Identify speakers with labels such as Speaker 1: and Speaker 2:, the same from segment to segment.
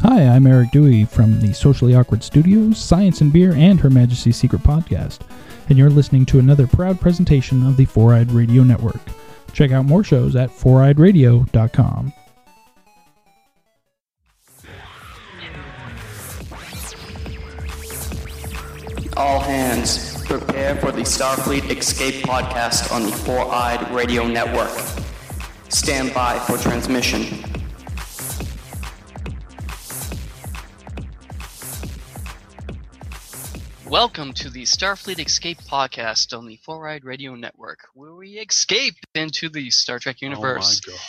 Speaker 1: Hi, I'm Eric Dewey from the Socially Awkward Studios, Science and Beer, and Her Majesty's Secret Podcast, and you're listening to another proud presentation of the Four Eyed Radio Network. Check out more shows at foureyedradio.com.
Speaker 2: All hands, prepare for the Starfleet Escape podcast on the Four Eyed Radio Network. Stand by for transmission. Welcome to the Starfleet Escape podcast on the Four Eyed Radio Network, where we escape into the Star Trek universe.
Speaker 3: Oh my god.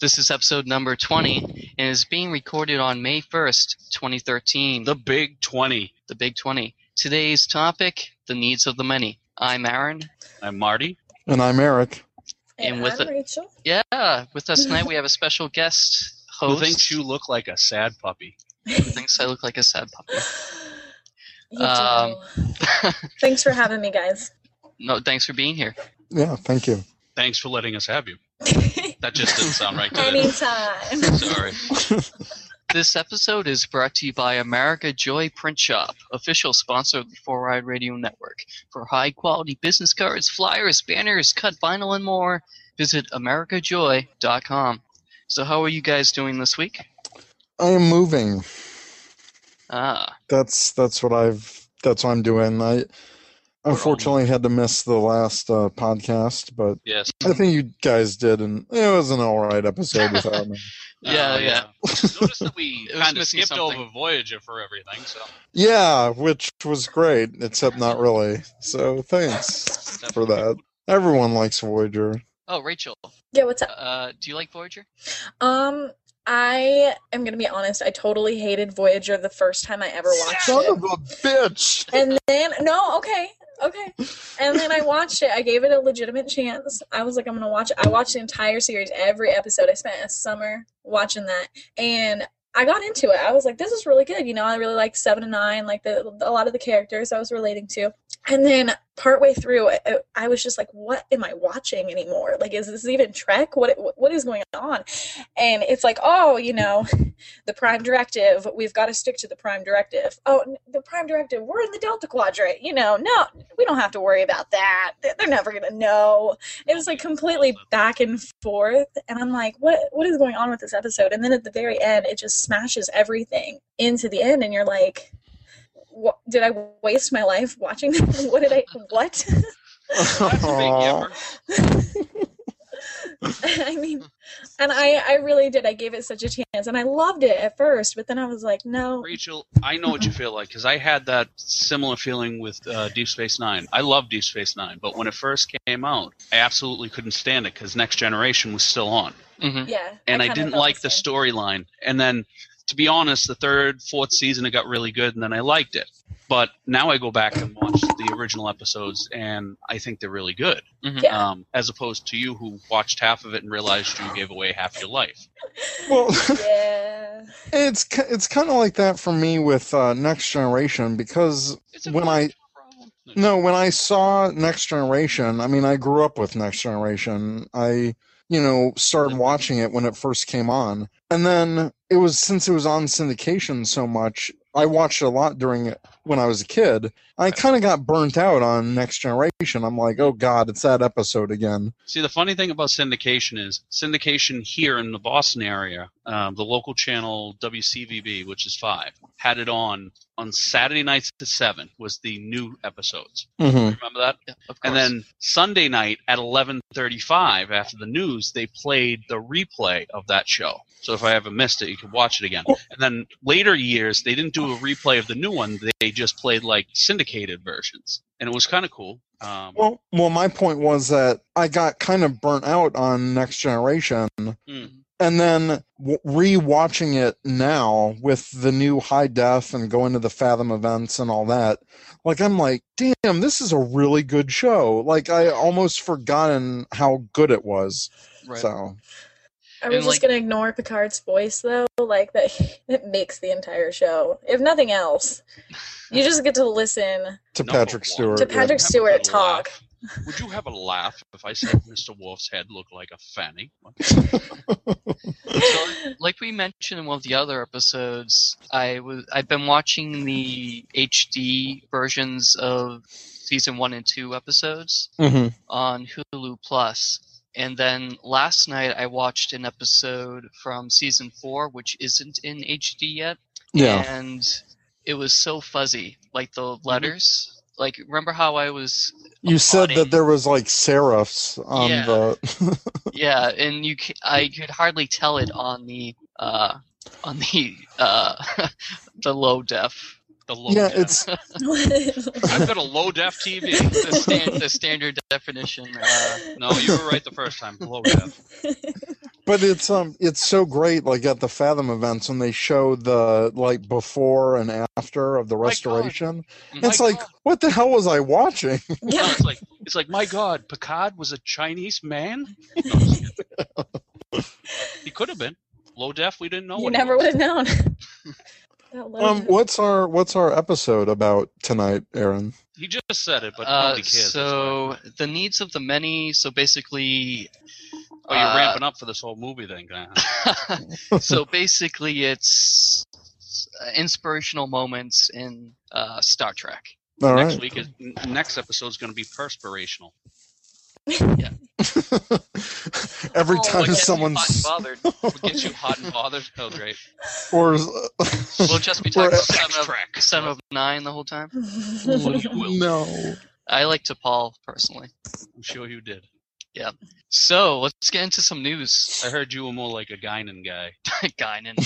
Speaker 2: This is episode number 20 and is being recorded on May 1st, 2013.
Speaker 3: The Big 20.
Speaker 2: the Big 20. Today's topic the needs of the many. I'm Aaron.
Speaker 3: I'm Marty.
Speaker 4: And I'm Eric.
Speaker 2: And with
Speaker 5: I'm
Speaker 2: it-
Speaker 5: Rachel.
Speaker 2: Yeah, with us tonight we have a special guest
Speaker 3: Who
Speaker 2: host
Speaker 3: thinks you look like a sad puppy?
Speaker 2: who thinks I look like a sad puppy.
Speaker 5: You do.
Speaker 2: Um,
Speaker 5: Thanks for having me, guys.
Speaker 2: no, thanks for being here.
Speaker 4: Yeah, thank you.
Speaker 3: Thanks for letting us have you. That just didn't sound right, did it?
Speaker 5: Anytime.
Speaker 3: Sorry.
Speaker 2: This episode is brought to you by America Joy Print Shop, official sponsor of the Four Eyed Radio Network. For high quality business cards, flyers, banners, cut vinyl, and more, visit AmericaJoy.com. So, how are you guys doing this week?
Speaker 4: I am moving.
Speaker 2: Ah,
Speaker 4: That's that's what I've that's what I'm doing. I unfortunately had to miss the last uh, podcast, but
Speaker 3: Yes.
Speaker 4: I think you guys did, and it was an all right episode without me.
Speaker 2: Yeah, yeah.
Speaker 3: Notice Uh, that we
Speaker 2: It was
Speaker 3: kind of
Speaker 2: missing
Speaker 3: skipped
Speaker 2: something.
Speaker 3: over Voyager for everything, so
Speaker 4: Yeah, which was great, except not really. So thanks for that. Everyone likes Voyager.
Speaker 2: oh, Rachel,
Speaker 5: yeah, what's up?
Speaker 2: uh, do you like Voyager?
Speaker 5: Um, I am gonna be honest. I totally hated Voyager the first time I ever watched
Speaker 4: Son
Speaker 5: it,
Speaker 4: of a bitch!
Speaker 5: and then no, okay, okay, and then I watched it. I gave it a legitimate chance. I was like, I'm gonna watch it. I watched the entire series, every episode. I spent a summer watching that, and. I got into it. I was like, this is really good. You know, I really liked Seven and Nine, like the a lot of the characters I was relating to. And then partway through, I, I- I was just like, "What am I watching anymore? Like, is this even Trek? What what is going on?" And it's like, "Oh, you know, the Prime Directive. We've got to stick to the Prime Directive. Oh, n- the Prime Directive. We're in the Delta Quadrant. You know, no, we don't have to worry about that. They- They're never gonna know." It was like completely back and forth, and I'm like, "What what is going on with this episode?" And then at the very end, it just smashes everything into the end, and you're like what, did I waste my life watching that? What did I? What?
Speaker 3: that's a big
Speaker 4: Aw.
Speaker 3: yipper.
Speaker 5: I mean, and I, I really did. I gave it such a chance, and I loved it at first, but then I was like, no.
Speaker 3: Rachel, I know what you feel like because I had that similar feeling with uh, Deep Space Nine. I love Deep Space Nine, but when it first came out, I absolutely couldn't stand it because Next Generation was still on.
Speaker 2: Mm-hmm.
Speaker 5: Yeah.
Speaker 3: and I,
Speaker 5: kinda
Speaker 3: didn't
Speaker 5: felt
Speaker 3: like the
Speaker 5: same.
Speaker 3: storyline. And then, to be honest, the third, fourth season it got really good, and then I liked it. But now I go back and watch the original episodes, and I think they're really good.
Speaker 5: Yeah.
Speaker 3: Um, as opposed to you who watched half of it and realized you gave away half your life.
Speaker 4: Well,
Speaker 5: yeah.
Speaker 4: it's ki- it's kind of like that for me with uh, Next Generation because
Speaker 3: It's a
Speaker 4: When I-
Speaker 3: problem.
Speaker 4: No, when I saw Next Generation, I mean, I grew up with Next Generation. I, you know, started watching it when it first came on. And then it was since it was on syndication so much, I watched it a lot during it when I was a kid. I kind of got burnt out on Next Generation. I'm like, oh God, it's that episode again.
Speaker 3: See, the funny thing about syndication is syndication here in the Boston area, um, the local channel WCVB, which is five, had it on on Saturday nights at seven was the new episodes.
Speaker 4: Mm-hmm.
Speaker 3: Remember that?
Speaker 2: Of course.
Speaker 3: And then Sunday night at 11:35 after the news, they played the replay of that show. So if I ever missed it, you could watch it again. And then later years, they didn't do a replay of the new one. They just played like syndicated versions, and it was kind of cool. Um,
Speaker 4: Well, well, my point was that I got kind of burnt out on Next Generation,
Speaker 2: Hmm.
Speaker 4: and then w- re-watching it now with the new high def and going to the Fathom events and all that. Like I'm like, damn, this is a really good show. Like I almost forgotten how good it was.
Speaker 2: right.
Speaker 4: So
Speaker 5: I was
Speaker 2: And,
Speaker 5: just
Speaker 2: like-
Speaker 5: gonna ignore Picard's voice though, like that. It makes the entire show. If nothing else, you just get to listen
Speaker 4: to
Speaker 3: Number
Speaker 4: Patrick
Speaker 3: one.
Speaker 4: Stewart,
Speaker 5: to
Speaker 4: yeah.
Speaker 5: Patrick
Speaker 3: Have a
Speaker 5: Stewart
Speaker 3: good
Speaker 5: talk.
Speaker 3: laugh. Would you have a laugh if I said Mr. Wolf's head looked like a fanny? What?
Speaker 2: So, like we mentioned in one of the other episodes, I was I've been watching the HD versions of season one and two episodes
Speaker 4: Mm-hmm.
Speaker 2: on Hulu Plus. And then last night I watched an episode from season four, which isn't in HD yet.
Speaker 4: Yeah.
Speaker 2: And it was so fuzzy, like the
Speaker 3: Mm-hmm.
Speaker 2: letters. Like remember how I was?
Speaker 4: You said
Speaker 2: applauding?
Speaker 4: that there was like serifs on
Speaker 2: Yeah.
Speaker 4: the.
Speaker 2: Yeah, and you, c- I could hardly tell it on the, uh, on the, uh, the low def,
Speaker 3: The low
Speaker 4: yeah,
Speaker 3: def.
Speaker 4: it's
Speaker 3: I've got a low def TV.
Speaker 2: the, stand, the standard definition. Uh,
Speaker 3: No, you were right the first time. Low def.
Speaker 4: but it's um it's so great like at the fathom events when they show the like before and after of the
Speaker 3: God.
Speaker 4: restoration
Speaker 2: Mhm.
Speaker 4: it's like what the hell was i watching
Speaker 3: No,
Speaker 5: yeah.
Speaker 3: it's like it's like my God, Picard was a Chinese man. He could have been. Low def. We didn't know.
Speaker 5: you
Speaker 3: what he
Speaker 5: never
Speaker 3: was.
Speaker 5: would have known. That low
Speaker 4: um
Speaker 5: def.
Speaker 4: what's our what's our episode about tonight aaron
Speaker 3: He just said it, but
Speaker 2: Uh,
Speaker 3: nobody cares.
Speaker 2: so the needs of the many. So basically,
Speaker 3: oh, you're
Speaker 2: uh,
Speaker 3: ramping up for this whole movie thing, huh?
Speaker 2: so basically, it's uh, inspirational moments in uh, Star Trek.
Speaker 4: All right.
Speaker 3: next week is n- next episode's going to be perspirational.
Speaker 4: every
Speaker 5: Oh,
Speaker 4: time
Speaker 5: like,
Speaker 4: someone
Speaker 2: hot and
Speaker 4: s-
Speaker 2: bothered.
Speaker 3: What gets you hot and bothered? Oh, great.
Speaker 4: or
Speaker 2: We'll just be talking
Speaker 4: We're-
Speaker 2: about seven of, seven of nine the whole time.
Speaker 4: no
Speaker 2: I like to Paul personally.
Speaker 3: I'm sure you did.
Speaker 2: So let's get into some news.
Speaker 3: I heard you were more like a Guinan guy.
Speaker 2: Guinan.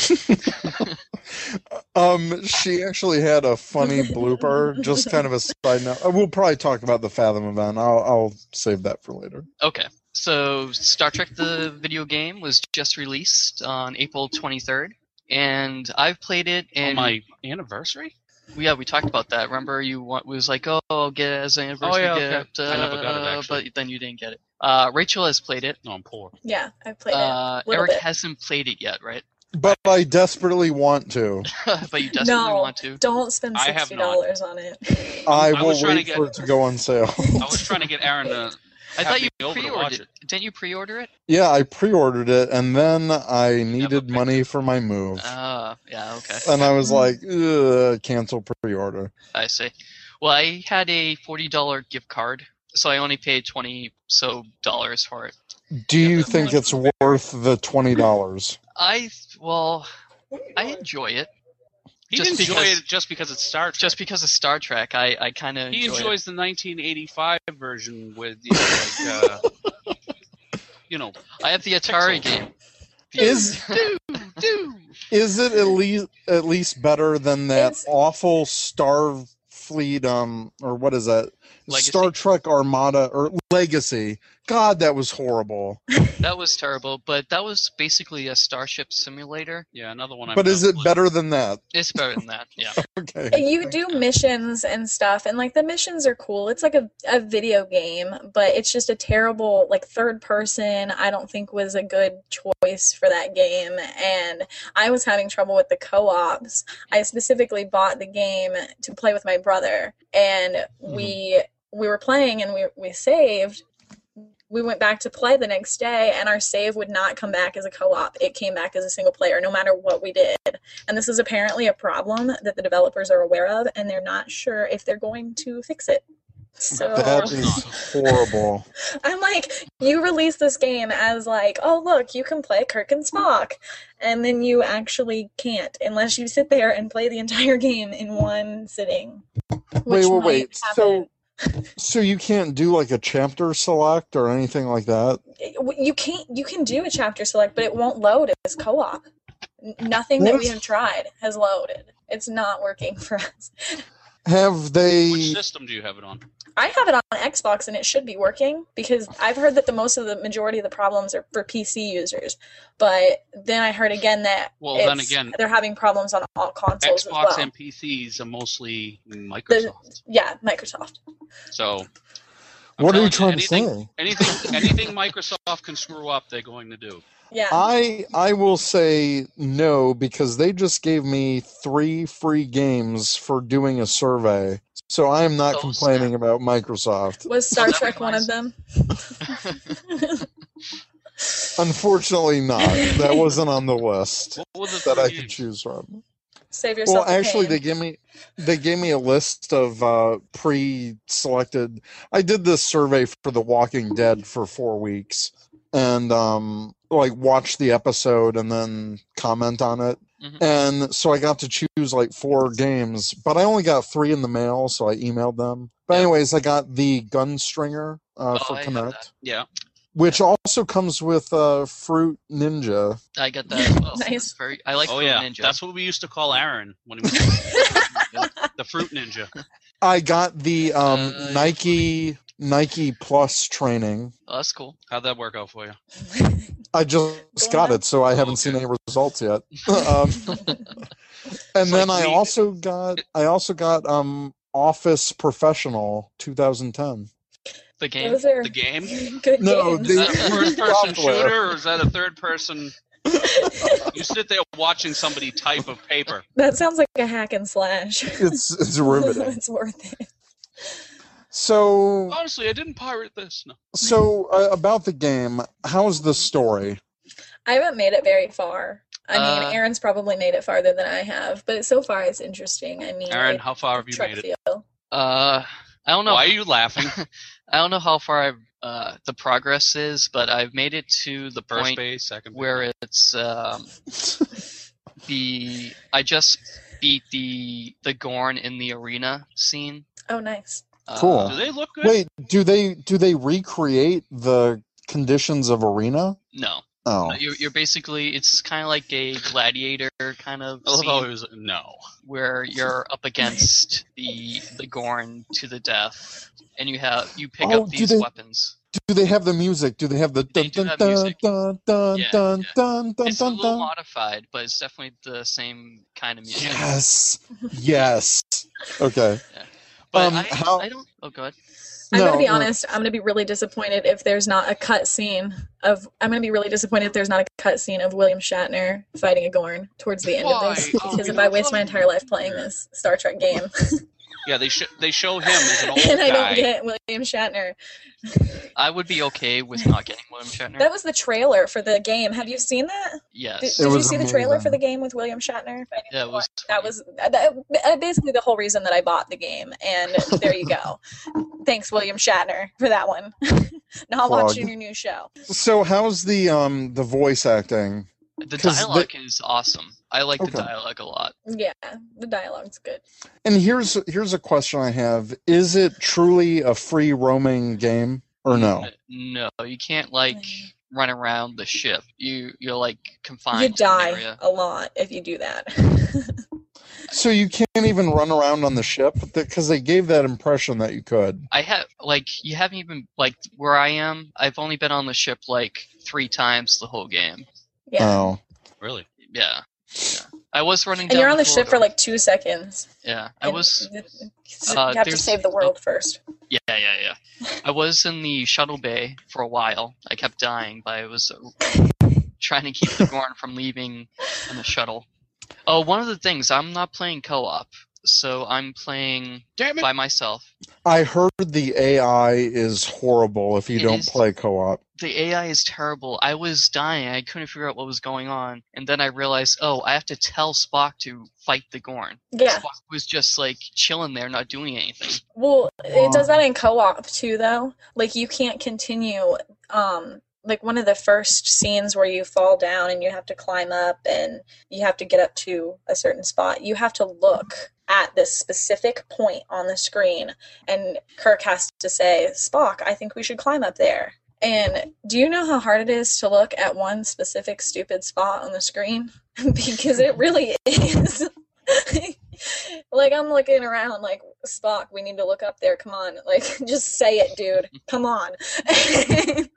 Speaker 4: um she actually had a funny blooper just kind of a side note Uh, we'll probably talk about the fathom event i'll i'll save that for later
Speaker 2: Okay. So Star Trek the video game was just released on April 23rd, and I've played it.
Speaker 3: On
Speaker 2: And
Speaker 3: my anniversary?
Speaker 2: yeah, we talked about that. Remember, you want, was like, "Oh, I'll get it as an anniversary
Speaker 3: yeah, okay.
Speaker 2: gift,"
Speaker 3: I never got it,
Speaker 2: uh,
Speaker 3: actually.
Speaker 2: but then you didn't get it. Uh, Rachel has played it.
Speaker 3: No, I'm poor.
Speaker 5: yeah, I played
Speaker 2: Uh,
Speaker 5: little
Speaker 2: Eric
Speaker 5: bit.
Speaker 2: hasn't played it yet, right?
Speaker 4: but i desperately want to
Speaker 2: but you desperately
Speaker 5: No.
Speaker 2: want to.
Speaker 5: it. Don't spend
Speaker 3: I have
Speaker 5: sixty dollars on it.
Speaker 4: I
Speaker 3: I
Speaker 4: will
Speaker 3: was
Speaker 4: wait
Speaker 3: trying to get-
Speaker 4: for it to go on sale.
Speaker 3: I was trying to get Aaron to.
Speaker 2: I
Speaker 3: have
Speaker 2: thought you
Speaker 3: me over to watch
Speaker 2: pre-ordered
Speaker 3: it.
Speaker 2: it. Didn't you pre-order it?
Speaker 4: yeah, I pre-ordered it, and then I needed
Speaker 3: picked
Speaker 4: money for my move,
Speaker 2: Uh, yeah, okay.
Speaker 4: and I
Speaker 3: mm.
Speaker 4: was like, Ugh, cancel pre-order.
Speaker 2: I see. Well, I had a $40 gift card, so I only paid 20 so dollars for it.
Speaker 4: Do you think it's worth the twenty dollars?
Speaker 2: I well, I enjoy it
Speaker 3: He
Speaker 2: Just
Speaker 3: didn't enjoy
Speaker 2: because-
Speaker 3: it just because it's Star Trek.
Speaker 2: just because of Star Trek. I I kind of
Speaker 3: he
Speaker 2: enjoy
Speaker 3: enjoys the 1985 version with, you know, like, uh, you know,
Speaker 2: It. I have the Atari
Speaker 3: Pixels.
Speaker 2: game.
Speaker 4: Is-
Speaker 2: do do?
Speaker 4: Is it at least at least better than that
Speaker 5: It's-
Speaker 4: awful Starfleet um or what is that?
Speaker 2: Legacy.
Speaker 4: Star Trek Armada or Legacy? God, that was horrible.
Speaker 2: That was terrible, but that was basically a starship simulator.
Speaker 3: yeah, another one. I'm
Speaker 4: but is
Speaker 3: gonna
Speaker 4: it better than that?
Speaker 2: It's better than that. Yeah.
Speaker 4: Okay.
Speaker 5: you do missions and stuff and like the missions are cool it's like a, a video game but it's just a terrible like third person i don't think was a good choice for that game and i was having trouble with the co-ops i specifically bought the game to play with my brother and we we were playing and we, we saved we went back to play the next day and our save would not come back as a co-op it came back as a single player no matter what we did and this is apparently a problem that the developers are aware of, and they're not sure if they're going to fix it. So uh,
Speaker 4: That
Speaker 3: course
Speaker 4: is
Speaker 3: not.
Speaker 4: horrible.
Speaker 5: I'm like, you release this game as like, oh look, you can play Kirk and Spock, and then you actually can't unless you sit there and play the entire game in one sitting.
Speaker 4: Wait,
Speaker 5: which
Speaker 4: wait,
Speaker 5: might
Speaker 4: wait.
Speaker 5: happen.
Speaker 4: So you can't do like a chapter select or anything like that.
Speaker 5: you can't. You can do a chapter select, but it won't load as co-op. N- Nothing that
Speaker 4: What?
Speaker 5: we have tried has loaded. It's not working for us.
Speaker 4: Have
Speaker 3: Which
Speaker 4: they?
Speaker 3: system do you have it on?
Speaker 5: I have it on Xbox and it should be working because I've heard that the most of the majority of the problems are for PC users. But then I heard again that
Speaker 3: Well, then
Speaker 5: it's-
Speaker 3: again-
Speaker 5: they're having problems on all consoles
Speaker 3: Xbox
Speaker 5: as well.
Speaker 3: and PCs are mostly Microsoft.
Speaker 5: yeah, Microsoft.
Speaker 3: So. I'm
Speaker 4: What are you
Speaker 3: telling
Speaker 4: trying to
Speaker 3: anything-
Speaker 4: say?
Speaker 3: Anything, anything Microsoft can screw up, they're going to do.
Speaker 5: Yeah.
Speaker 4: I I will say no because they just gave me three free games for doing a survey. So I am not
Speaker 2: Oh,
Speaker 4: complaining about Microsoft.
Speaker 5: Was Star
Speaker 2: Well, that
Speaker 5: Trek one of them?
Speaker 4: Unfortunately, not. That wasn't on the list
Speaker 3: What were the
Speaker 4: that I
Speaker 3: three
Speaker 4: could
Speaker 3: games?
Speaker 4: choose from.
Speaker 5: Save
Speaker 4: Well,
Speaker 5: yourself. the
Speaker 4: actually,
Speaker 5: pain.
Speaker 4: they gave me they gave me a list of uh, pre-selected. I did this survey for The Walking Dead for four weeks, and um, like watch the episode and then comment on it.
Speaker 2: Mhm.
Speaker 4: And so I got to choose like four games, but I only got three in the mail, so I emailed them. But
Speaker 2: Yeah.
Speaker 4: anyways, I got the Gunstringer
Speaker 2: Oh,
Speaker 4: uh, for
Speaker 2: I have
Speaker 4: Connect,
Speaker 2: that.
Speaker 3: Yeah.
Speaker 4: which also comes with uh, Fruit Ninja.
Speaker 2: I got that as well.
Speaker 5: Nice.
Speaker 2: It's Very, I like
Speaker 3: oh
Speaker 2: Fruit
Speaker 3: yeah,
Speaker 2: Ninja.
Speaker 3: that's what we used to call Aaron when he was the fruit ninja.
Speaker 4: I got the um,
Speaker 2: Uh, yeah.
Speaker 4: Nike Nike Plus training.
Speaker 2: oh, that's cool.
Speaker 3: How'd that work out for you?
Speaker 4: I just got it, so I haven't seen any results yet. um, and then
Speaker 3: like
Speaker 4: I
Speaker 3: we-
Speaker 4: also got I also got um, Office Professional 2010.
Speaker 2: The game.
Speaker 5: Those are
Speaker 3: The game? Is
Speaker 5: good
Speaker 4: No,
Speaker 5: games.
Speaker 4: the-
Speaker 3: that a first person
Speaker 4: Software.
Speaker 3: shooter or is that a third person? You sit there watching somebody type of paper.
Speaker 5: that sounds like a hack and slash.
Speaker 4: It's it's riveting.
Speaker 5: it's worth it.
Speaker 4: So
Speaker 3: Honestly, I didn't pirate this. No.
Speaker 4: so uh, about the game, how's the story?
Speaker 5: I haven't made it very far. I
Speaker 2: Uh,
Speaker 5: mean, Aaron's probably made it farther than I have, but so far it's interesting. I mean,
Speaker 3: Aaron,
Speaker 5: like,
Speaker 3: how far have you made it?
Speaker 5: Trexio.
Speaker 2: Uh, I don't know.
Speaker 3: Why are you laughing?
Speaker 2: I don't know how far I've, uh, the progress is, but I've made it to the
Speaker 3: First
Speaker 2: point
Speaker 3: base, second base.
Speaker 2: where it's um, the I just beat the the Gorn in the arena scene.
Speaker 5: Oh, nice.
Speaker 2: Uh,
Speaker 4: Cool.
Speaker 3: Do they look good?
Speaker 4: Wait, do they do they recreate the conditions of arena?
Speaker 2: No,
Speaker 4: Oh,
Speaker 2: you're, you're basically it's kind of like a gladiator kind of
Speaker 3: I love
Speaker 2: scene
Speaker 3: how it was no.
Speaker 2: where you're up against the the Gorn to the death, and you have you pick
Speaker 4: Oh,
Speaker 2: up
Speaker 4: do
Speaker 2: these
Speaker 4: they-
Speaker 2: weapons.
Speaker 4: do they have the music? Do they have the
Speaker 2: They
Speaker 4: dun
Speaker 2: do
Speaker 4: dun
Speaker 2: have
Speaker 4: dun
Speaker 2: music.
Speaker 4: dun dun
Speaker 2: Yeah,
Speaker 4: dun
Speaker 2: yeah.
Speaker 4: dun dun
Speaker 2: It's a
Speaker 4: dun
Speaker 2: little
Speaker 4: dun?
Speaker 2: modified, but it's definitely the same kind of music.
Speaker 4: Yes. Yes. Okay.
Speaker 2: But
Speaker 4: Um,
Speaker 2: I,
Speaker 4: how-
Speaker 2: I don't. Oh god.
Speaker 5: I'm
Speaker 4: No,
Speaker 5: gonna be
Speaker 4: no.
Speaker 5: honest. I'm gonna be really disappointed if there's not a cut scene of. I'm gonna be really disappointed if there's not a cut scene of William Shatner fighting a Gorn towards the end of this.
Speaker 3: Why? Oh,
Speaker 5: Because if
Speaker 3: we
Speaker 5: I waste my
Speaker 3: love
Speaker 5: entire life playing
Speaker 3: Shatner.
Speaker 5: this Star Trek game
Speaker 3: Yeah, they show they show him as an old
Speaker 5: and I
Speaker 3: guy.
Speaker 5: don't get William Shatner,
Speaker 2: I would be okay with not getting William Shatner.
Speaker 5: that was the trailer for the game. Have you seen that? Did,
Speaker 2: yes.
Speaker 5: did you
Speaker 4: was
Speaker 5: see the trailer for
Speaker 4: amazing.
Speaker 5: the game with William Shatner? fighting
Speaker 2: Yeah, it
Speaker 5: Gorn?
Speaker 2: was
Speaker 5: that was that- that- basically the whole reason that I bought the game. And there you go. Thanks, William Shatner, for that one. Not
Speaker 4: Plug.
Speaker 5: watching your new show.
Speaker 4: So how's the um the voice acting?
Speaker 2: the
Speaker 4: 'cause the-
Speaker 2: dialogue is awesome. I like
Speaker 4: Okay.
Speaker 2: the dialogue a lot.
Speaker 5: Yeah, the dialogue's good.
Speaker 4: And here's here's a question I have: Is it truly a free roaming game or no?
Speaker 2: Uh, No, you can't like
Speaker 5: Mhm.
Speaker 2: run around the ship. You you're like confined.
Speaker 5: You
Speaker 2: to an
Speaker 5: die
Speaker 2: area.
Speaker 5: a lot if you do that.
Speaker 4: So you can't even run around on the ship because they gave that impression that you could.
Speaker 2: I have like you haven't even like where I am. I've only been on the ship like three times the whole game.
Speaker 5: yeah.
Speaker 4: Oh,
Speaker 3: Really?
Speaker 2: Yeah. yeah. I was running.
Speaker 5: and
Speaker 2: down
Speaker 5: you're on the ship
Speaker 2: corridor.
Speaker 5: for like two seconds.
Speaker 2: Yeah, I
Speaker 5: and
Speaker 2: was.
Speaker 5: You
Speaker 2: uh,
Speaker 5: have to
Speaker 2: there's-
Speaker 5: save the world first.
Speaker 2: Yeah, yeah, yeah. I was in the shuttle bay for a while. I kept dying, but I was uh, trying to keep the Gorn from leaving in the shuttle. Oh, one of the things I'm not playing co-op, so I'm playing
Speaker 3: Damn it!
Speaker 2: by myself.
Speaker 4: I heard the AI is horrible if you
Speaker 2: It
Speaker 4: don't
Speaker 2: is.
Speaker 4: play co-op.
Speaker 2: The AI is terrible. I was dying. I couldn't figure out what was going on, and then I realized, oh, I have to tell Spock to fight the Gorn.
Speaker 5: Yeah.
Speaker 2: Spock was just like chilling there, not doing anything.
Speaker 5: Well, it does that in co-op too, though. Like you can't continue. Um, like one of the first scenes where you fall down and you have to climb up and you have to get up to a certain spot. You have to look at this specific point on the screen, and Kirk has to say, "Spock, I think we should climb up there." And do you know how hard it is to look at one specific stupid spot on the screen? because it really is. like I'm looking around like Spock, we need to look up there. Come on. Like just say it, dude. Come on. and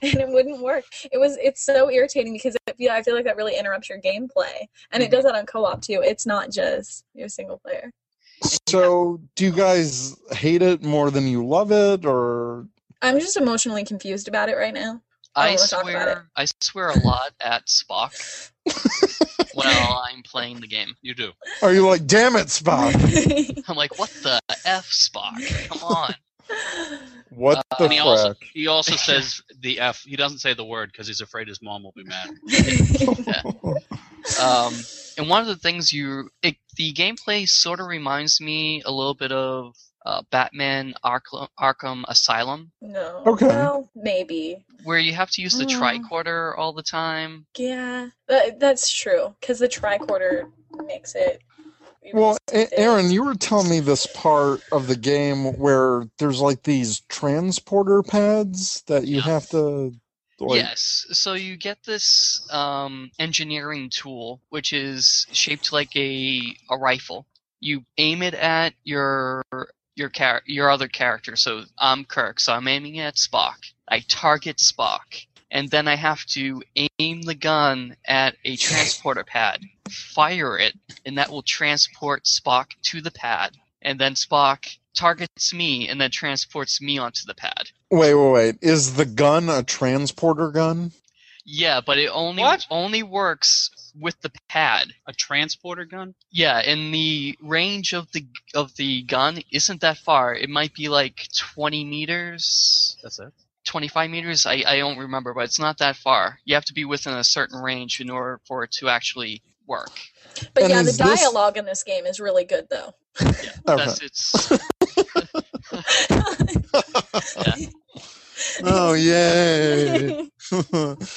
Speaker 5: it wouldn't work. It was it's so irritating because it, yeah, I feel like that really interrupts your gameplay. And it
Speaker 4: Mm-hmm.
Speaker 5: does that on co-op too. It's not just your single player.
Speaker 4: So do you guys hate it more than you love it, or
Speaker 5: I'm just emotionally confused about it right now. I
Speaker 2: I
Speaker 5: don't wanna talk about
Speaker 2: swear, I swear a lot at Spock when I'm playing the game.
Speaker 3: You do.
Speaker 4: Are you like, damn it, Spock?
Speaker 2: I'm like, what the f, Spock? Come on.
Speaker 4: What
Speaker 2: Uh,
Speaker 4: the
Speaker 3: And he also
Speaker 4: frick?
Speaker 3: he also says the F. He doesn't say the word because he's afraid his mom will be mad.
Speaker 2: Um, and one of the things you, it, the gameplay sort of reminds me a little bit of uh, Batman Arkham, Arkham Asylum,
Speaker 5: no.
Speaker 4: Okay.
Speaker 5: Well, maybe.
Speaker 2: where you have to use the
Speaker 5: Mm.
Speaker 2: tricorder all the time.
Speaker 5: Yeah, that, that's true. Because the tricorder makes it.
Speaker 4: Well, A- Aaron, you were telling me this part of the game where there's like these transporter pads that you
Speaker 2: Yeah.
Speaker 4: have to. Like,
Speaker 2: yes. So you get this um, engineering tool, which is shaped like a a rifle. You aim it at your your char- your other character. So I'm Kirk, so I'm aiming at Spock. I target Spock, and then I have to aim the gun at a transporter pad, fire it, and that will transport Spock to the pad. And then Spock targets me, and then transports me onto the pad.
Speaker 4: Wait, wait, wait. Is the gun a transporter gun?
Speaker 2: Yeah, but it only
Speaker 3: What?
Speaker 2: only works with the pad.
Speaker 3: A transporter gun?
Speaker 2: Yeah, and the range of the of the gun isn't that far. It might be like 20 meters,
Speaker 3: That's it.
Speaker 2: 25 meters. I, I don't remember, but it's not that far. You have to be within a certain range in order for it to actually work.
Speaker 5: But
Speaker 4: and
Speaker 5: yeah, the
Speaker 4: is this-
Speaker 5: dialogue in this game is really good, though.
Speaker 4: Okay.
Speaker 2: That's it's
Speaker 4: Oh, yay.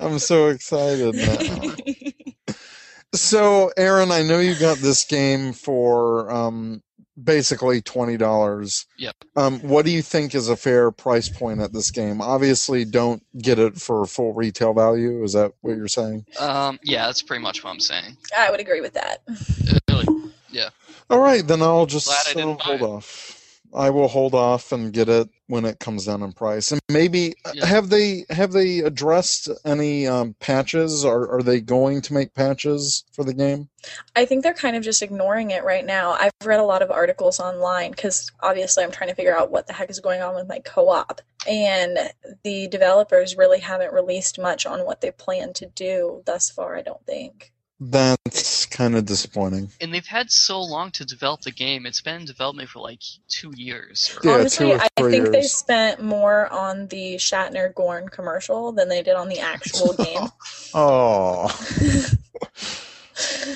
Speaker 4: I'm so excited now. so, Aaron, I know you got this game for um, basically $20.
Speaker 2: Yep.
Speaker 4: Um, what do you think is a fair price point at this game? Obviously, don't get it for full retail value. Is that what you're saying?
Speaker 2: um yeah, that's pretty much what I'm saying.
Speaker 5: I would agree with that.
Speaker 2: Really.
Speaker 4: All right, then I'll just
Speaker 3: Glad I didn't
Speaker 4: uh, hold
Speaker 3: buy
Speaker 4: off. I will hold off and get it when it comes down in price. And maybe uh,
Speaker 2: Yeah.
Speaker 4: have they have they addressed any um, patches? Are are they going to make patches for the game?
Speaker 5: I think they're kind of just ignoring it right now. I've read a lot of articles online because obviously I'm trying to figure out what the heck is going on with my co op. And the developers really haven't released much on what they plan to do thus far, I don't think.
Speaker 4: That's kind of disappointing.
Speaker 2: And they've had so long to develop the game. It's been in development for like 2 years. or-
Speaker 4: Yeah, two
Speaker 5: Honestly,
Speaker 4: or
Speaker 5: I
Speaker 4: three
Speaker 5: think they
Speaker 4: years.
Speaker 5: spent more on the Shatner Gorn commercial than they did on the actual game.
Speaker 4: Oh,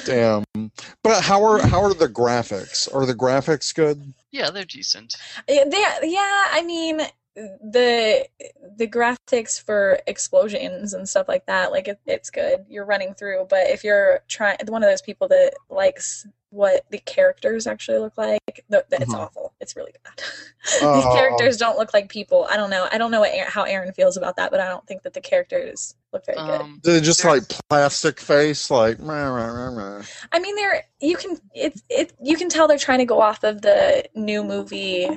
Speaker 4: damn! But how are how are the graphics? Are the graphics good?
Speaker 2: Yeah, they're decent.
Speaker 5: Yeah, they, yeah, I mean the the graphics for explosions and stuff like that, like it, it's good. You're running through, but if you're trying, one of those people that likes what the characters actually look like, th- th-
Speaker 2: Mm-hmm.
Speaker 5: it's
Speaker 4: Mhm.
Speaker 5: awful. It's really bad.
Speaker 4: Oh.
Speaker 5: the characters don't look like people. I don't know. I don't know what, Aaron- how Aaron feels about that, but I don't think that the characters look very good.
Speaker 2: Um
Speaker 4: Do they just
Speaker 2: They're-
Speaker 4: like plastic face, like? Rah, rah, rah, rah.
Speaker 5: I mean, they're you can it's it you can tell they're trying to go off of the new movie,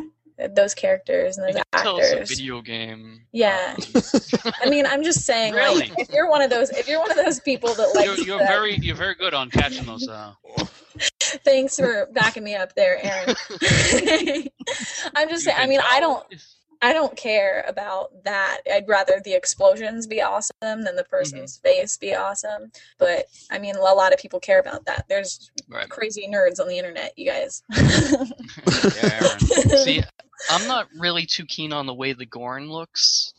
Speaker 5: those characters and
Speaker 2: you
Speaker 5: those
Speaker 2: can tell it's a
Speaker 5: actors.
Speaker 2: video game.
Speaker 5: Yeah. I mean, I'm just saying,
Speaker 3: Really?
Speaker 5: like, if you're one of those, if you're one of those people that
Speaker 3: You're,
Speaker 5: likes
Speaker 3: you're
Speaker 5: that-
Speaker 3: very you're very good on catching those. Uh,
Speaker 5: thanks for backing me up there, Aaron. I'm just
Speaker 3: you
Speaker 5: saying. I
Speaker 3: can
Speaker 5: mean, I
Speaker 3: tell
Speaker 5: don't,
Speaker 3: if-
Speaker 5: I don't care about that. I'd rather the explosions be awesome than the
Speaker 3: Mm-hmm.
Speaker 5: person's face be awesome. But I mean, a lot of people care about that. There's
Speaker 2: Right.
Speaker 5: crazy nerds on the internet, you guys.
Speaker 3: Yeah, Aaron.
Speaker 2: See, I'm not really too keen on the way the Gorn looks,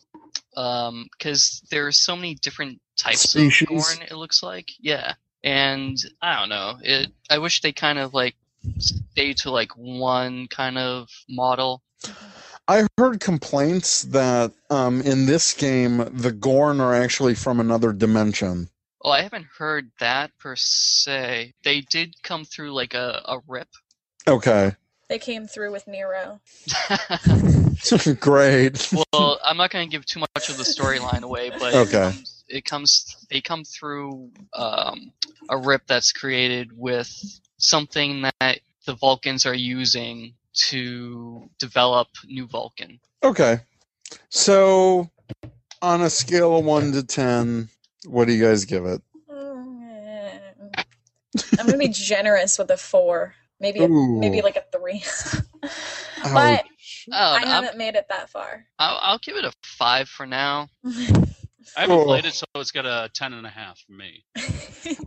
Speaker 2: because there are so many different types
Speaker 4: Species.
Speaker 2: of Gorn. It looks like, yeah, and I don't know. It. I wish they kind of like stay to like one kind of model.
Speaker 4: I heard complaints that um, in this game the Gorn are actually from another dimension.
Speaker 2: Oh, I haven't heard that per se. They did come through like a, a rip.
Speaker 4: Okay,
Speaker 5: they came through with Nero.
Speaker 4: great.
Speaker 2: well, I'm not going to give too much of the storyline away, but it
Speaker 4: Okay.
Speaker 2: comes- it comes they come through um, a rip that's created with something that the Vulcans are using to develop new Vulcan.
Speaker 4: Okay, so on a scale of one to ten, what do you guys give it?
Speaker 5: Mm, eh. I'm gonna be generous with a four, maybe a,
Speaker 4: Ooh.
Speaker 5: maybe like a three. but
Speaker 2: Oh,
Speaker 5: I
Speaker 2: I'm, Oh, Um,
Speaker 5: haven't made it that far.
Speaker 2: I'll, I'll give it a five for now.
Speaker 3: I haven't
Speaker 4: Oh.
Speaker 3: played it, so it's got a ten and a half for me.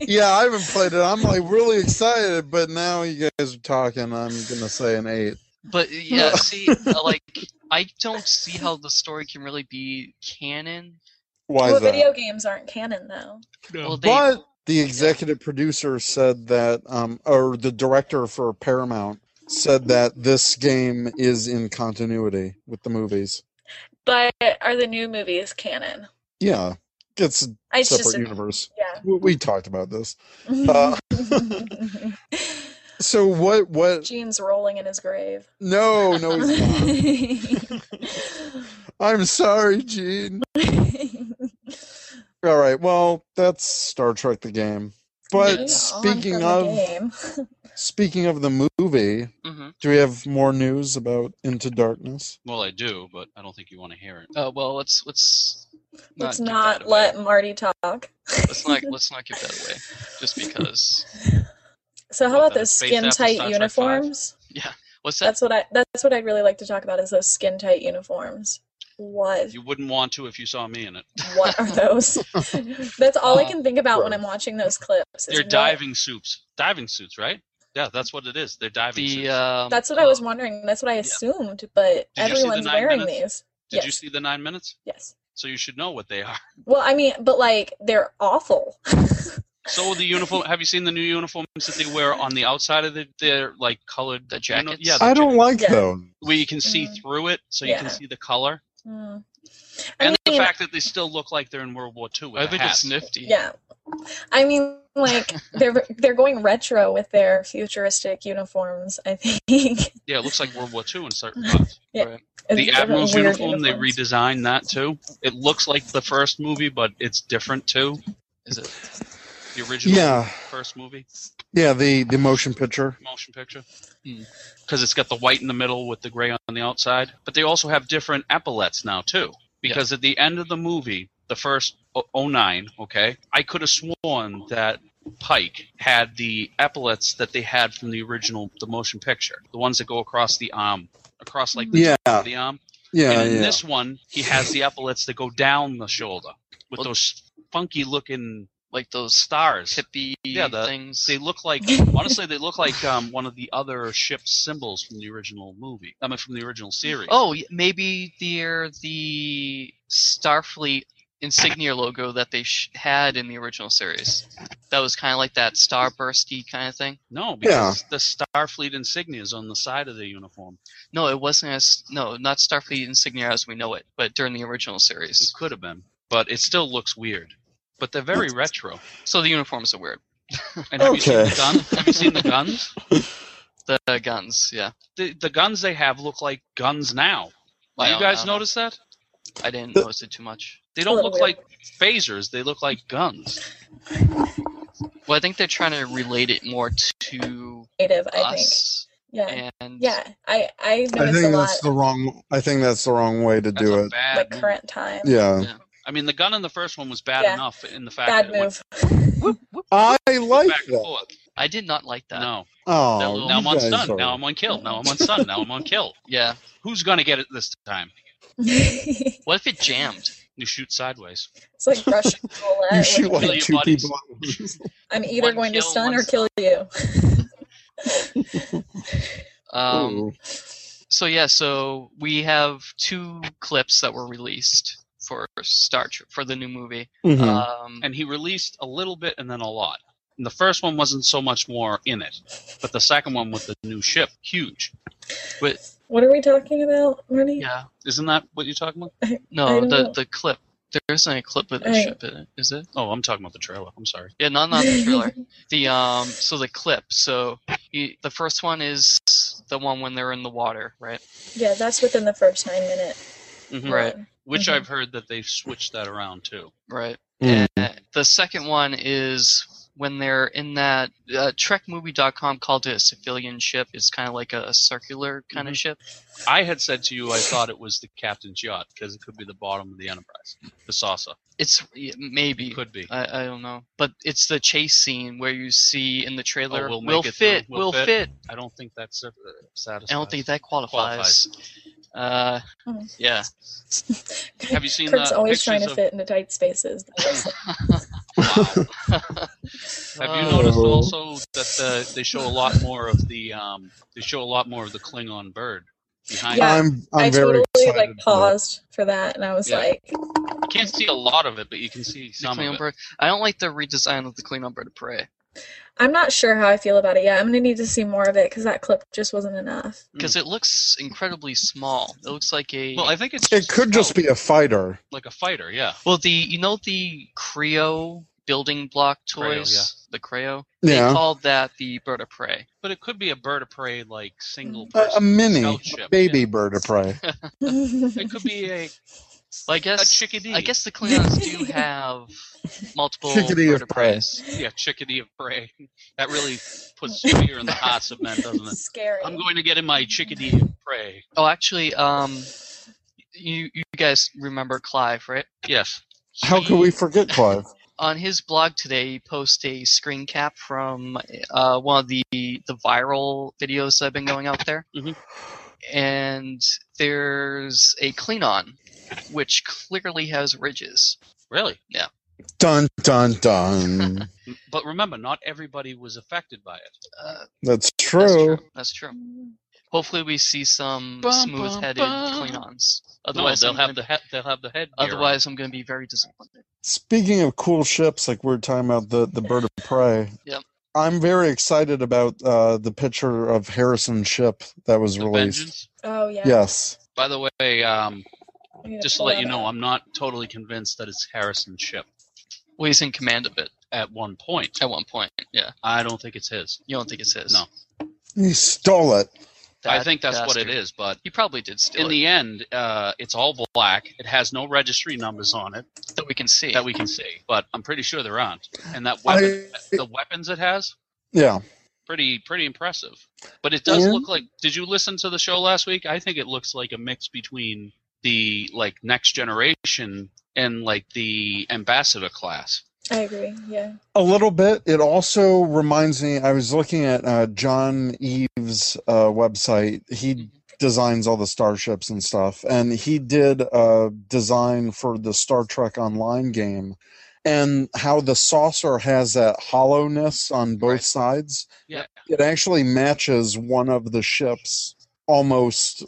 Speaker 4: Yeah, I haven't played it. I'm like really excited, but now you guys are talking. I'm gonna say an eight.
Speaker 2: But yeah, see, uh, like I don't see how the story can really be canon.
Speaker 4: Why
Speaker 5: well,
Speaker 4: is that?
Speaker 5: video games aren't canon though.
Speaker 2: Well, they,
Speaker 4: But the executive producer said that, um, or the director for Paramount said that this game is in continuity with the movies.
Speaker 5: But are the new movies canon?
Speaker 4: Yeah, it's a
Speaker 5: It's just
Speaker 4: separate
Speaker 5: an-
Speaker 4: universe.
Speaker 5: yeah. Mm-hmm.
Speaker 4: We, we talked about this. Uh, So what? What?
Speaker 5: Gene's rolling in his grave.
Speaker 4: No, no, he's not. I'm sorry, Gene. All right. Well, that's Star Trek the game. But
Speaker 5: Yeah, on from
Speaker 4: speaking
Speaker 5: the
Speaker 4: of
Speaker 5: game.
Speaker 4: speaking of the movie,
Speaker 2: mhm.
Speaker 4: do we have more news about Into Darkness?
Speaker 3: Well, I do, but I don't think you want to hear it.
Speaker 2: Uh, well, let's let's not
Speaker 5: let's
Speaker 2: give
Speaker 5: not
Speaker 2: that away.
Speaker 5: let Marty talk.
Speaker 2: let's not let's not give that away just because.
Speaker 5: So how
Speaker 3: What,
Speaker 5: about
Speaker 3: the
Speaker 5: those
Speaker 3: space
Speaker 5: skin
Speaker 3: apple
Speaker 5: tight
Speaker 3: Star Trek
Speaker 5: uniforms?
Speaker 2: Yeah, what's that?
Speaker 5: That's what I that's what I'd really like to talk about is those skin tight uniforms. What
Speaker 3: You wouldn't want to if you saw me in it.
Speaker 5: what are those? that's all I
Speaker 2: Uh,
Speaker 5: can think about when
Speaker 4: gross.
Speaker 5: I'm watching those clips. is
Speaker 3: They're
Speaker 5: what-
Speaker 3: Oh, diving suits. Diving suits, right? Yeah, that's what it is. They're diving
Speaker 2: The
Speaker 3: suits.
Speaker 2: um,
Speaker 5: That's what I was wondering. That's what I assumed, but
Speaker 3: Did you see the
Speaker 5: everyone's
Speaker 3: nine
Speaker 5: wearing
Speaker 3: minutes?
Speaker 5: these.
Speaker 3: Did you
Speaker 5: yes.
Speaker 3: see the nine minutes?
Speaker 5: Yes.
Speaker 3: So you should know what they are.
Speaker 5: Well, I mean, but like they're awful.
Speaker 3: So the uniform. Have you seen the new uniforms that they wear on the outside of the, their like colored
Speaker 2: The jackets?
Speaker 3: yeah, the
Speaker 4: I don't
Speaker 3: jacket-
Speaker 4: like
Speaker 5: Yeah.
Speaker 4: them.
Speaker 3: where you can see
Speaker 5: Mhm.
Speaker 3: through it, so you
Speaker 5: Yeah.
Speaker 3: can see the color,
Speaker 5: Hmm. I
Speaker 3: and
Speaker 5: mean,
Speaker 3: the fact that they still look like they're in World War II. With
Speaker 2: I
Speaker 3: the
Speaker 2: think
Speaker 3: hats.
Speaker 2: it's nifty.
Speaker 5: yeah. I mean, like they're they're going retro with their futuristic uniforms. I think.
Speaker 3: Yeah, it looks like World War II in certain parts. the
Speaker 5: It's
Speaker 3: admiral's
Speaker 5: weird
Speaker 3: uniform, they
Speaker 5: uniforms.
Speaker 3: redesigned that too. It looks like the first movie, but it's different too.
Speaker 2: Is it?
Speaker 3: The original
Speaker 4: Yeah,
Speaker 3: first movie
Speaker 4: yeah. The the motion picture.
Speaker 3: motion picture,
Speaker 2: Hmm.
Speaker 3: because it's got the white in the middle with the gray on the outside. But they also have different epaulets now too, because at the end of the movie, the first o- 09, okay, I could have sworn that. Pike had the epaulets that they had from the original, the motion picture, the ones that go across the arm, across like the
Speaker 4: Yeah,
Speaker 3: top of the arm.
Speaker 4: yeah,
Speaker 3: and in
Speaker 4: yeah.
Speaker 3: this one, he has the epaulets that go down the shoulder with
Speaker 2: Well-
Speaker 3: those funky looking
Speaker 2: Like those
Speaker 3: stars.
Speaker 2: hippie
Speaker 3: Yeah, the-
Speaker 2: things.
Speaker 3: They look like, honestly, they look like um, one of the other ship's symbols from the original movie. I mean, from the original series.
Speaker 2: Oh, y- maybe they're the Starfleet insignia logo that they sh- had in the original series. That was kind of like that starbursty kind of thing.
Speaker 3: no, because the Starfleet insignia is on the side of the uniform.
Speaker 2: No, it wasn't as no, not Starfleet insignia as we know it, but during the original
Speaker 3: It
Speaker 2: series.
Speaker 3: could have been, but it still looks weird. But they're very retro.
Speaker 2: So the uniforms are weird.
Speaker 3: And have you seen
Speaker 4: Okay.
Speaker 3: the gun? Have you seen the guns?
Speaker 2: The guns, yeah.
Speaker 3: The, the guns they have look like guns now.
Speaker 2: I
Speaker 3: Did you
Speaker 2: don't- I
Speaker 3: guys
Speaker 2: don't know.
Speaker 3: notice that?
Speaker 2: uh, I didn't
Speaker 4: The-
Speaker 2: notice it too much.
Speaker 3: They
Speaker 5: It's a
Speaker 3: don't
Speaker 5: little
Speaker 3: look
Speaker 5: weird.
Speaker 3: like phasers. They look like guns.
Speaker 2: Well, I think they're trying to relate it more to
Speaker 5: Creative, I think.
Speaker 2: us,
Speaker 5: Yeah.
Speaker 2: and
Speaker 5: Yeah. I I noticed
Speaker 4: I think
Speaker 5: a lot
Speaker 4: that's the wrong. I think that's the wrong way to
Speaker 3: That's
Speaker 4: do
Speaker 3: a
Speaker 4: it.
Speaker 3: bad
Speaker 5: like
Speaker 3: move.
Speaker 5: current time.
Speaker 4: Yeah,
Speaker 2: Yeah.
Speaker 3: I mean, the gun in the first one was bad
Speaker 5: Yeah.
Speaker 3: enough in the fact
Speaker 5: Bad
Speaker 3: that it went
Speaker 5: move.
Speaker 4: I like
Speaker 3: back and
Speaker 4: that.
Speaker 3: forth.
Speaker 2: I did not like that.
Speaker 3: No,
Speaker 4: Oh,
Speaker 3: now
Speaker 4: you
Speaker 3: I'm on
Speaker 4: guys
Speaker 3: stun.
Speaker 4: are-
Speaker 3: Now I'm on kill. Now I'm on stun. Now I'm on kill.
Speaker 2: Yeah.
Speaker 3: Who's gonna get it this time?
Speaker 5: it's
Speaker 2: What if it jammed?
Speaker 3: You shoot sideways.
Speaker 5: like Russian roulette.
Speaker 4: you shoot
Speaker 5: with-
Speaker 3: kill
Speaker 4: like
Speaker 3: your
Speaker 4: two
Speaker 3: buddies.
Speaker 4: people.
Speaker 5: I'm
Speaker 2: one
Speaker 5: either going
Speaker 2: kill,
Speaker 5: to stun
Speaker 2: one
Speaker 5: or kill you.
Speaker 2: Um,
Speaker 4: Ooh.
Speaker 2: So yeah, so we have two clips that were released for Star Trek for the new movie.
Speaker 3: uh,
Speaker 4: Mhm.
Speaker 2: Um,
Speaker 3: And he released a little bit and then a lot. And the first one wasn't so much more in it, but the second one with the new ship, huge.
Speaker 5: What are we talking about, Marty?
Speaker 2: yeah,
Speaker 3: Isn't that what you're talking about?
Speaker 5: I
Speaker 2: no,
Speaker 5: don't
Speaker 2: the
Speaker 5: know.
Speaker 2: the clip. There isn't a clip of the
Speaker 5: Right.
Speaker 2: ship in it, is it?
Speaker 3: Oh, I'm talking about the trailer. I'm sorry.
Speaker 2: Yeah, not not the trailer. the um, so the clip. So he, the first one is the one when they're in the water, right?
Speaker 5: Yeah, that's within the first nine minute.
Speaker 3: Mhm.
Speaker 2: Mm-hmm. Right.
Speaker 5: run.
Speaker 3: Which
Speaker 5: Mhm.
Speaker 3: I've heard that they switched that around too.
Speaker 2: Right.
Speaker 4: Mm.
Speaker 2: And the second one is when they're in that uh, TrekMovie.com called it a civilian ship. It's kind of like a circular kind of
Speaker 3: Mhm.
Speaker 2: ship.
Speaker 3: I had said to you, I thought it was the captain's yacht because it could be the bottom of the Enterprise, the Saucer.
Speaker 2: It's yeah, maybe
Speaker 3: It could be.
Speaker 2: I, I don't know, but it's the chase scene where you see in the trailer.
Speaker 3: Oh, we'll
Speaker 2: will
Speaker 3: make it
Speaker 2: fit.
Speaker 3: through. We'll
Speaker 2: will fit.
Speaker 3: fit." I don't think that's uh,
Speaker 2: I
Speaker 3: satisfying.
Speaker 2: don't think that qualifies. Uh,
Speaker 5: Mm.
Speaker 2: yeah. Have you seen
Speaker 5: Kirk's
Speaker 2: the
Speaker 5: always trying to
Speaker 3: pictures of-
Speaker 5: fit into tight spaces.
Speaker 3: Have you
Speaker 2: Oh.
Speaker 3: noticed also that the, they show a lot more of the um, they show a lot more of the Klingon bird behind?
Speaker 5: Yeah,
Speaker 4: I'm I'm
Speaker 5: I
Speaker 4: very
Speaker 5: totally
Speaker 4: excited.
Speaker 5: like
Speaker 4: about it.
Speaker 5: paused for that, and I was
Speaker 3: Yeah.
Speaker 5: like,
Speaker 3: You can't see a lot of it, but you can see
Speaker 2: The
Speaker 3: some
Speaker 2: Klingon
Speaker 3: of it.
Speaker 2: bird. I don't like the redesign of the Klingon bird of prey
Speaker 5: I'm not sure how I feel about it yet. I'm gonna need to see more of it because that clip just wasn't enough.
Speaker 2: because it looks incredibly small. It looks like a
Speaker 3: Mm. Well, I think it's
Speaker 4: It could just be a fighter.
Speaker 3: like a fighter, yeah.
Speaker 2: Well, the you know the Creo building block
Speaker 3: Creo,
Speaker 2: toys, the Creo. They
Speaker 4: Yeah.
Speaker 2: called that the bird of prey.
Speaker 3: But it could be a bird of prey, like single
Speaker 4: A,
Speaker 3: person
Speaker 4: a mini
Speaker 3: scout ship,
Speaker 4: baby
Speaker 3: yeah.
Speaker 4: bird of prey.
Speaker 3: It could be a,
Speaker 2: Well, I
Speaker 3: a
Speaker 2: guess
Speaker 3: chickadee.
Speaker 2: I guess the Klingons do have multiple
Speaker 4: Chickadee
Speaker 2: bird
Speaker 4: of
Speaker 2: of
Speaker 4: prey.
Speaker 2: preys.
Speaker 3: yeah, chickadee of prey. That really puts fear in the hearts of men, doesn't it?
Speaker 5: Scary.
Speaker 3: I'm going to get in my chickadee of prey.
Speaker 2: Oh, actually, um, you you guys remember Clive, right?
Speaker 3: Yes.
Speaker 4: How could we forget Clive?
Speaker 2: on his blog today he posted a screen cap from uh, one of the the viral videos that have been going out there
Speaker 3: Mhm.
Speaker 2: and there's a klingon which clearly has ridges
Speaker 3: Really?
Speaker 4: Dun dun dun.
Speaker 3: But remember, not everybody was affected by it.
Speaker 2: uh,
Speaker 4: That's
Speaker 2: that's
Speaker 4: true.
Speaker 2: true that's true hopefully we see some
Speaker 3: Bum, bum,
Speaker 2: smooth-headed
Speaker 3: bum.
Speaker 2: klingons
Speaker 3: No,
Speaker 2: otherwise
Speaker 3: they'll
Speaker 2: I'm
Speaker 3: have the
Speaker 2: gonna-
Speaker 3: he- they'll have the head.
Speaker 2: otherwise i'm going to be very disappointed
Speaker 4: Speaking of cool ships, like we we're talking about the the bird of prey.
Speaker 2: Yep.
Speaker 4: I'm very excited about uh, the picture of Harrison's ship that was released.
Speaker 5: Oh yeah.
Speaker 4: Yes.
Speaker 3: By the way, um,
Speaker 5: I'm gonna
Speaker 3: just to
Speaker 5: pull
Speaker 3: let
Speaker 5: that
Speaker 3: you know,
Speaker 5: up.
Speaker 3: I'm not totally convinced that it's Harrison's ship.
Speaker 2: well he's in command of it
Speaker 3: At one point,
Speaker 2: at one point yeah
Speaker 3: I don't think it's his.
Speaker 2: you don't think it's his
Speaker 3: No.
Speaker 4: He stole it.
Speaker 3: I think that's what it is. But
Speaker 2: he probably did steal
Speaker 3: in the end, uh, it's all black. It has no registry numbers on it
Speaker 2: it, that we can see
Speaker 3: that we can see. But I'm pretty sure there aren't. And that weapon,
Speaker 4: I,
Speaker 3: the weapons it has,
Speaker 4: yeah.
Speaker 3: pretty pretty impressive. But it does
Speaker 4: Yeah.
Speaker 3: look like. Did you listen to the show last week? I think it looks like a mix between the like next generation and like the ambassador class.
Speaker 5: I agree. Yeah.
Speaker 4: A little bit. It also reminds me. I was looking at uh, John Eves' uh, website. He
Speaker 3: Mm-hmm.
Speaker 4: designs all the starships and stuff, and he did a design for the Star Trek Online game, and how the saucer has that hollowness on both
Speaker 3: Right.
Speaker 4: sides.
Speaker 3: Yeah.
Speaker 4: It actually matches one of the ships almost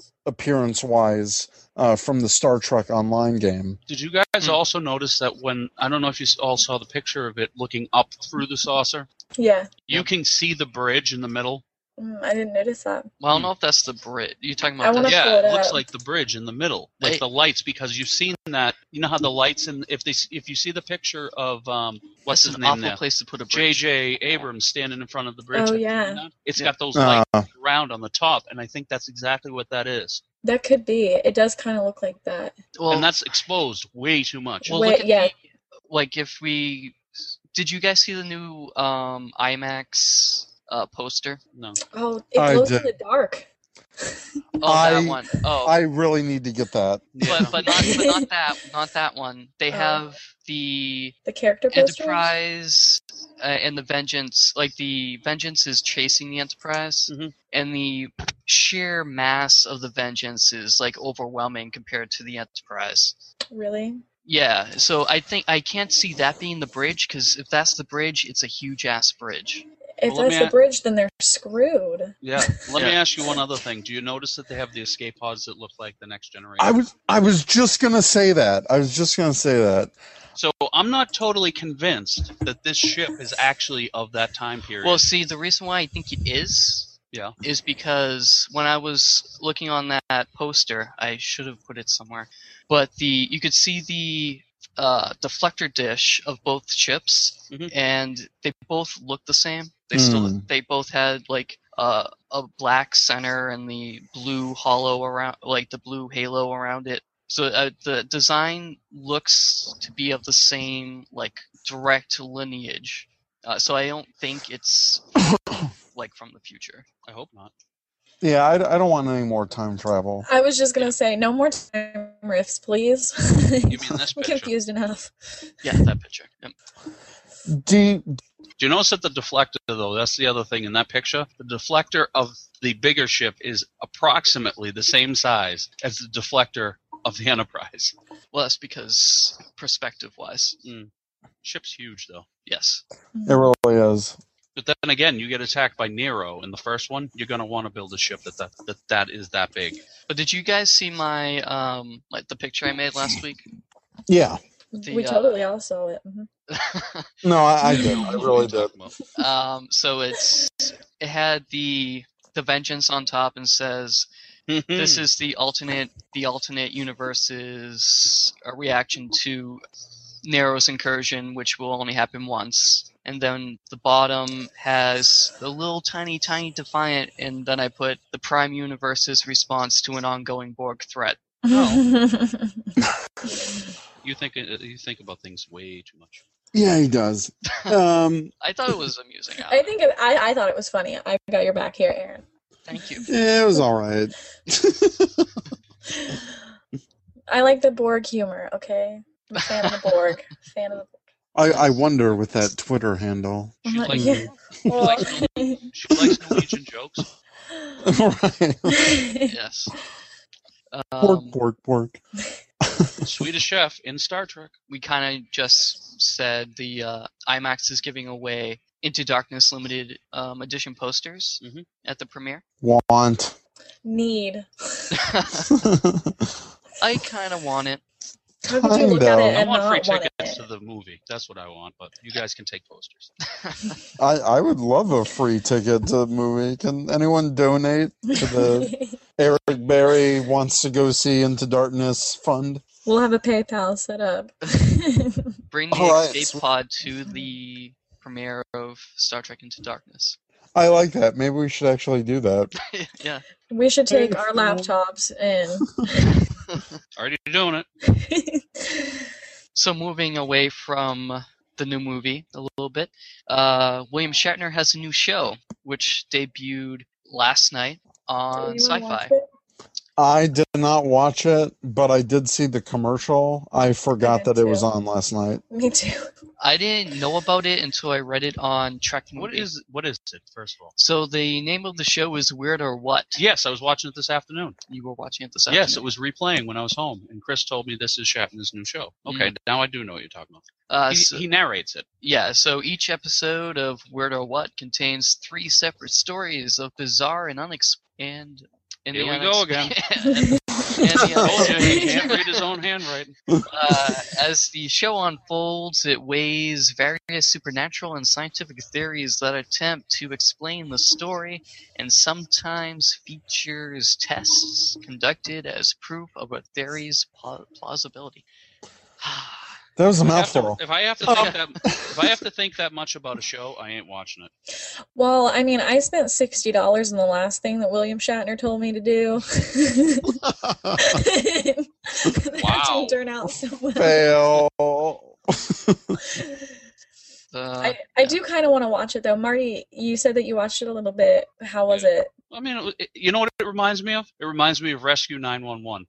Speaker 4: appearance-wise uh, from the Star Trek Online game.
Speaker 3: Did you guys
Speaker 2: Hmm.
Speaker 3: also notice that when I don't know if you s- all saw the picture of it looking up through the saucer,
Speaker 5: Yeah.
Speaker 3: you can see the bridge in the middle.
Speaker 5: Mm, I didn't notice that.
Speaker 2: Well, I
Speaker 3: Hmm.
Speaker 2: don't know if that's the Brit. You talking
Speaker 5: I
Speaker 2: about?
Speaker 5: wanna-
Speaker 2: that?
Speaker 5: pull
Speaker 3: yeah,
Speaker 5: it
Speaker 3: it looks
Speaker 5: up.
Speaker 3: like the bridge in the middle with
Speaker 2: Wait.
Speaker 3: the lights because you've seen that. You know how the lights and if they s- if you see the picture of um what's
Speaker 2: That's
Speaker 3: his
Speaker 2: an
Speaker 3: name
Speaker 2: awful
Speaker 3: now
Speaker 2: place to put a bridge.
Speaker 3: J.J. Abrams standing in front of the bridge.
Speaker 5: Oh,
Speaker 3: Have you
Speaker 5: yeah.
Speaker 3: seen that? It's
Speaker 2: Yeah. Uh-huh.
Speaker 3: got those
Speaker 4: Uh,
Speaker 3: lights round on the top, and I think that's exactly what that is.
Speaker 5: That could be. It does kind of look like that.
Speaker 2: Well,
Speaker 3: and that's exposed way too much.
Speaker 2: well,
Speaker 5: Wait,
Speaker 2: look at
Speaker 5: yeah.
Speaker 2: the- like if we did you guys see the new um, IMAX uh, poster?
Speaker 3: no,
Speaker 5: Oh, it
Speaker 4: I
Speaker 5: glows in
Speaker 4: did.
Speaker 5: the dark.
Speaker 2: Oh,
Speaker 4: I-
Speaker 2: that one. Oh,
Speaker 4: I really need to get that.
Speaker 3: Yeah.
Speaker 2: but but not but not that not that one. They
Speaker 5: Oh.
Speaker 2: have the
Speaker 5: The character posters.
Speaker 2: Enterprise uh, and the Vengeance. Like the Vengeance is chasing the Enterprise,
Speaker 4: Mm-hmm.
Speaker 3: Mhm.
Speaker 2: and the sheer mass of the Vengeance is like overwhelming compared to the Enterprise.
Speaker 5: Really?
Speaker 2: Yeah, so I think I can't see that being the bridge because if that's the bridge, it's a huge ass bridge.
Speaker 5: If
Speaker 3: Well, let
Speaker 5: that's
Speaker 3: me
Speaker 5: the
Speaker 3: a-
Speaker 5: bridge, then they're screwed.
Speaker 3: yeah. Let me
Speaker 2: Yeah.
Speaker 3: ask you one other thing. Do you notice that they have the escape pods that look like the next generation?
Speaker 4: I was I was just gonna say that. I was just gonna say that.
Speaker 3: so I'm not totally convinced that this ship is actually of that time period.
Speaker 2: Well, see, the reason why I think it is,
Speaker 3: Yeah.
Speaker 2: is because when I was looking on that poster, I should have put it somewhere, but the you could see the uh, deflector dish of both ships,
Speaker 3: Mhm.
Speaker 2: and they both look the same. They still
Speaker 4: Mm.
Speaker 2: they both had like uh, a black center and the blue hollow around, like the blue halo around it. So uh, the design looks to be of the same like direct lineage. Uh, so I don't think it's like from the future.
Speaker 3: I hope not.
Speaker 4: Yeah, I, I don't want any more time travel.
Speaker 5: I was just gonna say, no more time riffs, please.
Speaker 3: You mean this picture?
Speaker 5: I'm confused enough.
Speaker 2: Yeah, that picture. Yep.
Speaker 4: Do you,
Speaker 3: Do you notice that the deflector, though, that's the other thing in that picture? The deflector of the bigger ship is approximately the same size as the deflector of the Enterprise.
Speaker 2: Well, that's because perspective wise,
Speaker 3: Ship's huge, though.
Speaker 2: yes.
Speaker 4: it really is.
Speaker 3: But then again, you get attacked by Nero in the first one. You're going to want to build a ship that that, that that is that big.
Speaker 2: But did you guys see my um like the picture I made last week?
Speaker 4: Yeah.
Speaker 2: The,
Speaker 5: we
Speaker 2: uh,
Speaker 5: totally all saw it. Mhm.
Speaker 4: No, I, I did. I really did.
Speaker 2: um, so it's it had the the vengeance on top and says this is the alternate the alternate universe's a reaction to Nero's incursion, which will only happen once. And then the bottom has the little tiny tiny defiant, and then I put the prime universe's response to an ongoing Borg threat.
Speaker 3: you think uh, you think about things way too much.
Speaker 4: Yeah, he does. Um,
Speaker 2: I thought it was amusing.
Speaker 5: I
Speaker 2: Alan.
Speaker 5: think it, I, I thought it was funny. I got your back here, Aaron.
Speaker 2: Thank you.
Speaker 4: yeah, it was all right.
Speaker 5: I like the Borg humor. Okay, I'm a fan of the Borg. Fan of the.
Speaker 4: I, I wonder with that Twitter handle.
Speaker 3: She
Speaker 5: Borg.
Speaker 3: likes
Speaker 5: Yeah. Well-
Speaker 3: she likes Norwegian jokes.
Speaker 4: right.
Speaker 2: Yes.
Speaker 4: Pork,
Speaker 2: Um,
Speaker 4: pork, pork.
Speaker 3: Swedish chef in Star Trek.
Speaker 2: we kind of just said the uh, IMAX is giving away Into Darkness limited um, edition posters
Speaker 3: Mhm.
Speaker 2: at the premiere.
Speaker 4: Want.
Speaker 5: Need.
Speaker 2: I kind of want it.
Speaker 5: How could you look at
Speaker 4: Kinda.
Speaker 5: it
Speaker 3: I
Speaker 5: and
Speaker 3: want
Speaker 5: not
Speaker 3: free
Speaker 5: want
Speaker 3: tickets
Speaker 5: it?
Speaker 3: to the movie. That's what I want. But you guys can take posters.
Speaker 4: I, I would love a free ticket to the movie. Can anyone donate to the Eric Berry Wants to Go See Into Darkness Fund?
Speaker 5: we'll have a PayPal set up.
Speaker 2: Bring the
Speaker 4: All right,
Speaker 2: escape
Speaker 4: sweet.
Speaker 2: pod to the premiere of Star Trek Into Darkness.
Speaker 4: I like that. Maybe we should actually do that.
Speaker 2: yeah.
Speaker 5: we should take our
Speaker 4: Cool.
Speaker 5: laptops and.
Speaker 3: Already doing it.
Speaker 2: So moving away from the new movie a little bit, uh, William Shatner has a new show which debuted last night
Speaker 3: Oh,
Speaker 2: on Sci-Fi.
Speaker 4: I did not watch it, but I did see the commercial. I forgot
Speaker 5: did
Speaker 4: that it was
Speaker 5: too.
Speaker 4: on last night.
Speaker 5: Me too.
Speaker 2: I didn't know about it until I read it on Trek.
Speaker 3: What
Speaker 2: Movie.
Speaker 3: is what is it? First of all.
Speaker 2: So the name of the show is Weird or What?
Speaker 3: Yes, I was watching it this afternoon.
Speaker 2: You were watching it this afternoon.
Speaker 3: Yes, it was replaying when I was home, and Chris told me this is Shatner's new show. Okay, now I do know what you're talking about.
Speaker 2: Uh,
Speaker 3: he,
Speaker 2: so-
Speaker 3: he narrates it.
Speaker 2: yeah, so each episode of Weird or What contains three separate stories of bizarre and unex and. and
Speaker 3: Here
Speaker 2: the
Speaker 3: we go again.
Speaker 2: and- and the
Speaker 3: Told you he
Speaker 2: unex-
Speaker 3: can't read his own handwriting.
Speaker 2: uh, as the show unfolds, it weighs various supernatural and scientific theories that attempt to explain the story and sometimes features tests conducted as proof of a theory's pla- plausibility.
Speaker 4: That was a
Speaker 3: I have to-
Speaker 4: mouthful.
Speaker 3: if I have to
Speaker 2: Oh.
Speaker 3: think that, if I have to think that much about a show, I ain't watching it.
Speaker 5: Well, I mean, I spent sixty dollars on the last thing that William Shatner told me to do. that
Speaker 3: Wow.
Speaker 5: didn't turn out so well.
Speaker 4: Fail.
Speaker 2: Uh,
Speaker 5: I, I do kind of want to watch it though. Marty, you said that you watched it a little bit. How was it?
Speaker 3: I mean, it, it- you know what it reminds me of? It reminds me of Rescue 911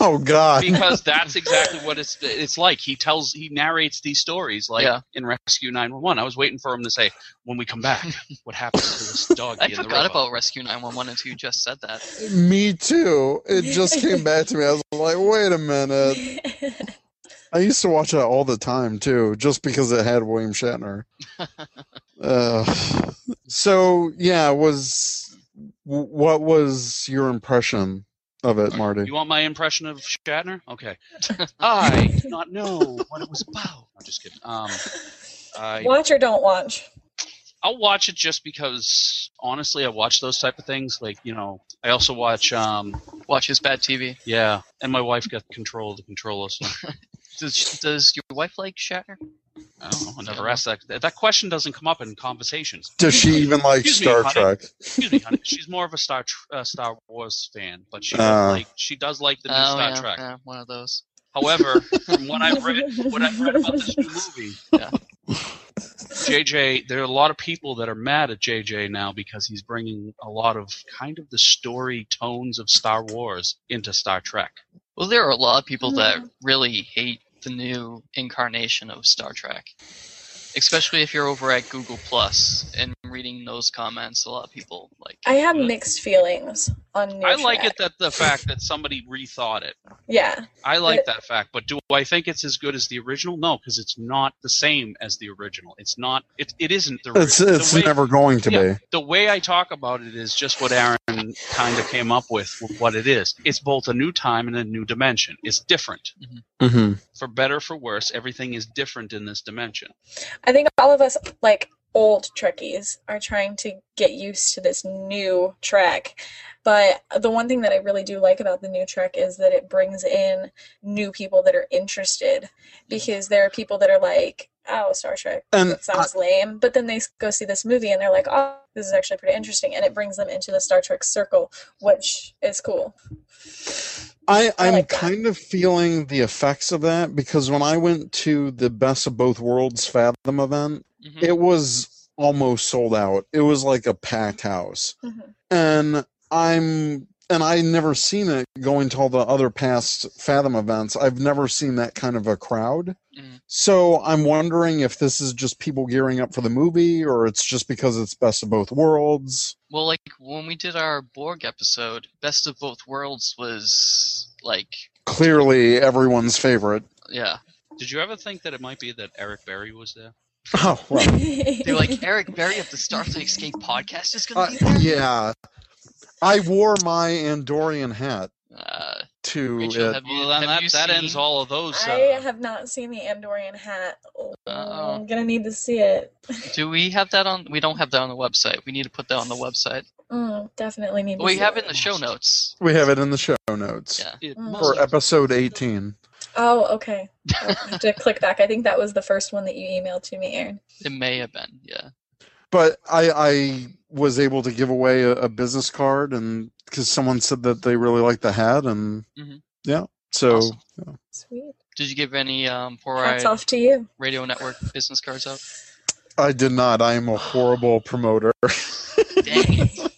Speaker 4: oh, God.
Speaker 3: because that's exactly what it's it's like. He tells he narrates these stories like
Speaker 2: Yeah.
Speaker 3: in Rescue 911. I was waiting for him to say, "When we come back, what happens to this doggy?"
Speaker 2: I
Speaker 3: and the
Speaker 2: forgot
Speaker 3: robot?"
Speaker 2: about Rescue 911 until you just said that.
Speaker 4: Me too. It just came back to me. I was like, wait a minute. I used to watch that all the time too, just because it had William Shatner. uh, so yeah, was wh- what was your impression of it, Marty?
Speaker 3: You want my impression of Shatner? Okay. I do not know what it was about. I'm just kidding. Um, I,
Speaker 5: watch or don't watch?
Speaker 3: I'll watch it just because, honestly, I watch those type of things. Like, you know, I also watch, um,
Speaker 2: Watches bad TV.
Speaker 3: yeah, and my wife got control of the controller. So
Speaker 2: Does does your wife like Shatner?
Speaker 3: I don't know. I never asked that. That question doesn't come up in conversations.
Speaker 4: Does she even like
Speaker 3: Excuse me,
Speaker 4: Star
Speaker 3: honey.
Speaker 4: Trek?
Speaker 3: Excuse me, honey. She's more of a Star Tr- uh, Star Wars fan, but she
Speaker 4: Ah.
Speaker 3: does like she does like the new
Speaker 2: oh,
Speaker 3: Star
Speaker 2: yeah,
Speaker 3: Trek.
Speaker 2: yeah, one of those.
Speaker 3: However, from what I've read, what I've read about this new movie,
Speaker 2: Yeah.
Speaker 3: JJ, there are a lot of people that are mad at JJ now because he's bringing a lot of kind of the story tones of Star Wars into Star Trek.
Speaker 5: Mm.
Speaker 2: Well, there are a lot of people that really hate the new incarnation of Star Trek. Especially if you're over at Google Plus and reading those comments, a lot of people like.
Speaker 5: I have
Speaker 2: it.
Speaker 5: mixed feelings on. New
Speaker 3: I like
Speaker 5: Track.
Speaker 3: it that the fact that somebody rethought it.
Speaker 5: Yeah,
Speaker 3: I like that fact, but do I think it's as good as the original? No, because it's not the same as the original. It's not. It, it isn't the.
Speaker 4: It's
Speaker 3: original.
Speaker 4: it's
Speaker 3: the way,
Speaker 4: never going to
Speaker 3: Yeah.
Speaker 4: be.
Speaker 3: The way I talk about it is just what Aaron kind of came up with. What it is. It's both a new time and a new dimension. It's different.
Speaker 4: Mm-hmm.
Speaker 3: For better, for worse, everything is different in this dimension.
Speaker 5: I think all of us like old Trekkies are trying to get used to this new Trek. But the one thing that I really do like about the new Trek is that it brings in new people that are interested because there are people that are like, oh, Star Trek,
Speaker 4: And
Speaker 5: that sounds
Speaker 2: Uh,
Speaker 5: lame. But then they s- go see this movie and they're like, oh, this is actually pretty interesting. And it brings them into the Star Trek circle, which is cool.
Speaker 4: I,
Speaker 5: I
Speaker 4: I'm
Speaker 5: like that.
Speaker 4: kind of feeling the effects of that because when I went to the Best of Both Worlds Fathom event,
Speaker 5: Mm-hmm.
Speaker 2: Mhm.
Speaker 4: it was almost sold out. It was like a packed house.
Speaker 5: Mhm.
Speaker 4: And I'm and I never seen it going to all the other past Fathom events. I've never seen that kind of a crowd.
Speaker 2: Mm.
Speaker 4: So I'm wondering if this is just people gearing up for the movie or it's just because it's best of both worlds.
Speaker 2: Well, like when we did our Borg episode, Best of Both Worlds was like,
Speaker 4: Clearly everyone's favorite.
Speaker 2: yeah.
Speaker 3: Did you ever think that it might be that Eric Berry was there?
Speaker 4: Oh well.
Speaker 2: They're like, Eric Berry of the Starfleet Escape podcast is going
Speaker 4: Uh,
Speaker 2: to be there?
Speaker 4: yeah. I wore my Andorian hat
Speaker 2: Uh,
Speaker 4: to
Speaker 2: Rachel,
Speaker 4: it.
Speaker 2: have you,
Speaker 3: Well,
Speaker 2: have
Speaker 3: then that,
Speaker 2: you
Speaker 3: that
Speaker 2: seen-
Speaker 3: ends all of those. Uh,
Speaker 5: I have not seen the Andorian hat. Oh,
Speaker 2: Uh-oh.
Speaker 5: I'm gonna need to see it.
Speaker 2: Do we have that on? We don't have that on the website. We need to put that on the website.
Speaker 5: Mm, definitely need to
Speaker 2: We
Speaker 5: see
Speaker 2: have
Speaker 5: it.
Speaker 2: it in the show notes.
Speaker 4: We have it in the show notes
Speaker 2: Yeah.
Speaker 3: it
Speaker 5: Mm.
Speaker 3: must
Speaker 4: for
Speaker 3: have-
Speaker 4: episode 18.
Speaker 5: Oh, okay. I'll have to click back. I think that was the first one that you emailed to me, Aaron.
Speaker 2: It may have been. Yeah.
Speaker 4: But I, I was able to give away a, a business card and because someone said that they really liked the hat and
Speaker 2: Mhm.
Speaker 4: yeah. So
Speaker 2: Awesome.
Speaker 5: Sweet.
Speaker 2: Did you give any um, Poor
Speaker 5: Hats
Speaker 2: Eye
Speaker 5: off to you.
Speaker 2: Radio Network business cards out?
Speaker 4: I did not. I am a horrible promoter.
Speaker 2: Dang it.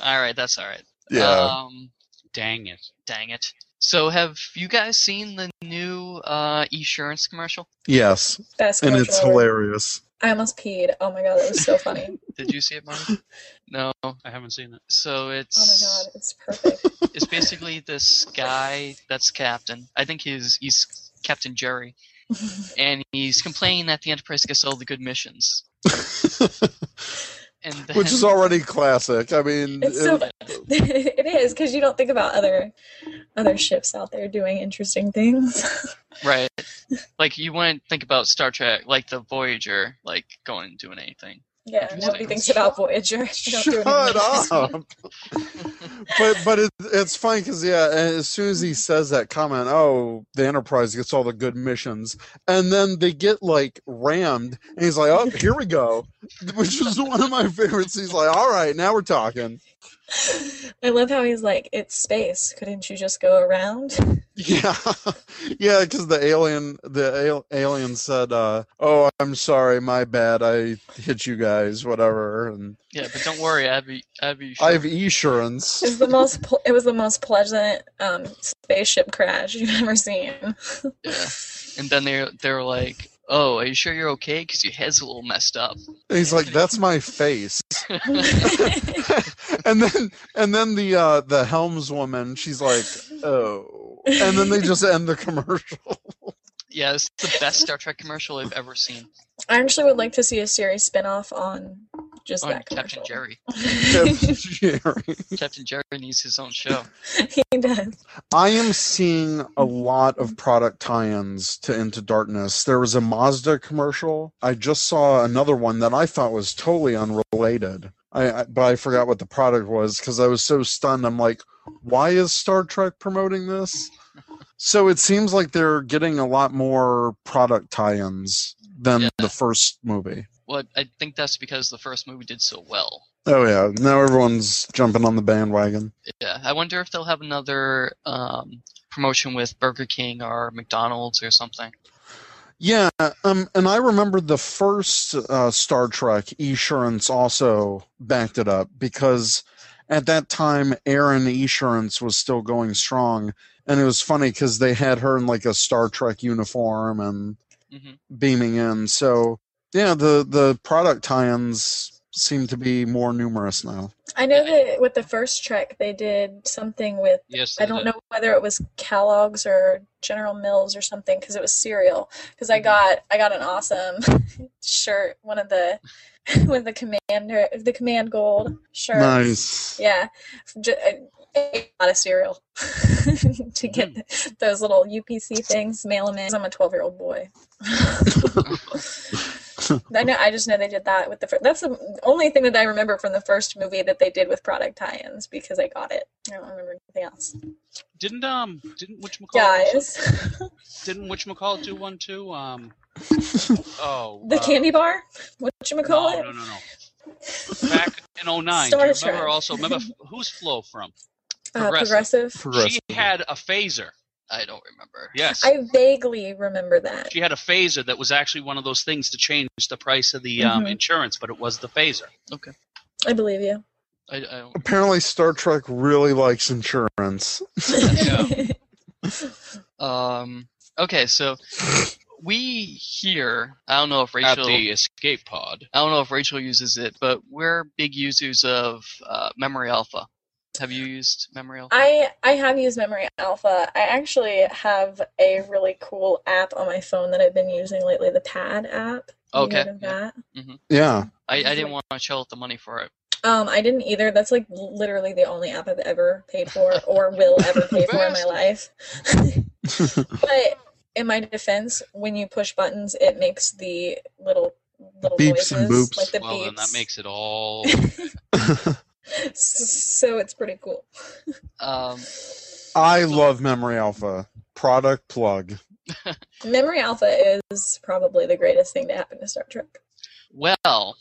Speaker 2: all right, that's all right.
Speaker 4: yeah.
Speaker 2: Um,
Speaker 3: Dang it!
Speaker 2: dang it. So, have you guys seen the new uh, insurance commercial?
Speaker 4: yes.
Speaker 5: Best.
Speaker 4: And
Speaker 5: commercial
Speaker 4: it's
Speaker 5: ever.
Speaker 4: hilarious.
Speaker 5: I almost peed. Oh my god, that was so funny.
Speaker 2: Did you see it, Marty? no.
Speaker 3: I haven't seen it.
Speaker 2: So
Speaker 5: oh my
Speaker 2: it's
Speaker 5: god, it's perfect.
Speaker 2: it's basically this guy that's captain. I think he's he's Captain Jerry, and he's complaining that the Enterprise gets all the good missions. and then,
Speaker 4: Which is already classic. I mean,
Speaker 5: It's so
Speaker 4: it-
Speaker 5: fun. it is because you don't think about other other ships out there doing interesting things.
Speaker 2: right. Like you wouldn't think about Star Trek, like the Voyager, like going and doing anything.
Speaker 5: yeah, nobody thinks about Voyager. They don't do
Speaker 4: Shut
Speaker 5: anything.
Speaker 4: up! but but it, it's funny because yeah, as soon as he says that comment, oh, the Enterprise gets all the good missions, and then they get like rammed, and he's like, oh, here we go, which is one of my favorites. He's like, all right, now we're talking.
Speaker 5: I love how he's like, it's space. Couldn't you just go around?
Speaker 4: Yeah, yeah, because the alien the al- alien said, uh, oh, I'm sorry, my bad, I hit you guys, whatever, and
Speaker 2: Yeah, but don't worry, Abby. Abby,
Speaker 4: I have insurance.
Speaker 5: It was the most. Pl- it was the most pleasant um, spaceship crash you've ever seen.
Speaker 2: yeah. And then they are they were like, "Oh, are you sure you're okay? Because your head's a little messed up."
Speaker 4: And he's like, that's my face. and then and then the uh the helmswoman she's like oh and then they just end the commercial
Speaker 2: Yeah, it's the best Star Trek commercial I've ever seen.
Speaker 5: I actually would like to see a series spin-off on just
Speaker 2: Oh,
Speaker 5: that
Speaker 2: Captain
Speaker 5: commercial.
Speaker 2: Jerry.
Speaker 4: Jerry.
Speaker 2: Captain Jerry needs his own show.
Speaker 5: he does.
Speaker 4: i am seeing a lot of product tie-ins to into darkness there was a mazda commercial i just saw another one that i thought was totally unrelated i, I but i forgot what the product was because i was so stunned i'm like why is star trek promoting this So it seems like they're getting a lot more product tie-ins than
Speaker 2: Yeah.
Speaker 4: the first movie.
Speaker 2: Well, I think that's because the first movie did so well.
Speaker 4: Oh yeah, now everyone's jumping on the bandwagon.
Speaker 2: Yeah, I wonder if they'll have another um, promotion with Burger King or McDonald's or something.
Speaker 4: Yeah, um, and I remember the first uh, Star Trek. Esurance also backed it up because at that time, Aaron Esurance was still going strong, and it was funny because they had her in like a Star Trek uniform and
Speaker 2: Mhm.
Speaker 4: beaming in. So yeah, the the product tie-ins seem to be more numerous now.
Speaker 5: I know that with the first Trek, they did something with
Speaker 2: Yes,
Speaker 5: I
Speaker 2: they
Speaker 5: don't
Speaker 2: did.
Speaker 5: know whether it was Kellogg's or General Mills or something because it was cereal. Because I got I got an awesome shirt, one of the with the commander the command gold shirt.
Speaker 4: Nice.
Speaker 5: Yeah, J- I ate a lot of cereal to get those little UPC things, mail them in. I'm a 12 year old boy. I know. I just know they did that with the first. That's the only thing that I remember from the first movie that they did with product tie-ins because I got it. I don't remember anything else.
Speaker 3: Didn't um didn't which
Speaker 5: Guys,
Speaker 3: didn't which do one too? Um oh
Speaker 5: the
Speaker 3: uh,
Speaker 5: candy bar. What you
Speaker 3: no,
Speaker 5: call it?
Speaker 3: no no no. Back in 09, do
Speaker 5: Star
Speaker 3: you remember
Speaker 5: Trek.
Speaker 3: also remember f- who's Flo from?
Speaker 5: Uh,
Speaker 3: Progressive.
Speaker 5: progressive.
Speaker 4: Progressive.
Speaker 3: She had a phaser.
Speaker 2: I don't remember.
Speaker 3: Yes.
Speaker 5: I vaguely remember that.
Speaker 3: she had a phaser that was actually one of those things to change the price of the um,
Speaker 5: Mhm.
Speaker 3: insurance, but it was the phaser.
Speaker 5: I believe you.
Speaker 2: I, I don't.
Speaker 4: Apparently, Star Trek really likes insurance.
Speaker 2: Um. Okay, so we here. I don't know if
Speaker 3: At
Speaker 2: Rachel.
Speaker 3: the escape pod.
Speaker 2: I don't know if Rachel uses it, but we're big users of uh, Memory Alpha. Have you used Memory Alpha?
Speaker 5: I I have used Memory Alpha. I actually have a really cool app on my phone that I've been using lately, the Pad app. Have you
Speaker 2: Okay,
Speaker 5: heard of
Speaker 2: yeah.
Speaker 5: that?
Speaker 4: Yeah.
Speaker 2: I, I didn't want to shell out the money for it.
Speaker 5: Um, I didn't either. That's like literally the only app I've ever paid for or will ever pay for in my
Speaker 2: Bastard.
Speaker 5: life. but in my defense, when you push buttons, it makes the little little
Speaker 4: Beeps
Speaker 5: noises,
Speaker 4: and boops.
Speaker 5: like the
Speaker 3: well,
Speaker 5: beeps.
Speaker 3: then that makes it all.
Speaker 5: S- so it's pretty cool.
Speaker 2: Um,
Speaker 4: I love Memory Alpha. Product plug.
Speaker 5: Memory Alpha is probably the greatest thing to happen to Star Trek.
Speaker 2: well,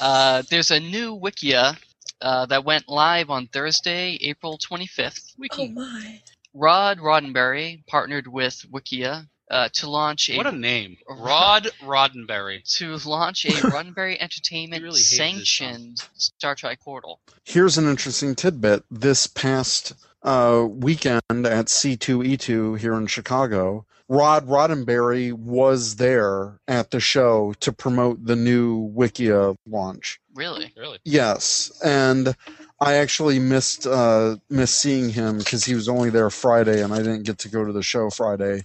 Speaker 2: uh, there's a new Wikia uh, that went live on Thursday, April 25th.
Speaker 5: oh my.
Speaker 2: Rod Roddenberry partnered with Wikia uh, to launch a
Speaker 3: What a name, Rod Roddenberry.
Speaker 2: to launch a Roddenberry Entertainment
Speaker 3: really hate this
Speaker 2: sanctioned Star Trek portal.
Speaker 4: Here's an interesting tidbit. This past uh, weekend at C2E2 here in Chicago, Rod Roddenberry was there at the show to promote the new Wikia launch.
Speaker 2: Really?
Speaker 3: Really?
Speaker 4: Yes, and I actually missed uh, missed seeing him because he was only there Friday, and I didn't get to go to the show Friday.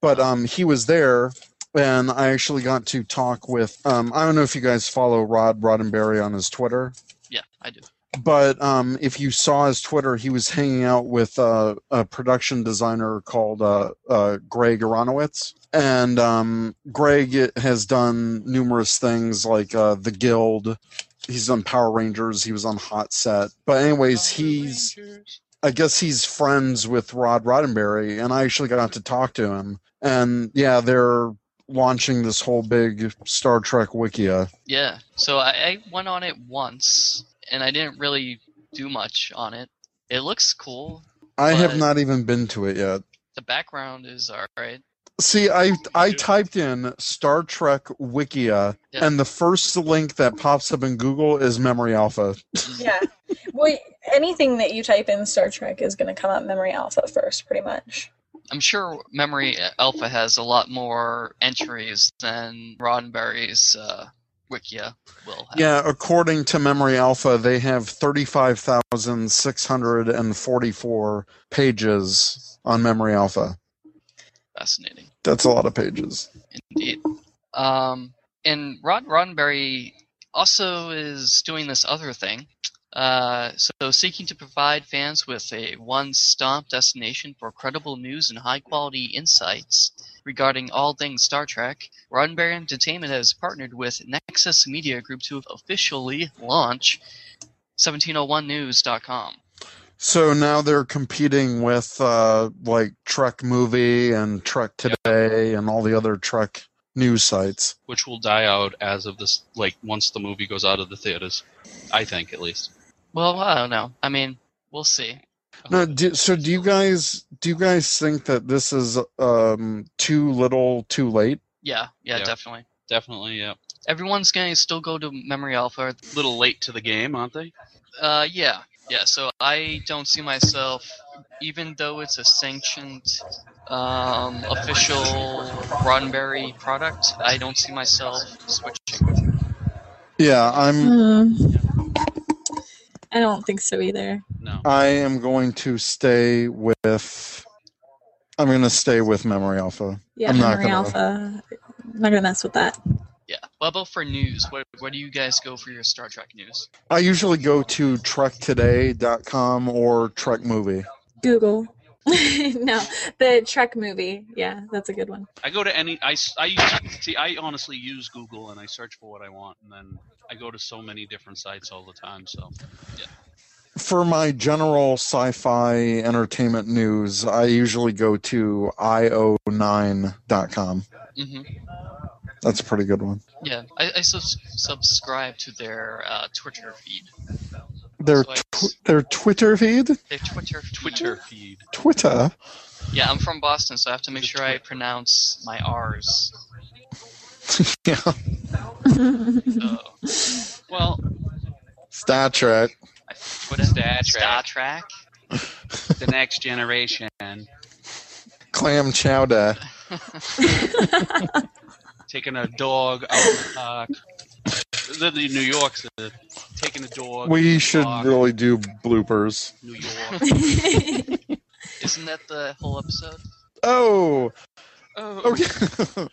Speaker 4: But um, he was there, and I actually got to talk with. Um, I don't know if you guys follow Rod Roddenberry on his Twitter
Speaker 2: Yeah, I do.
Speaker 4: but um, if you saw his Twitter, he was hanging out with uh, a production designer called uh, uh, Greg Aronowitz. And um, Greg has done numerous things like uh, The Guild. He's done Power Rangers. He was on Hot Set. But, anyways, he's, I guess he's friends with Rod Roddenberry. And I actually got to talk to him. And yeah, they're launching this whole big Star Trek Wikia.
Speaker 2: Yeah. So I, I went on it once, and I didn't really do much on it. It looks cool.
Speaker 4: I have
Speaker 2: But-
Speaker 4: not even been to it yet.
Speaker 2: The background is alright.
Speaker 4: See, I I typed in Star Trek Wikia,
Speaker 2: Yeah.
Speaker 4: and the first link that pops up in Google is Memory Alpha.
Speaker 5: Yeah. well, anything that you type in Star Trek is going to come up Memory Alpha first, pretty much.
Speaker 2: I'm sure Memory Alpha has a lot more entries than Roddenberry's uh, Wikia will have.
Speaker 4: Yeah, according to Memory Alpha, they have thirty-five thousand six hundred and forty-four pages on Memory Alpha.
Speaker 2: Fascinating.
Speaker 4: That's a lot of pages.
Speaker 2: Indeed. Um, and Rod Roddenberry also is doing this other thing. Uh, so, seeking to provide fans with a one stop destination for credible news and high quality insights regarding all things Star Trek, Roddenberry Entertainment has partnered with Nexus Media Group to officially launch 1701news.com.
Speaker 4: So now they're competing with uh, like Trek Movie and Trek Today and all the other Trek news sites.
Speaker 3: Which will die out as of this, like once the movie goes out of the theaters, I think at least.
Speaker 2: Well, I don't know. I mean, we'll see.
Speaker 4: No, do, so do you guys do you guys think that this is um too little, too late?
Speaker 2: Yeah, yeah,
Speaker 3: Yeah.
Speaker 2: definitely.
Speaker 3: Definitely, yeah.
Speaker 2: Everyone's going to still go to Memory Alpha.
Speaker 3: Little late to the game, aren't they?
Speaker 2: Uh, yeah, yeah. So I don't see myself even though it's a sanctioned um, official Roddenberry product, I don't see myself switching.
Speaker 4: Yeah,
Speaker 5: Mm.
Speaker 4: I'm.
Speaker 5: Um, I don't think so either.
Speaker 3: No.
Speaker 4: I am going to stay with. I'm going to stay with Memory Alpha.
Speaker 5: Yeah,
Speaker 4: I'm not
Speaker 5: Memory
Speaker 4: gonna-
Speaker 5: Alpha. I'm not gonna mess with that.
Speaker 2: Yeah. What about for news? What, where do you guys go for your Star Trek news?
Speaker 4: I usually go to trektoday.com or Trek Movie.
Speaker 5: Google. no, the Trek movie. Yeah, that's a good one.
Speaker 3: I go to any. I, s- I use- see. I honestly use Google and I search for what I want, and then I go to so many different sites all the time. So
Speaker 4: For my general sci-fi entertainment news, I usually go to oh io9.com.
Speaker 2: hmm
Speaker 4: That's a pretty good one.
Speaker 2: Yeah, I, I subs subscribe to their uh, Twitter feed.
Speaker 4: Their
Speaker 2: So I-
Speaker 4: tw- their Twitter feed,
Speaker 2: Their Twitter feed.
Speaker 3: Twitter feed.
Speaker 4: Twitter.
Speaker 2: Yeah, I'm from Boston, so I have to make sure I pronounce my R's.
Speaker 4: yeah,
Speaker 2: So,
Speaker 3: Well,
Speaker 4: Star Trek.
Speaker 2: what is
Speaker 3: Star Trek.
Speaker 2: Star Trek.
Speaker 3: the next generation.
Speaker 4: Clam chowder.
Speaker 3: Taking a dog out in the park. Literally, New York's the, taking a dog.
Speaker 4: We should
Speaker 3: Fuck.
Speaker 4: really do bloopers.
Speaker 3: New
Speaker 4: Hmm.
Speaker 3: York.
Speaker 2: Isn't that the whole episode?
Speaker 4: Oh,
Speaker 3: Oh,
Speaker 4: okay.
Speaker 5: I
Speaker 4: All
Speaker 5: think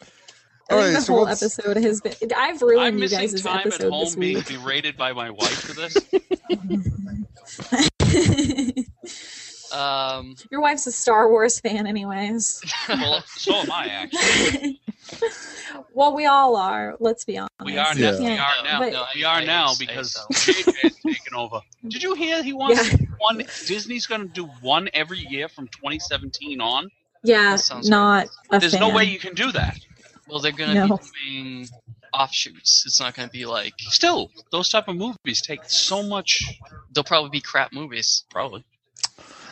Speaker 4: right,
Speaker 5: the
Speaker 4: so
Speaker 5: whole
Speaker 4: what's-
Speaker 5: episode has been. I've
Speaker 3: I'm
Speaker 5: ruined you
Speaker 3: missing
Speaker 5: guys'
Speaker 3: time at
Speaker 5: episode
Speaker 3: home
Speaker 5: this
Speaker 3: being
Speaker 5: week.
Speaker 3: berated by my wife for this.
Speaker 2: Um,
Speaker 5: Your wife's a Star Wars fan, anyways.
Speaker 3: Well, so am I actually.
Speaker 5: well, we all are. Let's be honest.
Speaker 3: We are
Speaker 4: Yeah.
Speaker 3: now. We are now.
Speaker 5: But-
Speaker 3: we are
Speaker 2: I-
Speaker 3: now
Speaker 2: I-
Speaker 3: because
Speaker 2: I-
Speaker 3: JJ's taken over. Did you hear he wants one? Disney's going to do one every year from 2017 on.
Speaker 5: Yeah,
Speaker 2: That sounds
Speaker 5: not a
Speaker 3: There's
Speaker 5: fan.
Speaker 3: no way you can do that.
Speaker 2: well, they're gonna
Speaker 5: No.
Speaker 2: be doing offshoots. It's not gonna be like
Speaker 3: Still, those type of movies take so much.
Speaker 2: they'll probably be crap movies.
Speaker 3: Probably.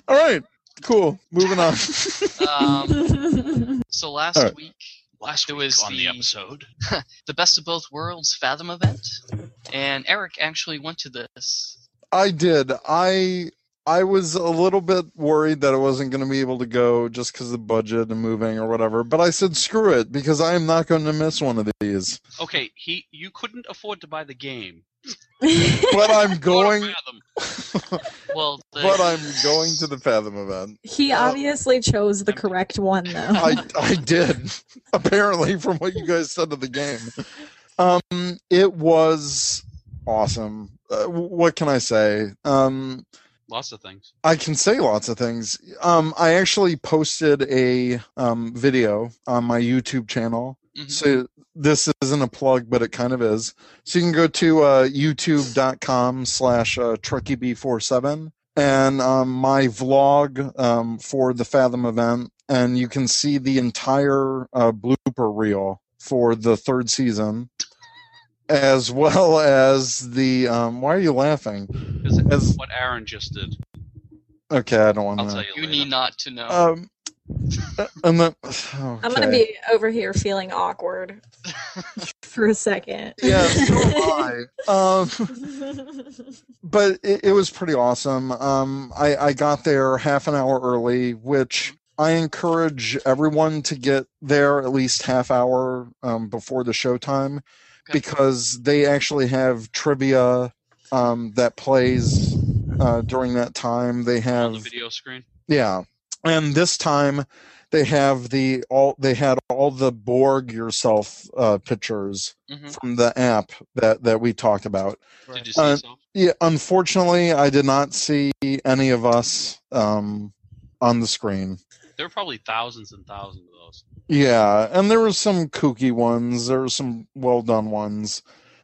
Speaker 4: All right, cool. Moving on.
Speaker 2: Um, so last
Speaker 4: Alright.
Speaker 2: week,
Speaker 3: Last
Speaker 2: It
Speaker 3: week
Speaker 2: was
Speaker 3: on the,
Speaker 2: the-
Speaker 3: episode.
Speaker 2: the best of both worlds Fathom event, and Eric actually went to this.
Speaker 4: I did. I I was a little bit worried that I wasn't going to be able to go just because of budget and moving or whatever. But I said screw it because I am not going to miss one of these.
Speaker 3: Okay, he you couldn't afford to buy the game.
Speaker 4: But I'm going.
Speaker 3: Go to Fathom.
Speaker 2: Well, the,
Speaker 4: But I'm going to the Fathom event.
Speaker 5: he obviously chose the correct one, though.
Speaker 4: I I did. Apparently, from what you guys said of the game, um, it was awesome. Uh, what can I say? Um,
Speaker 3: Lots of things.
Speaker 4: I can say lots of things. Um, I actually posted a um, video on my YouTube channel.
Speaker 3: Mm-hmm.
Speaker 2: Mhm.
Speaker 4: So this isn't a plug, but it kind of is. So you can go to uh, youtube.com slash uh, truckyb47 and um, my vlog um, for the Fathom event. And you can see the entire uh, blooper reel for the third season, as well as the. Um, why are you laughing?
Speaker 3: Because
Speaker 4: As- Uh,
Speaker 3: what Aaron just did.
Speaker 4: Okay, I don't want
Speaker 3: I'll
Speaker 4: to.
Speaker 3: tell you.
Speaker 2: You
Speaker 3: later.
Speaker 2: need not to know.
Speaker 4: Um, and then,
Speaker 5: I'm gonna
Speaker 4: okay.
Speaker 5: be over here feeling awkward for a second.
Speaker 4: Yeah, so am I. Um, but it, it was pretty awesome. Um, I, I got there half an hour early, which I encourage everyone to get there at least half hour um, before the showtime
Speaker 2: Okay.
Speaker 4: because they actually have trivia um, that plays uh, during that time. They
Speaker 3: on
Speaker 4: have
Speaker 3: the video screen.
Speaker 4: Yeah. And this time they have the all they had all the Borg yourself uh, pictures
Speaker 2: Mhm.
Speaker 4: from the app that that we talked about.
Speaker 3: Mm-hmm. Did
Speaker 2: Right.
Speaker 3: you see
Speaker 4: Uh,
Speaker 3: yourself?
Speaker 4: Yeah, unfortunately I did not see any of us um on the screen.
Speaker 3: There were probably thousands and thousands of those.
Speaker 4: Yeah, and there were some kooky ones, there were some well done ones.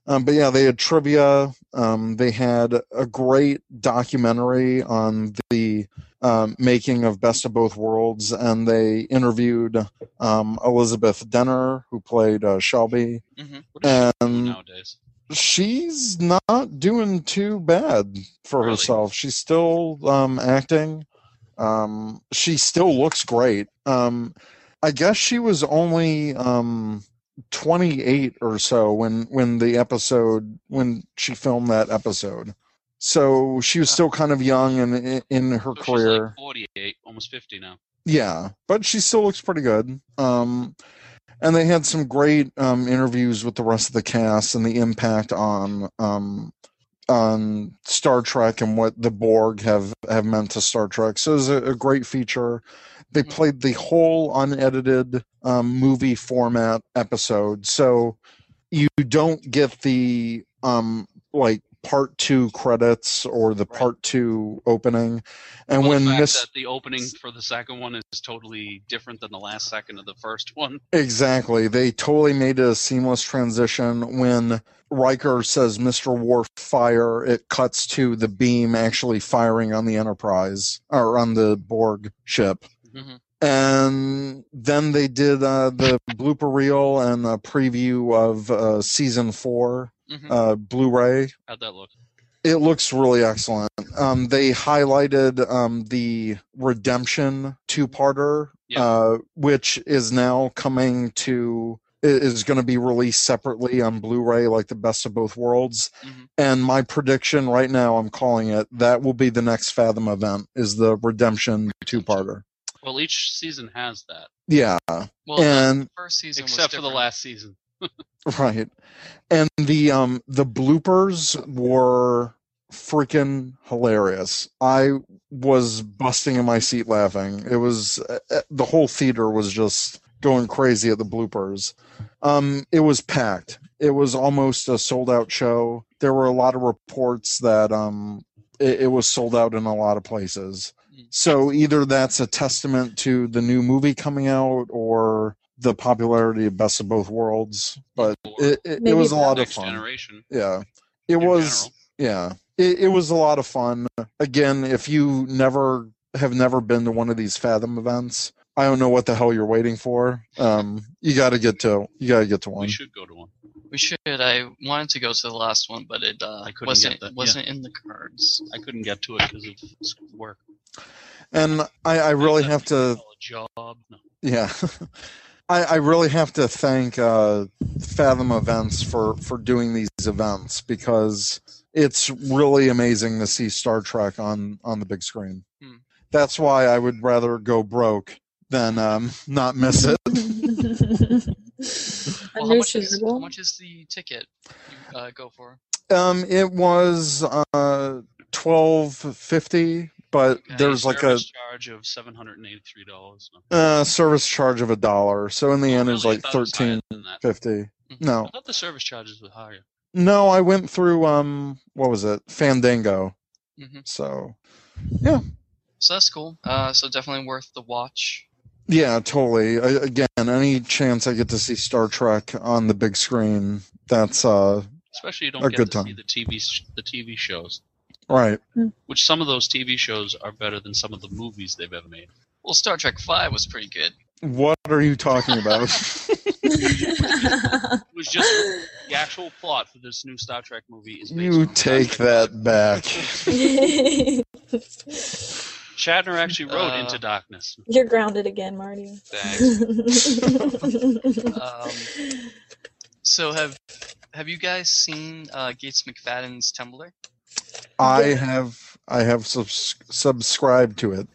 Speaker 4: Um, but yeah, they had trivia. Um, they had a great documentary on the um, making of Best of Both Worlds, and they interviewed um, Elizabeth Denner, who played uh, Shelby.
Speaker 3: What is she
Speaker 4: um,
Speaker 3: doing
Speaker 4: And
Speaker 3: nowadays?
Speaker 4: she's not doing too bad for
Speaker 3: Really?
Speaker 4: herself. She's still um, acting. Um, she still looks great. Um, I guess she was only um, 28 or so when when the episode when she filmed that episode. So she was still kind of young and i- in her
Speaker 3: So she's
Speaker 4: career.
Speaker 3: like 48, almost 50 now.
Speaker 4: Yeah, but she still looks pretty good. Um, and they had some great um, interviews with the rest of the cast and the impact on um, on Star Trek and what the Borg have have meant to Star Trek. So it was a, a great feature. They
Speaker 3: Mm-hmm.
Speaker 2: Mhm.
Speaker 4: played the whole unedited um, movie format episode, so you don't get the um, like part two credits or the
Speaker 2: Right.
Speaker 4: part two opening. And
Speaker 3: Well,
Speaker 4: when
Speaker 3: the fact
Speaker 4: Miss
Speaker 3: that the opening for the second one is totally different than the last second of the first one.
Speaker 4: Exactly. They totally made it a seamless transition when Riker says Mr. Worf fire, it cuts to the beam actually firing on the Enterprise or on the Borg ship.
Speaker 2: Mhm.
Speaker 4: And then they did uh, the blooper reel and a preview of uh, season 4
Speaker 2: Mhm.
Speaker 4: uh, Blu-ray
Speaker 3: How'd that look?
Speaker 4: it looks really excellent. Um, they highlighted um, the Redemption two-parter,
Speaker 3: Yeah.
Speaker 4: uh, which is now coming to i- is going to be released separately on Blu-ray, like the best of both worlds.
Speaker 2: Mhm.
Speaker 4: And my prediction right now, I'm calling it that will be the next Fathom event is the Redemption two-parter.
Speaker 3: Well, each season has that,
Speaker 4: Yeah,
Speaker 2: Well, the
Speaker 4: and
Speaker 2: first season was
Speaker 3: except for the
Speaker 2: different.
Speaker 3: last season.
Speaker 4: right, and the um the bloopers were freaking hilarious. I was busting in my seat laughing. It was uh, uh, the whole theater was just going crazy at the bloopers. Um, it was packed. It was almost a sold out show. There were a lot of reports that um, it, it was sold out in a lot of places.
Speaker 2: Mm.
Speaker 4: So either that's a testament to the new movie coming out or the popularity of Best of Both Worlds. But it, it, it
Speaker 5: Maybe
Speaker 4: was a
Speaker 5: the
Speaker 4: lot of
Speaker 3: Next
Speaker 4: fun.
Speaker 3: generation.
Speaker 4: Yeah, it
Speaker 3: in
Speaker 4: was
Speaker 3: general.
Speaker 4: yeah it, it was a lot of fun again if you never have never been to one of these fathom events i don't know what the hell you're waiting for um you gotta get to you gotta get to one
Speaker 3: We should go to one.
Speaker 2: We should. I wanted to go to the last one, but it uh,
Speaker 3: I couldn't
Speaker 2: wasn't
Speaker 3: get that, yeah.
Speaker 2: wasn't in the cards.
Speaker 3: I couldn't get to it because of s- work.
Speaker 4: and i i really have to
Speaker 3: A job. No.
Speaker 4: yeah I, I really have to thank uh, Fathom Events for, for doing these events because it's really amazing to see Star Trek on, on the big screen.
Speaker 2: Hmm.
Speaker 4: That's why I would rather go broke than um, not miss it.
Speaker 2: Well, how much is how much is the ticket? You, uh, go for.
Speaker 4: Um, it was uh twelve fifty, but
Speaker 2: Okay,
Speaker 4: there's Uh, like a
Speaker 3: Service charge of seven hundred and eighty-three dollars.
Speaker 4: uh, service charge of a dollar. So in the end, it was like thirteen fifty.
Speaker 3: I
Speaker 2: Mm-hmm.
Speaker 4: No,
Speaker 3: thought the service charges were higher.
Speaker 4: no, I went through um, what was it, Fandango.
Speaker 2: Mm-hmm.
Speaker 4: So
Speaker 2: So that's cool. Uh, so definitely worth the watch.
Speaker 4: yeah, totally. I, again, any chance I get to see Star Trek on the big screen, that's uh
Speaker 3: Especially you don't
Speaker 4: A
Speaker 3: get
Speaker 4: good
Speaker 3: to see
Speaker 4: time.
Speaker 3: the TV sh- the TV shows,
Speaker 4: right.
Speaker 3: which some of those TV shows are better than some of the movies they've ever made.
Speaker 2: Well, Star Trek Five was pretty good.
Speaker 4: What are you talking about?
Speaker 3: It was just the actual plot for this new Star Trek movie is based
Speaker 4: you
Speaker 3: on Star
Speaker 4: take
Speaker 3: Trek.
Speaker 4: that back.
Speaker 3: Shatner actually wrote
Speaker 2: Uh,
Speaker 3: Into Darkness.
Speaker 5: You're grounded again, Marty.
Speaker 3: Thanks.
Speaker 2: Um, so have have you guys seen uh, Gates McFadden's Tumblr?
Speaker 4: I have I have subs- subscribed to it.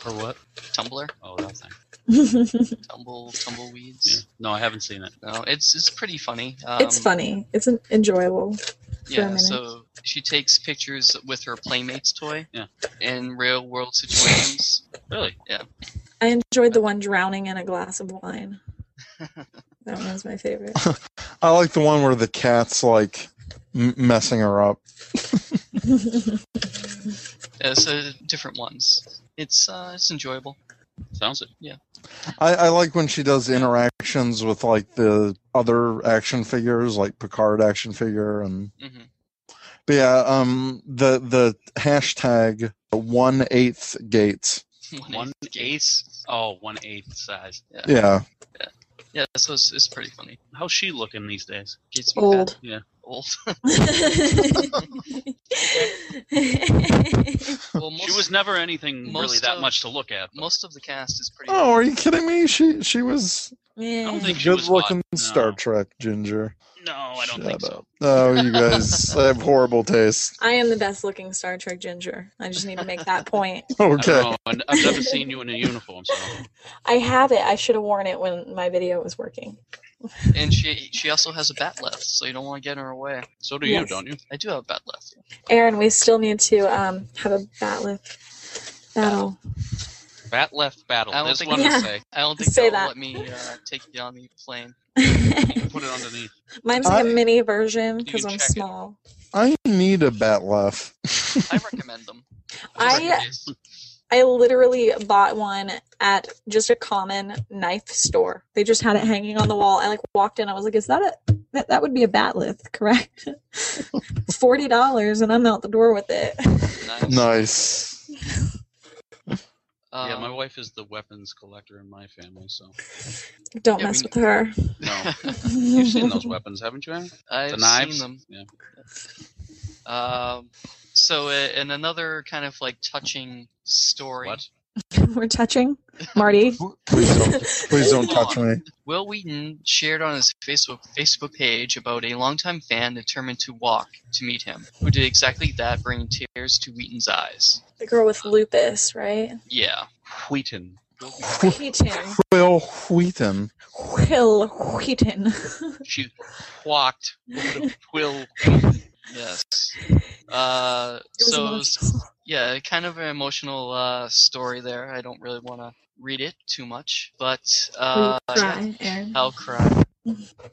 Speaker 3: For what?
Speaker 2: Tumblr,
Speaker 3: Oh, that thing.
Speaker 2: tumble,
Speaker 3: Yeah.
Speaker 2: tumbleweeds.
Speaker 3: No, I haven't seen it.
Speaker 2: No, it's it's pretty funny. Um,
Speaker 5: it's funny. It's an enjoyable. for a
Speaker 2: Yeah,
Speaker 5: minute.
Speaker 2: so she takes pictures with her Playmates toy
Speaker 3: Yeah.
Speaker 2: in real world situations.
Speaker 3: Really?
Speaker 5: I enjoyed the one drowning in a glass of wine. That one's my favorite.
Speaker 4: I like the one where the cat's like m- messing her up.
Speaker 2: Uh, so different ones. It's uh, it's enjoyable.
Speaker 3: Sounds it.
Speaker 4: I, I like when she does interactions with like the other action figures, like Picard action figure, and
Speaker 2: hmm
Speaker 4: but yeah, um, the the hashtag one eighth gates.
Speaker 3: One eighth. Oh, one eighth size.
Speaker 4: Yeah,
Speaker 2: Yeah, so it's, it's pretty funny.
Speaker 3: How's she looking these days?
Speaker 2: Gates McFadden.
Speaker 5: Old.
Speaker 2: Old.
Speaker 5: That's
Speaker 2: well, most,
Speaker 3: She was never anything really
Speaker 2: most
Speaker 3: that
Speaker 2: of-
Speaker 3: much to look at. but-
Speaker 2: most of the cast is pretty.
Speaker 4: Oh, are you kidding me? She she was
Speaker 5: Yeah.
Speaker 3: I don't think she
Speaker 4: Good
Speaker 3: was hot.
Speaker 4: looking
Speaker 3: No.
Speaker 4: Star Trek Ginger.
Speaker 3: No, I don't
Speaker 4: Shut
Speaker 3: think so.
Speaker 4: up. Oh, you guys I have horrible taste.
Speaker 5: I am the best looking Star Trek ginger. I just need to make that point.
Speaker 3: I
Speaker 4: Okay.
Speaker 3: don't know. and I've never seen you in a uniform. So
Speaker 5: I have it. I should have worn it when my video was working.
Speaker 2: And she she also has a bat left, so you don't want to get her away.
Speaker 3: so do you,
Speaker 5: Yes.
Speaker 3: don't you?
Speaker 2: I do have a bat left.
Speaker 5: Aaron, we still need to um, have a bat lift battle.
Speaker 3: Bat left battle.
Speaker 2: I don't
Speaker 3: There's
Speaker 2: think-
Speaker 3: one
Speaker 5: Yeah.
Speaker 3: to say.
Speaker 2: I don't think
Speaker 5: Say
Speaker 2: they'll
Speaker 5: that.
Speaker 2: let me uh, take it on the plane.
Speaker 3: Put it underneath.
Speaker 5: Mine's like a
Speaker 4: I-
Speaker 5: mini version
Speaker 3: Uh, You
Speaker 5: because
Speaker 3: can
Speaker 5: I'm
Speaker 3: check it.
Speaker 5: small.
Speaker 4: I need a bat laugh.
Speaker 2: I recommend them.
Speaker 5: I- I literally bought one at just a common knife store. They just had it hanging on the wall. I like walked in. I was like, "Is that a that, that would be a bat lift, correct?" Forty dollars, and I'm out the door with it.
Speaker 2: Nice.
Speaker 4: nice.
Speaker 3: yeah,
Speaker 2: Um,
Speaker 3: my wife is the weapons collector in my family, so
Speaker 5: Don't
Speaker 2: Yeah,
Speaker 5: mess
Speaker 2: we-
Speaker 5: with her.
Speaker 3: no. You've seen those weapons, haven't you? Ann? The
Speaker 2: I've
Speaker 3: knives.
Speaker 2: seen them.
Speaker 3: Yeah.
Speaker 2: Um, so, uh, and another kind of like touching story.
Speaker 3: What?
Speaker 5: We're touching Marty.
Speaker 4: Please don't please don't touch me.
Speaker 2: Will Wheaton shared on his Facebook Facebook page about a longtime fan determined to walk to meet him, who did exactly that, bringing tears to Wheaton's eyes.
Speaker 5: The girl with lupus, right?
Speaker 2: Yeah,
Speaker 3: Wheaton.
Speaker 5: Wheaton.
Speaker 4: Will Wheaton.
Speaker 5: Will Wheaton.
Speaker 3: She quacked with the quill.
Speaker 2: yes. Uh,
Speaker 5: It was
Speaker 2: so it was-
Speaker 5: emotional.
Speaker 2: yeah, kind of an emotional uh, story there. I don't really want to read it too much, but uh, yeah,
Speaker 5: Cry, Aaron.
Speaker 2: I'll cry.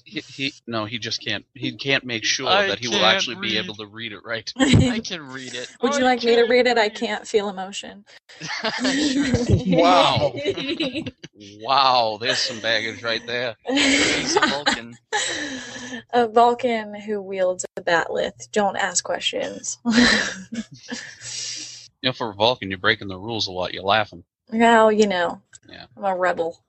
Speaker 3: He, he no, he just can't. He can't make sure
Speaker 2: I
Speaker 3: that he will
Speaker 2: can't
Speaker 3: actually be
Speaker 2: read.
Speaker 3: able to read it right.
Speaker 2: I can read it.
Speaker 5: Would you like me to read it? I can't feel emotion.
Speaker 2: Sure.
Speaker 3: Wow. Wow, there's some baggage right there.
Speaker 2: He's a Vulcan.
Speaker 5: a Vulcan who wields a batlith. Don't ask questions.
Speaker 3: You know, for a Vulcan, you're breaking the rules a lot. You're laughing.
Speaker 5: now you know.
Speaker 3: Yeah.
Speaker 5: I'm a rebel.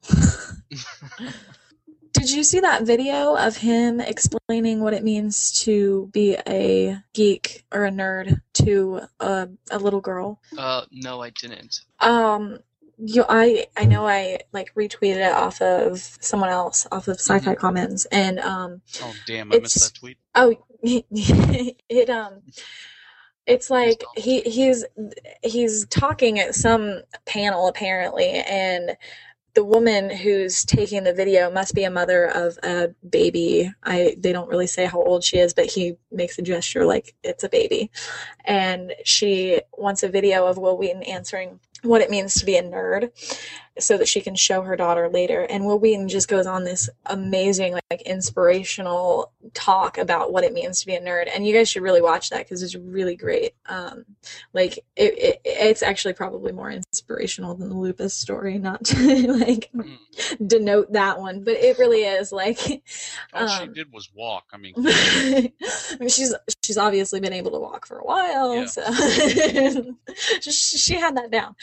Speaker 5: Did you see that video of him explaining what it means to be a geek or a nerd to a, a little girl?
Speaker 2: Uh, no, I didn't.
Speaker 5: Um, you, I, I know I like retweeted it off of someone else, off of Sci-Fi Commons, and um,
Speaker 3: Oh damn, I
Speaker 5: It's-
Speaker 3: missed that tweet.
Speaker 5: oh, it um, it's like he he's he's talking at some panel apparently, and the woman who's taking the video must be a mother of a baby. I they don't really say how old she is, but he makes a gesture like it's a baby. And she wants a video of Will Wheaton answering what it means to be a nerd so that she can show her daughter later. And Will Wheaton just goes on this amazing like inspirational talk about what it means to be a nerd. And you guys should really watch that cuz it's really great. Um like it, it it's actually probably more inspirational than the lupus story not to like
Speaker 2: Mm.
Speaker 5: denote that one but it really is like
Speaker 3: All
Speaker 2: uh,
Speaker 3: she
Speaker 5: um,
Speaker 3: did was walk. I mean,
Speaker 5: I mean, she's she's obviously been able to walk for a while
Speaker 3: Yeah.
Speaker 5: so she she had that down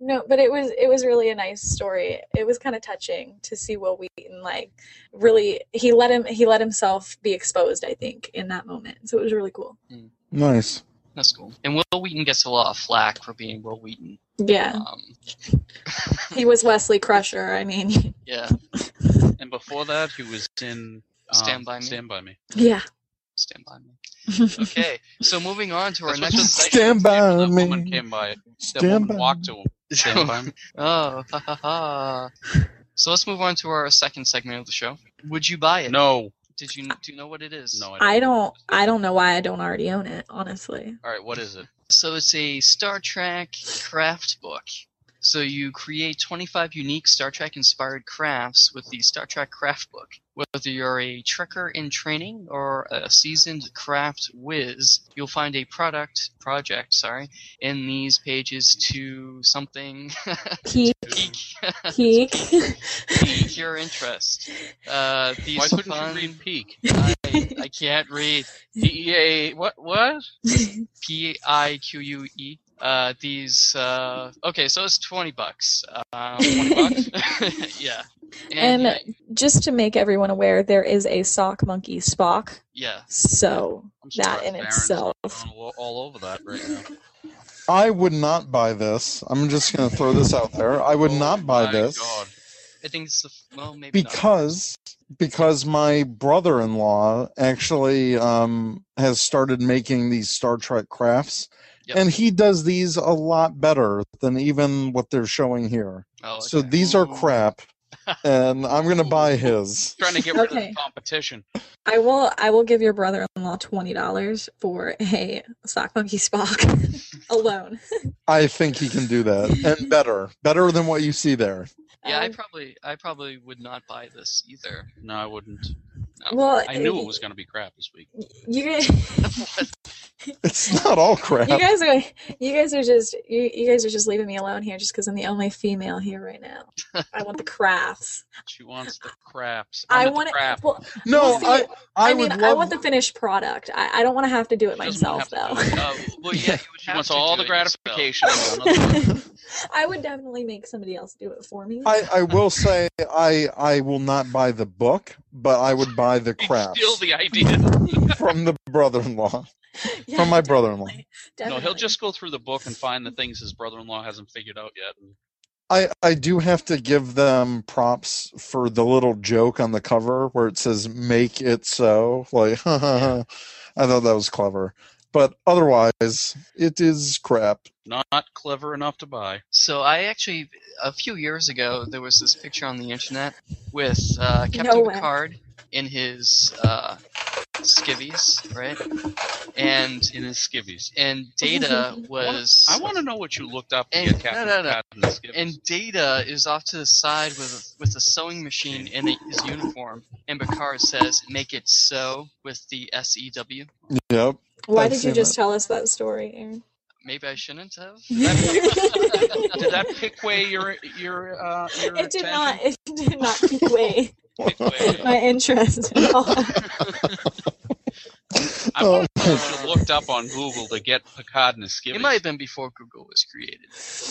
Speaker 5: no but it was it was really a nice story it was kind of touching to see will wheaton like really he let him he let himself be exposed i think in that moment so it was really cool
Speaker 4: Nice.
Speaker 2: That's cool. And Will Wheaton gets a lot of flack for being Will Wheaton.
Speaker 5: yeah
Speaker 2: Um,
Speaker 5: he was wesley crusher i mean
Speaker 2: yeah,
Speaker 3: and before that, he was in um,
Speaker 2: Stand By Me.
Speaker 3: Stand by me.
Speaker 5: yeah
Speaker 2: stand by me. Okay, so moving on to our
Speaker 3: That's
Speaker 2: next.
Speaker 3: what the
Speaker 4: Stand
Speaker 3: station was
Speaker 4: by
Speaker 3: named when That
Speaker 4: me.
Speaker 3: woman came by. That
Speaker 4: Stand
Speaker 3: woman
Speaker 4: by
Speaker 3: walked to him. Stand by me.
Speaker 2: oh, ha ha ha. So let's move on to our second segment of the show. Would you buy it?
Speaker 3: No,
Speaker 2: Did you do you know what it is?
Speaker 3: no,
Speaker 5: I don't I don't know why I don't already own it, honestly.
Speaker 3: All right, what is it?
Speaker 2: So it's a Star Trek craft book. So you create 25 unique Star Trek inspired crafts with the Star Trek craft book. Whether you're a trekker in training or a seasoned craft whiz, you'll find a product project, sorry, in these pages to something
Speaker 5: Peak peak.
Speaker 2: pique your interest. Uh, these
Speaker 3: Why couldn't
Speaker 2: fun-
Speaker 3: you read Peak?
Speaker 2: I, I can't read. E
Speaker 3: DEA. What? What?
Speaker 2: P I Q U E. Uh, these uh, okay, so it's twenty bucks. Um,
Speaker 3: 20 bucks?
Speaker 2: yeah,
Speaker 5: and
Speaker 2: and,
Speaker 5: just to make everyone aware, there is a sock monkey Spock.
Speaker 2: yeah,
Speaker 5: So
Speaker 3: I'm
Speaker 5: that
Speaker 3: surprised
Speaker 5: in
Speaker 3: Baron's
Speaker 5: itself.
Speaker 3: all, all over that right now.
Speaker 4: I would not buy this. I'm just gonna throw this out there. I would
Speaker 3: Oh
Speaker 4: not buy
Speaker 3: my
Speaker 4: this.
Speaker 3: God.
Speaker 2: I think it's the well maybe not.
Speaker 4: because because my brother-in-law actually um, has started making these Star Trek crafts,
Speaker 2: Yep.
Speaker 4: and he does these a lot better than even what they're showing here.
Speaker 2: Oh,
Speaker 4: So
Speaker 2: okay.
Speaker 4: these are
Speaker 2: Ooh.
Speaker 4: crap, and I'm gonna buy his.
Speaker 3: Trying to get rid of
Speaker 5: Okay.
Speaker 3: the competition.
Speaker 5: I will. I will give your brother-in-law twenty dollars for a sock monkey Spock alone.
Speaker 4: I think he can do that, and better, better than what you see there.
Speaker 2: Yeah, I
Speaker 5: Um,
Speaker 2: probably I probably would not buy this either.
Speaker 3: No, I wouldn't.
Speaker 5: well,
Speaker 3: I knew it was going to be crap this week.
Speaker 5: You guys,
Speaker 4: It's not all crap.
Speaker 5: you guys are, you guys are just, you, you guys are just leaving me alone here, just because I'm the only female here right now. I want the crafts.
Speaker 3: She wants the craps.
Speaker 5: I
Speaker 3: wanted
Speaker 5: want
Speaker 3: the crap.
Speaker 5: it. Well,
Speaker 4: no,
Speaker 5: Well, see,
Speaker 4: I, I,
Speaker 5: I,
Speaker 4: would
Speaker 5: mean,
Speaker 4: love.
Speaker 5: I want the finished product. I, I don't want to have to do it
Speaker 3: She doesn't wanna have
Speaker 5: myself, though.
Speaker 3: to do it.
Speaker 2: Uh, well,
Speaker 4: Yeah.
Speaker 2: yeah, you would
Speaker 3: She
Speaker 2: have
Speaker 3: wants
Speaker 2: to
Speaker 3: all
Speaker 2: do
Speaker 3: the
Speaker 2: it yourself.
Speaker 3: gratification.
Speaker 5: I would definitely make somebody else do it for me.
Speaker 4: I, I will say I I will not buy the book, but I would buy the
Speaker 3: It's
Speaker 4: crafts
Speaker 3: Still the idea.
Speaker 4: from the brother-in-law,
Speaker 5: Yeah,
Speaker 4: from my brother-in-law.
Speaker 5: definitely.
Speaker 3: No, he'll just go through the book and find the things his brother-in-law hasn't figured out yet. And
Speaker 4: I I do have to give them props for the little joke on the cover where it says "Make it so." Like, I thought that was clever, but otherwise, it is crap.
Speaker 3: not clever enough to buy.
Speaker 2: So I actually, a few years ago, there was this picture on the internet with uh, Captain
Speaker 5: way.
Speaker 2: Picard in his uh, skivvies, right? And
Speaker 3: In his skivvies.
Speaker 2: and Data was
Speaker 3: I want to know what you looked up to
Speaker 2: And-
Speaker 3: get Captain
Speaker 2: no, no, no.
Speaker 3: Picard in the skivvies.
Speaker 2: and Data is off to the side with with a sewing machine in his uniform, and Picard says, "Make it so" with the S E W.
Speaker 4: Yep.
Speaker 5: Why
Speaker 4: I've
Speaker 5: did you
Speaker 4: seen
Speaker 5: just tell us that story, Aaron?
Speaker 2: Maybe I shouldn't have.
Speaker 3: Did that pick way your your uh? Your
Speaker 5: it did
Speaker 3: attention?
Speaker 5: not. It did not take away
Speaker 3: Pick way.
Speaker 5: my interest at all.
Speaker 4: Oh.
Speaker 3: I
Speaker 4: Uh,
Speaker 3: want to know what you looked up on Google to get Picard in the skivvies.
Speaker 2: It might have been before Google was created.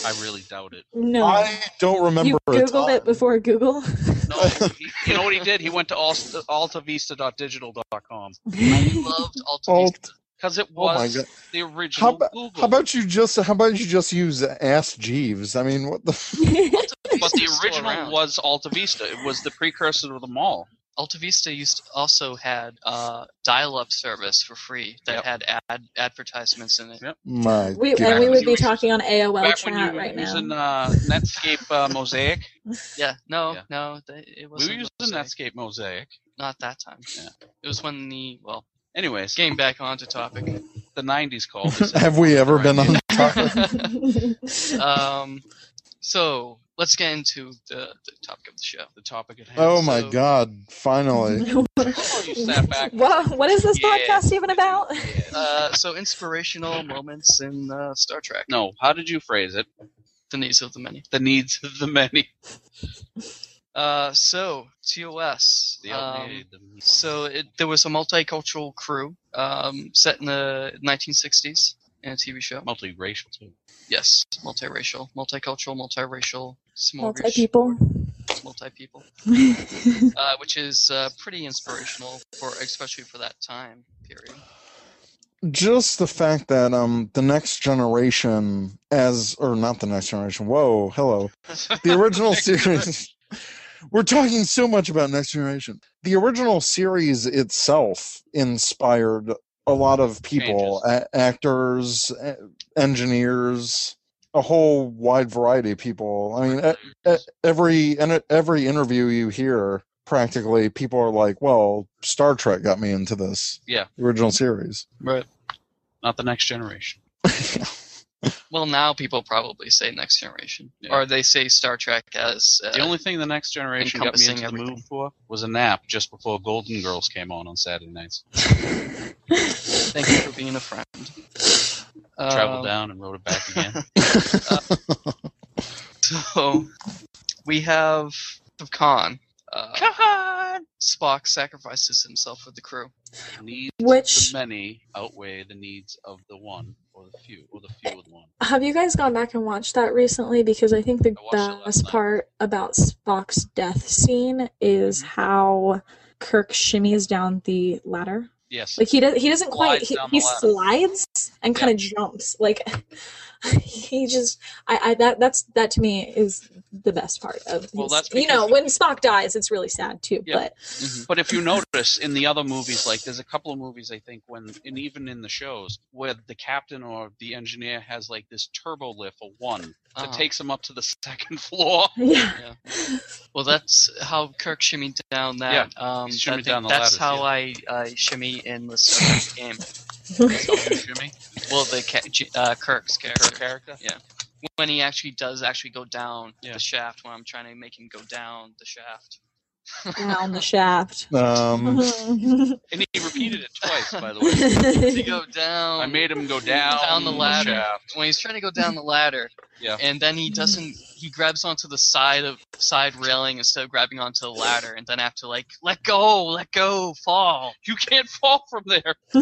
Speaker 3: I really doubt it.
Speaker 5: No,
Speaker 4: I don't
Speaker 5: you
Speaker 4: remember. a
Speaker 5: googled it
Speaker 4: time.
Speaker 5: before Google.
Speaker 3: No, he, you know what he did? He went to Alta, altavista.digital.com
Speaker 2: I loved Alta
Speaker 4: Alt-
Speaker 3: because it
Speaker 4: Oh my
Speaker 3: was
Speaker 4: god!
Speaker 3: the
Speaker 4: How,
Speaker 3: original
Speaker 4: about
Speaker 3: Google.
Speaker 4: how about you just how about you just use Ask Jeeves? I mean, what the.
Speaker 2: Vista.
Speaker 3: but the original was Alta Vista. It was the precursor to the mall.
Speaker 2: Alta Vista used also had uh, dial-up service for free that had ad advertisements in it.
Speaker 3: Yeah.
Speaker 4: My
Speaker 5: we,
Speaker 4: God.
Speaker 5: and we
Speaker 3: when
Speaker 5: would
Speaker 3: you
Speaker 5: be
Speaker 3: were-
Speaker 5: talking on AOL
Speaker 3: Back when you
Speaker 5: chat
Speaker 3: were
Speaker 5: Oh, right now.
Speaker 3: using uh, Netscape uh, Mosaic,
Speaker 2: Yeah, no,
Speaker 3: Yeah.
Speaker 2: no, th- it
Speaker 3: we
Speaker 2: wasn't.
Speaker 3: were using
Speaker 2: Mosaic.
Speaker 3: Netscape Mosaic.
Speaker 2: Not that time.
Speaker 3: Yeah.
Speaker 2: It was when the well,
Speaker 3: Anyways,
Speaker 2: getting back onto topic.
Speaker 3: the '90s called. They said,
Speaker 4: Have we ever been on top?
Speaker 2: um, so let's get into the, the topic of the show.
Speaker 3: the topic at hand.
Speaker 4: Oh my
Speaker 2: So-
Speaker 4: god! Finally,
Speaker 3: you sat back.
Speaker 5: Whoa, what is this
Speaker 3: Yeah.
Speaker 5: podcast even about?
Speaker 2: Uh, so inspirational moments in uh, Star Trek:
Speaker 3: No, how did you phrase it?
Speaker 2: The Needs of the Many.
Speaker 3: The needs of the many.
Speaker 2: Uh, so TOS.
Speaker 3: The
Speaker 2: um,
Speaker 3: outdated, the-
Speaker 2: So it, there was a multicultural crew um, set in the 1960s in a TV show.
Speaker 3: multiracial too.
Speaker 2: Yes, multiracial, multicultural, multiracial,
Speaker 5: Multi
Speaker 2: smorgasbord,
Speaker 5: people.
Speaker 2: multi-people, uh, which is uh, pretty inspirational for especially for that time period.
Speaker 4: just the fact that um the next generation as or not the next generation. Whoa, hello. The original series. We're talking so much about next generation. The original series itself inspired a lot of people, a- actors, e- engineers, a whole wide variety of people. I mean, e- e- every and every interview you hear practically people are like well star trek got me into this
Speaker 3: Yeah.
Speaker 4: the original series
Speaker 2: Right.
Speaker 3: Not the next generation.
Speaker 2: Well, now people probably say Next Generation,
Speaker 3: Yeah.
Speaker 2: or they say Star Trek as uh,
Speaker 3: The only thing the next generation got me
Speaker 2: encompassing
Speaker 3: into the
Speaker 2: everything.
Speaker 3: move for was a nap just before Golden Girls came on on Saturday nights.
Speaker 2: thank you for being a friend.
Speaker 3: Traveled
Speaker 2: Um,
Speaker 3: down and rode it back again.
Speaker 2: So Oh, we have Khan. Uh, Spock sacrifices himself for the crew.
Speaker 3: The needs
Speaker 5: Which-
Speaker 3: of the many outweigh the needs of the one or the few or the few of the one.
Speaker 5: Have you guys gone back and watched that recently? Because I think the
Speaker 3: I watched it last
Speaker 5: best
Speaker 3: night.
Speaker 5: part about Spock's death scene
Speaker 3: Mm-hmm.
Speaker 5: is how Kirk shimmies down the ladder.
Speaker 3: Yes.
Speaker 5: Like he does, he doesn't quite.
Speaker 3: Slides
Speaker 5: He,
Speaker 3: down the
Speaker 5: he
Speaker 3: ladder.
Speaker 5: slides and
Speaker 3: Yeah.
Speaker 5: kind of jumps. Like he just I, I that that's that to me is the best part of his,
Speaker 3: Well, that's
Speaker 5: you know
Speaker 3: because-
Speaker 5: when Spock dies it's really sad too
Speaker 3: Yeah.
Speaker 5: but
Speaker 3: But if you notice in the other movies, like there's a couple of movies I think when, and even in the shows, where the captain or the engineer has like this turbo lift or one that
Speaker 2: Uh-huh.
Speaker 3: takes him up to the second floor.
Speaker 5: yeah
Speaker 2: Well, that's how Kirk shimmied down that. um,
Speaker 3: he shimmied
Speaker 2: I think
Speaker 3: down the
Speaker 2: that's
Speaker 3: ladders,
Speaker 2: how I uh, shimmy in the second game.
Speaker 3: Jimmy,
Speaker 2: Well, the ca- J- uh, Kirk's
Speaker 3: her
Speaker 2: character
Speaker 3: character.
Speaker 2: Yeah. when he actually does actually go down
Speaker 3: Yeah.
Speaker 2: the shaft when I'm trying to make him go down the shaft.
Speaker 5: down the shaft Mm-hmm.
Speaker 4: Um,
Speaker 3: And he repeated it twice, by the way.
Speaker 2: to
Speaker 5: yeah
Speaker 2: go down.
Speaker 3: I made him go down,
Speaker 2: Down the ladder.
Speaker 3: shaft.
Speaker 2: when he's trying to go down the ladder.
Speaker 3: Yeah.
Speaker 2: And then he doesn't. He grabs onto the side of side railing instead of grabbing onto the ladder, and then have to like let go, let go, fall.
Speaker 3: You can't fall from there.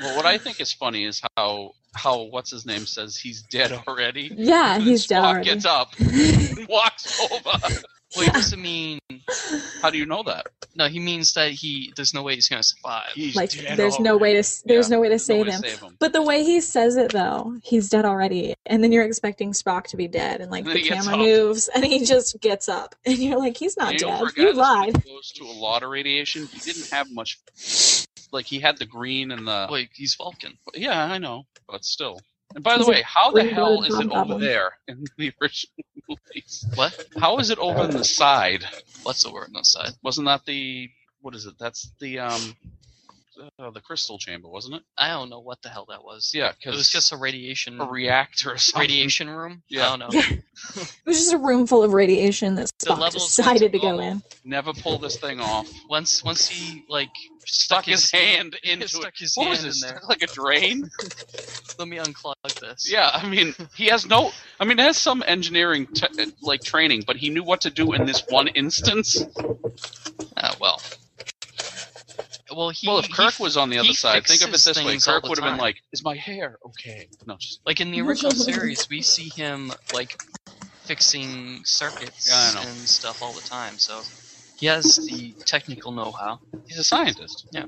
Speaker 3: well, what I think is funny is how how what's his name says he's dead already. And then
Speaker 5: he's
Speaker 3: Spock
Speaker 5: down already.
Speaker 3: gets up and walks over.
Speaker 2: Well, he doesn't mean.
Speaker 3: How do you know that?
Speaker 2: No, he means that he. There's no way he's gonna survive.
Speaker 3: He's
Speaker 5: like
Speaker 3: dead
Speaker 5: there's no way to s- there's
Speaker 3: Yeah,
Speaker 5: no way to
Speaker 3: there's no
Speaker 5: save
Speaker 3: way to
Speaker 5: him
Speaker 3: save him.
Speaker 5: but the way he says it though he's dead already and then you're expecting Spock to be dead and like
Speaker 3: And then
Speaker 5: the
Speaker 3: he gets
Speaker 5: camera
Speaker 3: up.
Speaker 5: moves and he just gets up and you're like he's not
Speaker 3: You know,
Speaker 5: dead
Speaker 3: for a guy
Speaker 5: you
Speaker 3: that's
Speaker 5: lied
Speaker 3: been exposed to a lot of radiation. He didn't have much. Like he had the green and the.
Speaker 2: Like he's Vulcan.
Speaker 3: Yeah, I know, but still. And by the
Speaker 5: He's a
Speaker 3: way, how the hell
Speaker 5: green-blooded
Speaker 3: is it over
Speaker 5: hobgoblin.
Speaker 3: there in the original movies?
Speaker 2: What?
Speaker 3: How is it over on the side?
Speaker 2: What's the word on the side?
Speaker 3: Wasn't that the what is it? That's the um, uh, the crystal chamber, wasn't it?
Speaker 2: I don't know what the hell that was.
Speaker 3: Yeah,
Speaker 2: It
Speaker 3: because
Speaker 2: was just a radiation
Speaker 3: a reactor or something.
Speaker 2: radiation room.
Speaker 3: Yeah.
Speaker 2: I don't know.
Speaker 5: Yeah. it was just a room full of radiation that Spock
Speaker 2: levels
Speaker 5: decided to
Speaker 2: went
Speaker 5: go
Speaker 2: up.
Speaker 5: in.
Speaker 3: Never pull this thing off.
Speaker 2: Once once he like
Speaker 3: Stuck his hand into it.
Speaker 2: stuck his
Speaker 3: What
Speaker 2: hand
Speaker 3: was
Speaker 2: in
Speaker 3: this?
Speaker 2: there.
Speaker 3: Like a drain?
Speaker 2: Let me unclog this.
Speaker 3: Yeah, I mean, he has no. I mean, he has some engineering t- like training, but he knew what to do in this one instance.
Speaker 2: Ah, well. Well, he.
Speaker 3: well, if
Speaker 2: he-
Speaker 3: Kirk was on the other
Speaker 2: he
Speaker 3: side, think of it
Speaker 2: fixes
Speaker 3: this way:
Speaker 2: things all
Speaker 3: Kirk
Speaker 2: the
Speaker 3: would have been
Speaker 2: time.
Speaker 3: like, "Is my hair okay?" No, just
Speaker 2: like in the original series, we see him like fixing circuits
Speaker 3: Yeah, I know.
Speaker 2: and stuff all the time. So he has the technical know-how.
Speaker 3: he's a scientist.
Speaker 2: Yeah.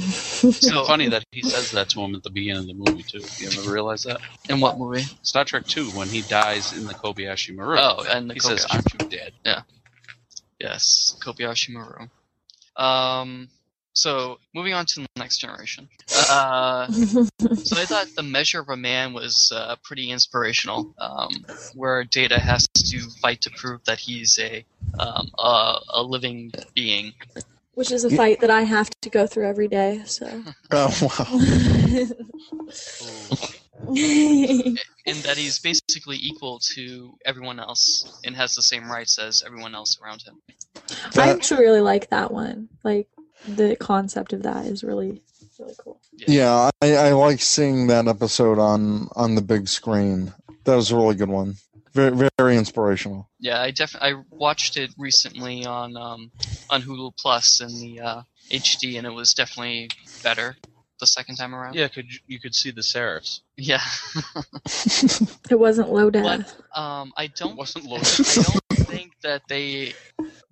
Speaker 3: It's
Speaker 2: So-
Speaker 3: funny that he says that to him at the beginning of the movie too. You ever realize that?
Speaker 2: In what movie?
Speaker 3: Star Trek Two, when he dies in the Kobayashi Maru,
Speaker 2: Oh, and the
Speaker 3: he says,
Speaker 2: Kobayashi.
Speaker 3: "Aren't you dead?"
Speaker 2: Yes, Kobayashi Maru. Um, so moving on to the next generation. Uh, so I thought the measure of a man was uh, pretty inspirational, um, where Data has to fight to prove that he's a um, a, a living being.
Speaker 5: Which is a
Speaker 4: Yeah.
Speaker 5: fight that I have to go through every day, so.
Speaker 4: oh, wow.
Speaker 2: in that he's basically equal to everyone else and has the same rights as everyone else around him.
Speaker 5: I
Speaker 4: That-
Speaker 5: actually really like that one. Like, the concept of that is really, really cool.
Speaker 4: yeah, I, I like seeing that episode on on the big screen. That was a really good one. Very, very inspirational.
Speaker 2: Yeah, I def I watched it recently on um, on Hulu Plus in the uh, HD, and it was definitely better the second time around.
Speaker 3: Yeah, could you, you could see the serifs?
Speaker 2: Yeah.
Speaker 5: It wasn't low death.
Speaker 2: What? Um, I
Speaker 3: It
Speaker 2: don't.
Speaker 3: wasn't
Speaker 2: I
Speaker 3: loaded.
Speaker 2: don't think that they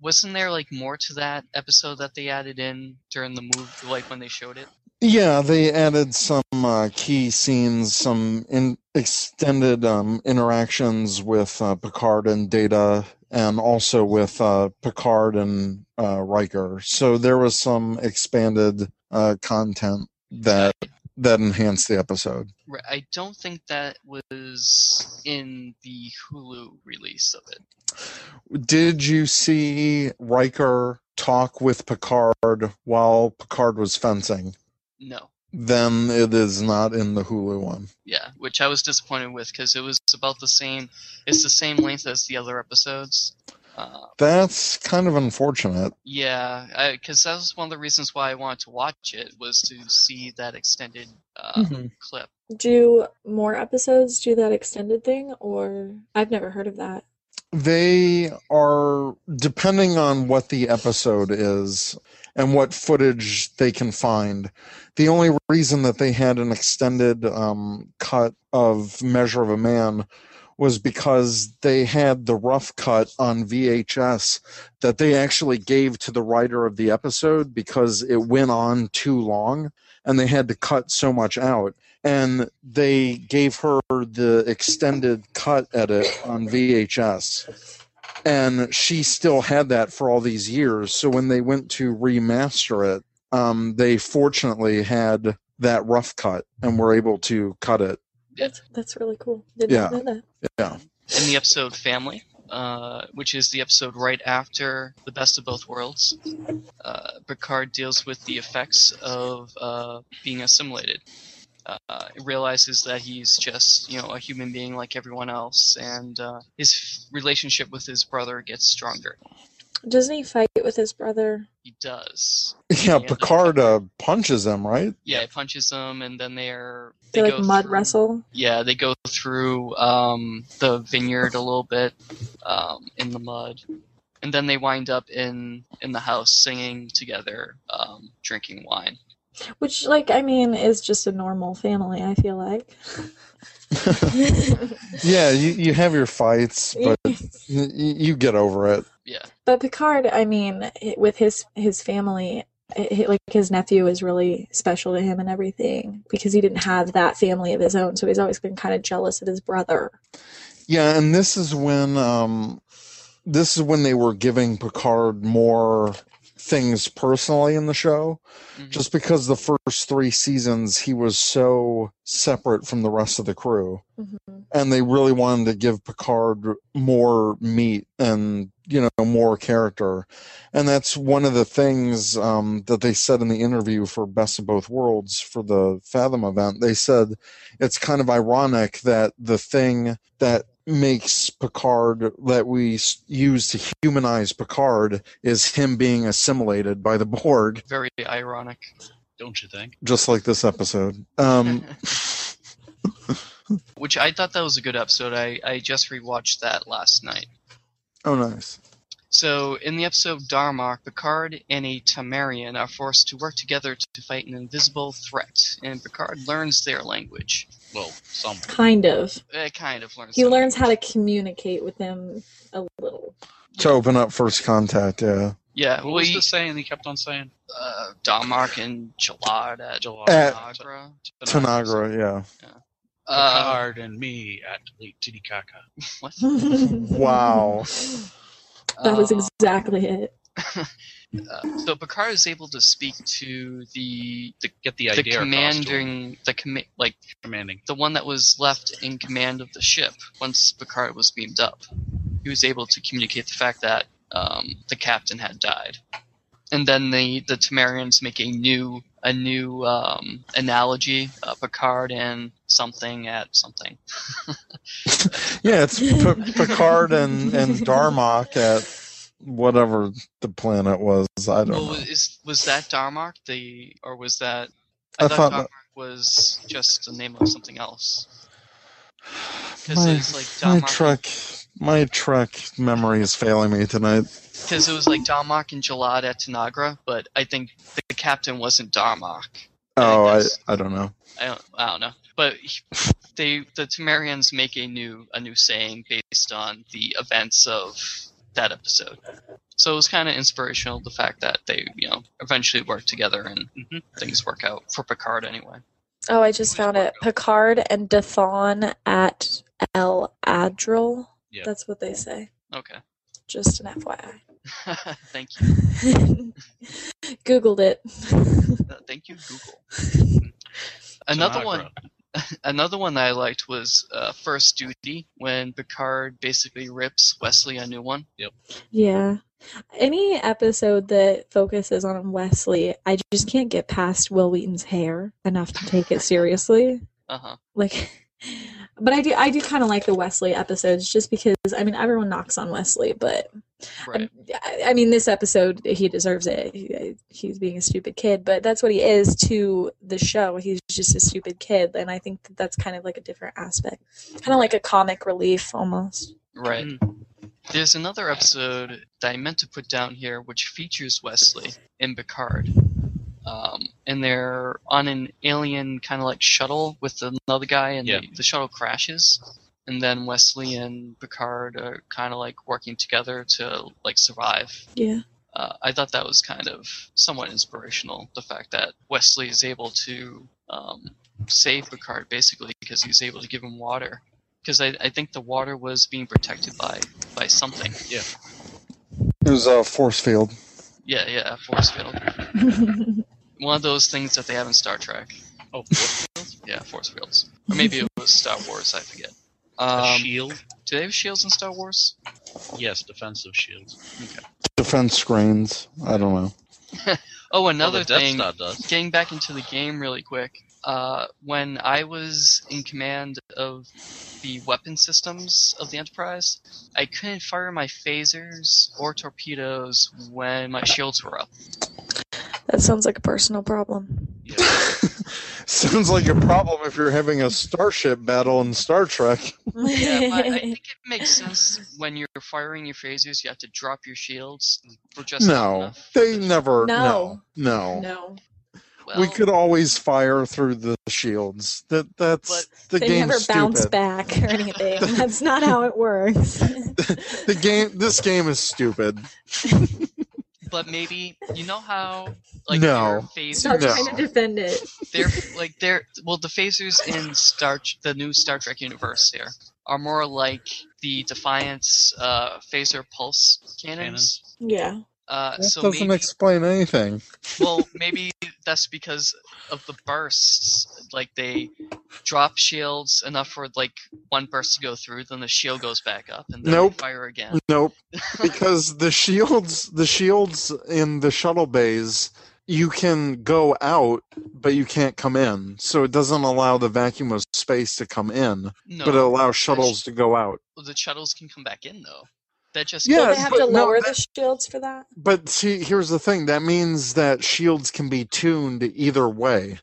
Speaker 2: wasn't there like more to that episode that they added in during the move, like when they showed it.
Speaker 4: Yeah, they added some uh, key scenes, some in extended um, interactions with uh, Picard and Data, and also with uh, Picard and uh, Riker. So there was some expanded uh, content that that enhanced the episode.
Speaker 2: Right, I don't think that was in the Hulu release of it.
Speaker 4: Did you see Riker talk with Picard while Picard was fencing?
Speaker 2: No.
Speaker 4: Then it is not in the Hulu one.
Speaker 2: Yeah, which I was disappointed with because it was about the same. It's the same length as the other episodes. Uh,
Speaker 4: That's kind of unfortunate.
Speaker 2: yeah, because that was one of the reasons why I wanted to watch it was to see that extended uh, clip.
Speaker 5: Do more episodes do that extended thing, or I've never heard of that.
Speaker 4: They are depending on what the episode is and what footage they can find. The only reason that they had an extended um, cut of Measure of a Man was because they had the rough cut on VHS that they actually gave to the writer of the episode because it went on too long and they had to cut so much out. And they gave her the extended cut edit on VHS. And she still had that for all these years. So when they went to remaster it, um, they fortunately had that rough cut and were able to cut it.
Speaker 5: That's, that's really cool. Did not know that.
Speaker 4: Yeah.
Speaker 2: in the episode Family, uh, which is the episode right after The Best of Both Worlds. Uh, Picard deals with the effects of uh, being assimilated. Uh, realizes that he's just, you know, a human being like everyone else, and uh, his f- relationship with his brother gets stronger.
Speaker 5: Doesn't he fight with his brother?
Speaker 2: He does.
Speaker 4: Yeah,
Speaker 2: Yeah, the-
Speaker 4: Picard uh, punches them, right?
Speaker 2: Yeah, he punches them, and then they're
Speaker 5: They, like
Speaker 2: go
Speaker 5: mud
Speaker 2: through-
Speaker 5: wrestle.
Speaker 2: Yeah, they go through um, the vineyard a little bit um, in the mud, and then they wind up in in the house singing together, um, drinking wine.
Speaker 5: Which, like, I mean, is just a normal family, I feel like.
Speaker 4: Yeah, you, you have your fights, but y- y- you get over it.
Speaker 2: Yeah,
Speaker 5: But Picard, I mean, hi- with his his family, i- hi- like his nephew is really special to him and everything because he didn't have that family of his own, so he's always been kind of jealous of his brother.
Speaker 4: Yeah, and this is when um, this is when they were giving Picard more things personally in the show,
Speaker 2: Mhm.
Speaker 4: just because the first three seasons he was so separate from the rest of the crew,
Speaker 2: Mm-hmm.
Speaker 4: and they really wanted to give Picard more meat and you know more character, and that's one of the things um, that they said in the interview for Best of Both Worlds for the Fathom event. They said it's kind of ironic that the thing that makes Picard that we s- use to humanize Picard is him being assimilated by the Borg,
Speaker 2: very ironic.
Speaker 3: don't you think?
Speaker 4: just like this episode. Um,
Speaker 2: Which I thought that was a good episode. I I just rewatched that last night.
Speaker 4: oh, nice.
Speaker 2: So in the episode Darmok, Picard and a Tamarian are forced to work together to fight an invisible threat, and Picard learns their language.
Speaker 3: Well, some.
Speaker 5: Kind of.
Speaker 2: Eh, kind of learns.
Speaker 5: He
Speaker 2: their
Speaker 5: learns how to
Speaker 2: language.
Speaker 5: communicate with them a little.
Speaker 4: To open up first contact, yeah.
Speaker 2: Yeah,
Speaker 3: What
Speaker 2: well,
Speaker 3: was
Speaker 2: he-
Speaker 3: the saying he kept on saying?
Speaker 2: uh, Darmok and uh, Jalad at
Speaker 3: July.
Speaker 4: At-
Speaker 2: Tanagra.
Speaker 4: Tanagra, yeah.
Speaker 2: Uh,
Speaker 3: Picard and me at Lake Titicaca.
Speaker 2: what?
Speaker 4: Wow.
Speaker 5: That was
Speaker 2: Uh,
Speaker 5: exactly it.
Speaker 2: uh, so Picard is able to speak to the the,
Speaker 3: Get the
Speaker 2: the,
Speaker 3: idea. across to him.
Speaker 2: commanding the com- like
Speaker 3: commanding.
Speaker 2: the one that was left in command of the ship once Picard was beamed up. He was able to communicate the fact that um, the captain had died, and then the the Temerians make a new a new um, analogy. Uh, Picard and something at something.
Speaker 4: Yeah, it's P- Picard and, and Darmok at whatever the planet was. I don't
Speaker 2: Well,
Speaker 4: know.
Speaker 2: is was that Darmok the or was that? I,
Speaker 4: I
Speaker 2: thought,
Speaker 4: thought-
Speaker 2: Darmok was just the name of something else. Because
Speaker 4: My-
Speaker 2: it's like
Speaker 4: my
Speaker 2: Darmok.
Speaker 4: Trek, my Trek memory is failing me tonight.
Speaker 2: Because it was like Darmok and Jalad at Tanagra, but I think the captain wasn't Darmok.
Speaker 4: Oh, I,
Speaker 2: guess.
Speaker 4: I don't know.
Speaker 2: I don't, I don't know. But he- they the Temerians make a new a new saying based on the events of that episode. So it was kind of inspirational the fact that they you know eventually work together and
Speaker 3: Mhm.
Speaker 2: things work out for Picard anyway.
Speaker 5: Oh, I just found it. Picard and Dathan at El Adril.
Speaker 3: Yeah.
Speaker 5: That's what they say.
Speaker 2: Okay,
Speaker 5: Just an FYI.
Speaker 2: thank you.
Speaker 5: Googled it.
Speaker 2: Uh, thank you, Google. Another
Speaker 3: Tanagra.
Speaker 2: one, another one that I liked was uh, First Duty when Picard basically rips Wesley a new one.
Speaker 5: yeah. Any episode that focuses on Wesley, I just can't get past Will Wheaton's hair enough to take it seriously.
Speaker 2: Uh huh.
Speaker 5: Like but I do I do kind of like the Wesley episodes just because I mean everyone knocks on Wesley, but um,
Speaker 2: Right.
Speaker 5: I, I mean this episode he deserves it. He, he's being a stupid kid, but that's what he is to the show. He's just a stupid kid and I think that that's kind of like a different aspect. Kind of like a comic relief almost.
Speaker 2: Right. There's another episode that I meant to put down here, which features Wesley and Picard. Um, and they're on an alien kind of like shuttle with another guy, and
Speaker 3: Yeah.
Speaker 2: the, the shuttle crashes. and then Wesley and Picard are kind of like working together to like survive.
Speaker 5: Yeah.
Speaker 2: Uh, I thought that was kind of somewhat inspirational. The fact that Wesley is able to um, save Picard basically because he's able to give him water. Because I, I think the water was being protected by by something. Yeah,
Speaker 4: It was a force field.
Speaker 2: yeah, yeah. a Force field. One of those things that they have in Star Trek.
Speaker 3: Oh, force fields?
Speaker 2: Yeah, force fields. Or maybe it was Star Wars. I forget.
Speaker 3: A
Speaker 2: Um,
Speaker 3: shield?
Speaker 2: do they have shields in Star Wars?
Speaker 3: Yes, defensive shields.
Speaker 4: Defense screens. I don't know.
Speaker 2: Oh,
Speaker 3: Well,
Speaker 2: another
Speaker 3: the Death
Speaker 2: thing.
Speaker 3: Star does.
Speaker 2: getting back into the game really quick, uh, when I was in command of the weapon systems of the Enterprise, I couldn't fire my phasers or torpedoes when my shields were up.
Speaker 5: That sounds like a personal problem.
Speaker 3: Yeah.
Speaker 4: Sounds like a problem if you're having a starship battle in Star Trek.
Speaker 2: Yeah, but I think it makes sense when you're firing your phasers, you have to drop your shields for just
Speaker 4: No,
Speaker 2: enough.
Speaker 4: they never. No, no.
Speaker 5: No. no.
Speaker 2: Well,
Speaker 4: we could always fire through the shields. That that's the
Speaker 5: they
Speaker 4: game's
Speaker 5: never bounce
Speaker 4: stupid.
Speaker 5: back or anything. That's not how it works.
Speaker 4: The game. This game is stupid.
Speaker 2: but maybe you know how like
Speaker 4: No.
Speaker 2: their
Speaker 4: No.
Speaker 2: phasers,
Speaker 5: Stop trying to defend it.
Speaker 2: they're like they're well the phasers in Star the new Star Trek universe here are more like the Defiance uh, phaser pulse cannons.
Speaker 5: Yeah.
Speaker 2: Uh,
Speaker 4: That
Speaker 2: so
Speaker 4: doesn't
Speaker 2: maybe,
Speaker 4: explain anything.
Speaker 2: well, maybe that's because of the bursts. Like they drop shields enough for like one burst to go through, then the shield goes back up, and then they
Speaker 4: Nope.
Speaker 2: fire again.
Speaker 4: Nope, because the shields, the shields in the shuttle bays, you can go out, but you can't come in. So it doesn't allow the vacuum of space to come in,
Speaker 2: No,
Speaker 4: but it allows shuttles to go out.
Speaker 2: the shuttles can come back in though. That just
Speaker 4: Yeah,
Speaker 5: Don't
Speaker 4: Yes,
Speaker 5: they have
Speaker 4: but
Speaker 5: to
Speaker 4: no,
Speaker 5: lower
Speaker 4: that-
Speaker 5: the shields for that?
Speaker 4: But see, here's the thing. That means that shields can be tuned either way.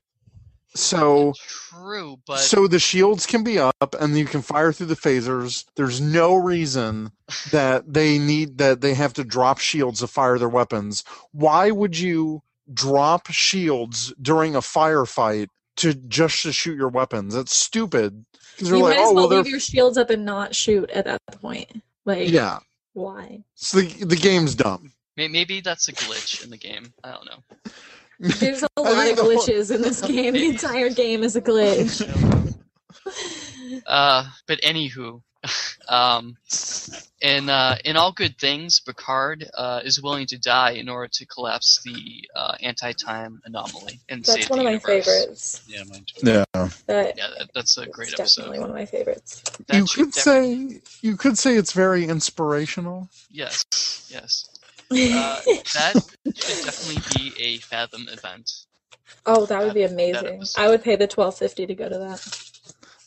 Speaker 4: So,
Speaker 2: true, but
Speaker 4: so the shields can be up, and you can fire through the phasers. There's no reason that they need that they have to drop shields to fire their weapons. Why would you drop shields during a firefight to just to shoot your weapons? That's stupid. 'Cause
Speaker 5: You
Speaker 4: you're
Speaker 5: might as well
Speaker 4: they're
Speaker 5: leave your shields up and not shoot at that point. Like,
Speaker 4: yeah.
Speaker 5: why?
Speaker 4: So the the game's dumb.
Speaker 2: may- maybe that's a glitch in the game. I don't know.
Speaker 5: There's a lot
Speaker 4: think
Speaker 5: of
Speaker 4: the whole-
Speaker 5: glitches in this game. The entire game is a glitch.
Speaker 2: Uh, but anywho, um, in uh, in all good things, Picard uh, is willing to die in order to collapse the uh, anti-time anomaly and
Speaker 5: That's
Speaker 2: save
Speaker 5: one
Speaker 2: the
Speaker 5: of my
Speaker 2: universe.
Speaker 5: favorites.
Speaker 3: Yeah, mine too.
Speaker 4: Yeah.
Speaker 5: That
Speaker 2: Yeah, that, that's a
Speaker 5: it's
Speaker 2: great
Speaker 5: definitely
Speaker 2: episode.
Speaker 5: one of my favorites.
Speaker 2: That
Speaker 4: you
Speaker 2: should
Speaker 4: could
Speaker 2: defi-
Speaker 4: say you could say it's very inspirational.
Speaker 2: yes, yes. Uh, that should definitely be a Fathom event.
Speaker 5: oh, that would be
Speaker 2: that- that
Speaker 5: amazing.
Speaker 2: episode.
Speaker 5: I would pay the twelve fifty to go to that.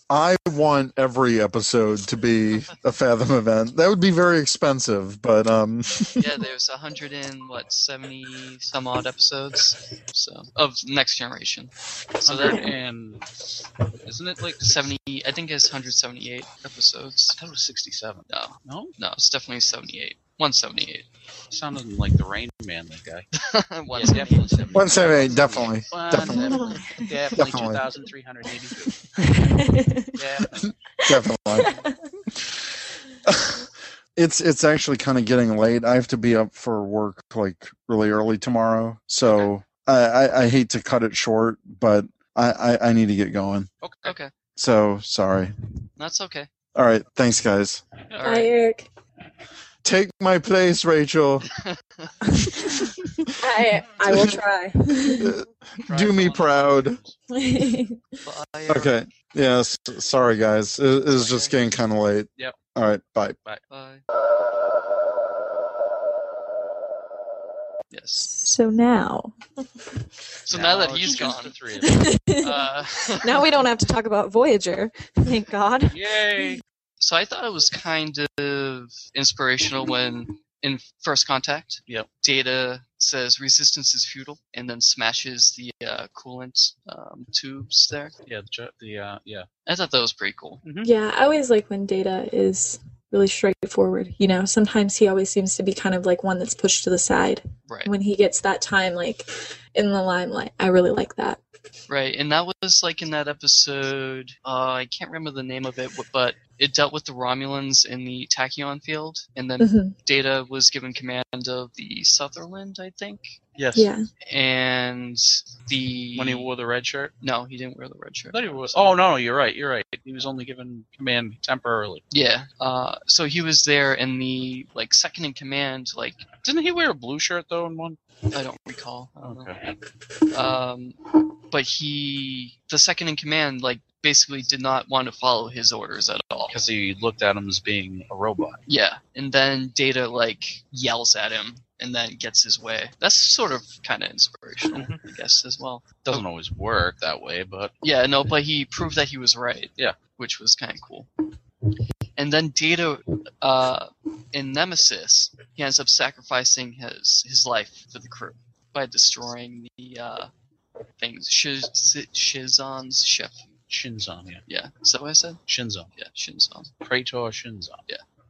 Speaker 4: I want every episode to be a Fathom event. That would be very expensive, but um,
Speaker 2: Yeah, there's a hundred and what seventy some odd episodes, so of Next Generation. So
Speaker 3: Hundred
Speaker 2: that
Speaker 3: and isn't it like?
Speaker 2: seventy, I think it's hundred seventy-eight episodes.
Speaker 3: I thought it was sixty-seven.
Speaker 2: No,
Speaker 3: No,
Speaker 2: No, it's definitely 78. 178.
Speaker 3: sounded like the Rain Man. That guy. Yeah,
Speaker 2: 178.
Speaker 4: one seventy eight definitely.
Speaker 3: Definitely. Definitely
Speaker 4: Definitely.
Speaker 3: 2,382. Yeah.
Speaker 4: Definitely. it's it's actually kind of getting late. I have to be up for work like really early tomorrow, so I, I I hate to cut it short, but I, I I need to get going.
Speaker 3: Okay.
Speaker 2: Okay,
Speaker 4: So sorry.
Speaker 2: that's okay.
Speaker 4: All right, thanks guys.
Speaker 2: All
Speaker 5: Bye,
Speaker 2: right.
Speaker 5: Eric.
Speaker 4: Take my place, Rachel.
Speaker 5: I I will try.
Speaker 4: Do me proud.
Speaker 2: Bye, Eric.
Speaker 4: Okay. Yes. Sorry, guys. It, it's just getting kind of late.
Speaker 3: Yep.
Speaker 4: All right. Bye.
Speaker 2: Bye. Yes.
Speaker 5: so now,
Speaker 2: So now, that
Speaker 3: it's
Speaker 2: he's
Speaker 3: just the
Speaker 2: gone,
Speaker 3: three of us.
Speaker 2: uh,
Speaker 5: now we don't have to talk about Voyager. Thank God.
Speaker 3: Yay!
Speaker 2: so I thought it was kind of inspirational when in First Contact,
Speaker 3: Yep.
Speaker 2: Data says resistance is futile, and then smashes the uh, coolant um, tubes there.
Speaker 3: Yeah, the, ju- the uh, yeah.
Speaker 2: I thought that was pretty cool.
Speaker 5: Yeah, I always like when data is really straightforward. You know, sometimes he always seems to be kind of like one that's pushed to the side.
Speaker 2: Right.
Speaker 5: When he gets that time, like in the limelight, I really like that.
Speaker 2: Right, and that was like in that episode. Uh, I can't remember the name of it, but it dealt with the Romulans in the Tachyon field, and then
Speaker 5: Mhm.
Speaker 2: Data was given command of the Sutherland, I think,
Speaker 3: Yes.
Speaker 5: Yeah.
Speaker 2: and the
Speaker 3: When he wore the red shirt.
Speaker 2: no, he didn't wear the red
Speaker 3: I
Speaker 2: shirt.
Speaker 3: thought he was. Oh no, you're right. You're right. He was only given command temporarily.
Speaker 2: Yeah, uh, so he was there, and the like second in command, like
Speaker 3: Didn't he wear a blue shirt though in one?
Speaker 2: I don't recall. I don't know.
Speaker 3: Okay.
Speaker 2: um, but he, the second in command, like basically did not want to follow his orders at all.
Speaker 3: Because he looked at him as being a robot.
Speaker 2: Yeah, and then Data like yells at him, and then gets his way. That's sort of kind of inspirational, I guess, as well.
Speaker 3: Doesn't always work that way, but
Speaker 2: Yeah, no, but he proved that he was right.
Speaker 3: Yeah.
Speaker 2: which was kind of cool. And then Data, uh, in Nemesis, he ends up sacrificing his his life for the crew by destroying the uh, things Shiz, Shizon's ship.
Speaker 3: Shinzon, yeah,
Speaker 2: Yeah, is that what I said?
Speaker 3: Shinzon,
Speaker 2: Yeah, Shinzon.
Speaker 3: Praetor Shinzon.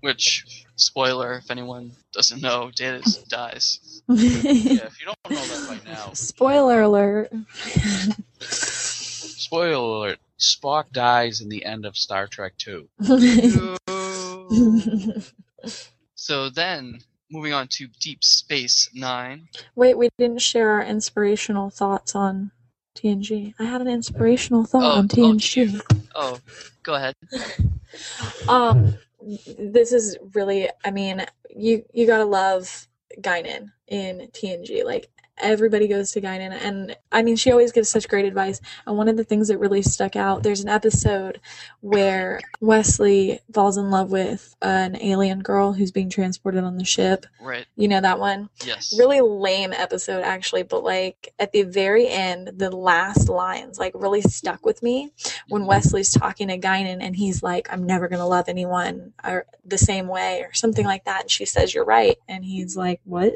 Speaker 2: Which, spoiler, if anyone doesn't know, Data dies.
Speaker 3: Yeah, if you don't know that by now,
Speaker 5: Spoiler alert.
Speaker 3: spoiler alert: Spock dies in the end of Star Trek Two.
Speaker 2: so then, moving on to Deep Space Nine.
Speaker 5: Wait, we didn't share our inspirational thoughts on TNG. I had an inspirational thought
Speaker 2: Oh,
Speaker 5: on
Speaker 2: oh,
Speaker 5: TNG.
Speaker 2: Oh, go ahead.
Speaker 5: Um, this is really. I mean, you you gotta love Guinan in TNG. Like everybody goes to Guinan, and I mean, she always gives such great advice. And one of the things that really stuck out, there's an episode where Wesley falls in love with an alien girl who's being transported on the ship.
Speaker 2: Right.
Speaker 5: You know that one?
Speaker 2: Yes.
Speaker 5: really lame episode actually but like at the very end the last lines like really stuck with me when wesley's talking to guinan and he's like i'm never going to love anyone or the same way or something like that and she says you're right and he's like what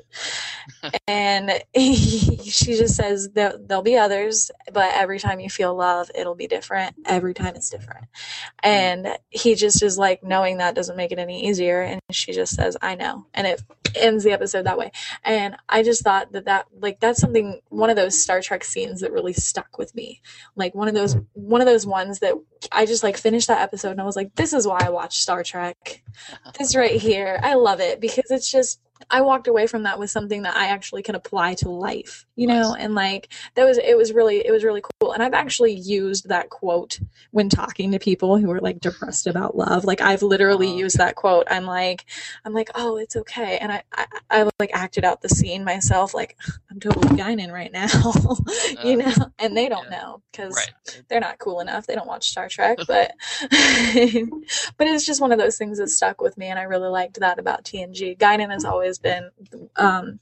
Speaker 5: and she just says there, there'll be others but every time you feel love it'll be different every time it's different and he just is like knowing that doesn't make it any easier and she just says i know and it ends the episode that way and i just thought that that like that's something one of those star trek scenes that really stuck with me like one of those one of those ones that i just like finished that episode and i was like this is why i watch star trek this right here i love it because it's just i walked away from that with something that i actually can apply to life you know and like that was it was really it was really cool and i've actually used that quote when talking to people who are like depressed about love like i've literally
Speaker 2: Oh.
Speaker 5: used that quote i'm like i'm like oh it's okay and i i, I like acted out the scene myself like i'm totally dining right now you know and they don't
Speaker 2: Uh, yeah.
Speaker 5: know because
Speaker 2: Right.
Speaker 5: they're not cool enough. They don't watch Star Trek, but but it's just one of those things that stuck with me, and I really liked that about TNG. Guinan has always been um,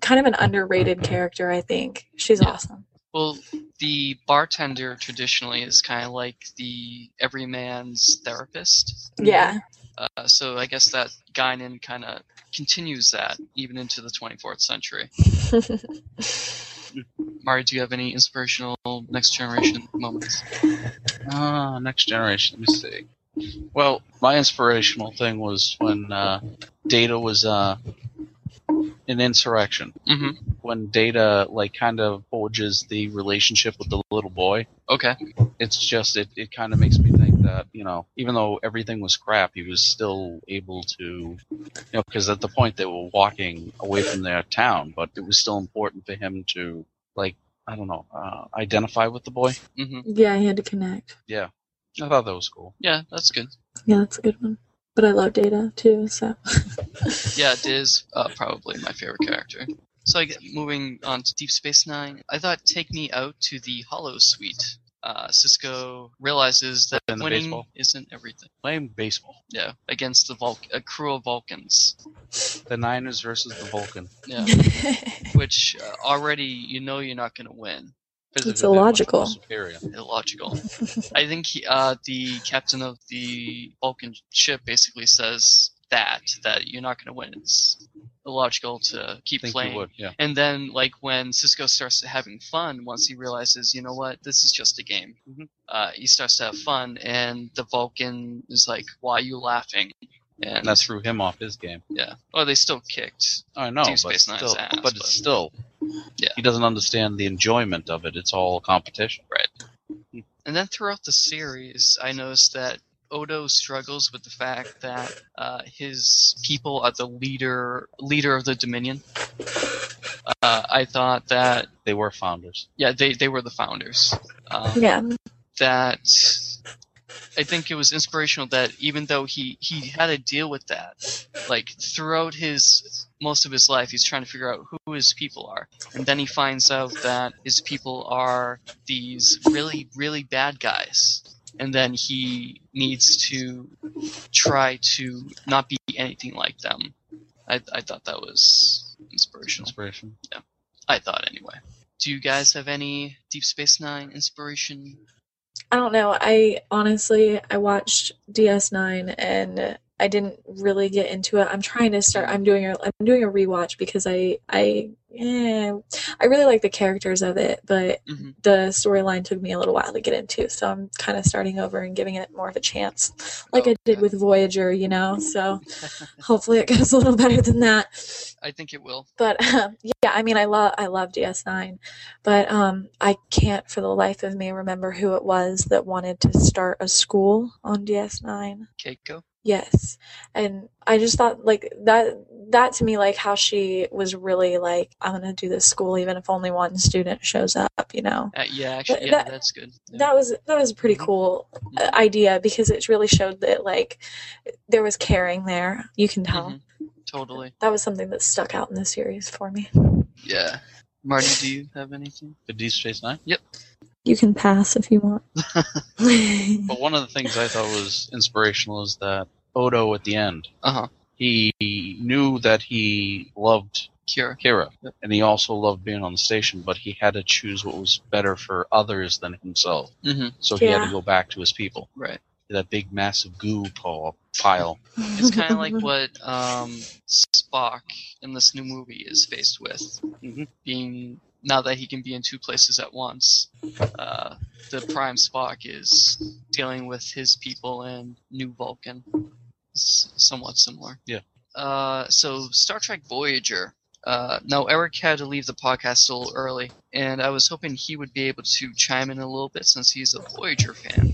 Speaker 5: kind of an underrated character. I think she's
Speaker 2: Yeah.
Speaker 5: awesome.
Speaker 2: Well, the bartender traditionally is kind of like the everyman's therapist.
Speaker 5: Yeah,
Speaker 2: Uh, so I guess that Guinan kind of continues that even into the 24th century. Mari, do you have any inspirational next generation moments?
Speaker 3: Ah, next generation. Let me see. Well, my inspirational thing was when uh, Data was uh, in Insurrection.
Speaker 2: hmm
Speaker 3: When Data like kind of forges the relationship with the little boy.
Speaker 2: Okay.
Speaker 3: it's just it, it kind of makes me think that you know even though everything was crap he was still able to you know because at the point they were walking away from their town but it was still important for him to like i don't know uh, identify with the boy
Speaker 2: hmm
Speaker 5: yeah, he had to connect.
Speaker 3: yeah i thought that was cool
Speaker 2: Yeah, that's good.
Speaker 5: Yeah, that's a good one. But I love Data too, so
Speaker 2: Yeah, it is uh, probably my favorite character. So I get, moving on to Deep Space Nine, I thought Take Me Out to the Hollow Suite. Uh, Cisco realizes that
Speaker 3: And the
Speaker 2: winning
Speaker 3: baseball.
Speaker 2: isn't everything.
Speaker 3: playing baseball
Speaker 2: Yeah, against the Vulc- a crew of Vulcans.
Speaker 3: the niners versus the vulcan
Speaker 2: Yeah, which uh, already you know you're not going to win.
Speaker 3: Physically,
Speaker 5: It's
Speaker 3: they're much
Speaker 5: illogical.
Speaker 3: more superior
Speaker 2: Illogical. I think he, uh, the captain of the Vulcan ship basically says that that you're not going to win. It's illogical to
Speaker 3: i
Speaker 2: keep
Speaker 3: think
Speaker 2: playing.
Speaker 3: you would yeah
Speaker 2: And then, like when Cisco starts having fun, once he realizes, you know what, this is just a game,
Speaker 3: Mhm.
Speaker 2: uh, he starts to have fun, and the Vulcan is like, "Why are you laughing?"
Speaker 3: and
Speaker 2: And
Speaker 3: that threw him off his game.
Speaker 2: yeah. Well, they still kicked.
Speaker 3: I know,
Speaker 2: Deep
Speaker 3: but
Speaker 2: Space Nine's
Speaker 3: still,
Speaker 2: ass,
Speaker 3: but
Speaker 2: but-
Speaker 3: it's still,
Speaker 2: Yeah.
Speaker 3: he doesn't understand the enjoyment of it. It's all competition.
Speaker 2: And then throughout the series, I noticed that Odo struggles with the fact that uh, his people are the leader leader of the Dominion. Uh, I thought that
Speaker 3: They were founders.
Speaker 2: yeah, they they were the founders. Um,
Speaker 5: Yeah.
Speaker 2: that I think it was inspirational that even though he he had to deal with that, like throughout his most of his life, he's trying to figure out who his people are, and then he finds out that his people are these really really bad guys, and then he needs to try to not be anything like them. I I thought that was inspirational.
Speaker 3: Inspiration.
Speaker 2: I thought anyway. Do you guys have any Deep Space Nine inspiration?
Speaker 5: I don't know. I honestly, I watched DS9 and I didn't really get into it. I'm trying to start. I'm doing a I'm doing a rewatch because I I eh, I really like the characters of it, but
Speaker 2: Mhm.
Speaker 5: the storyline took me a little while to get into. So I'm kind of starting over and giving it more of a chance, like I did
Speaker 2: Okay.
Speaker 5: with Voyager, you know. So hopefully it goes a little better than that
Speaker 2: I think it will.
Speaker 5: but um, yeah, I mean, I love I love DS9, but um, I can't for the life of me remember who it was that wanted to start a school on DS9.
Speaker 2: Keiko.
Speaker 5: Yes, and I just thought like that that to me like how she was really like I'm gonna do this school even if only one student shows up, you know.
Speaker 2: Uh, yeah, actually,
Speaker 5: Th-
Speaker 2: yeah,
Speaker 5: that-
Speaker 2: that's good. Yeah.
Speaker 5: That was that was a pretty cool uh, idea because it really showed that like there was caring there. You can tell.
Speaker 2: Mhm. Totally.
Speaker 5: That was something that stuck out in the series for me.
Speaker 2: Yeah. Marty, do you have anything?
Speaker 3: The Deep Space Nine.
Speaker 5: You can pass if you want.
Speaker 2: Mm-hmm.
Speaker 3: But one of the things I thought was inspirational is that Odo at the end,
Speaker 2: Uh huh.
Speaker 3: he knew that he loved
Speaker 2: Cure.
Speaker 3: Kira,
Speaker 2: Yep.
Speaker 3: and he also loved being on the station, but he had to choose what was better for others than himself.
Speaker 2: Mm-hmm.
Speaker 3: So he had
Speaker 5: Yeah.
Speaker 3: to go back to his people.
Speaker 2: Right.
Speaker 3: That big massive goo pile. pile.
Speaker 2: It's kind of like what um, Spock in this new movie is faced with,
Speaker 3: Mhm.
Speaker 2: being now that he can be in two places at once. Uh, the Prime Spock is dealing with his people and New Vulcan, S- somewhat similar.
Speaker 3: Yeah.
Speaker 2: Uh, so Star Trek Voyager. Uh, now Eric had to leave the podcast a little early, and I was hoping he would be able to chime in a little bit since he's a Voyager fan.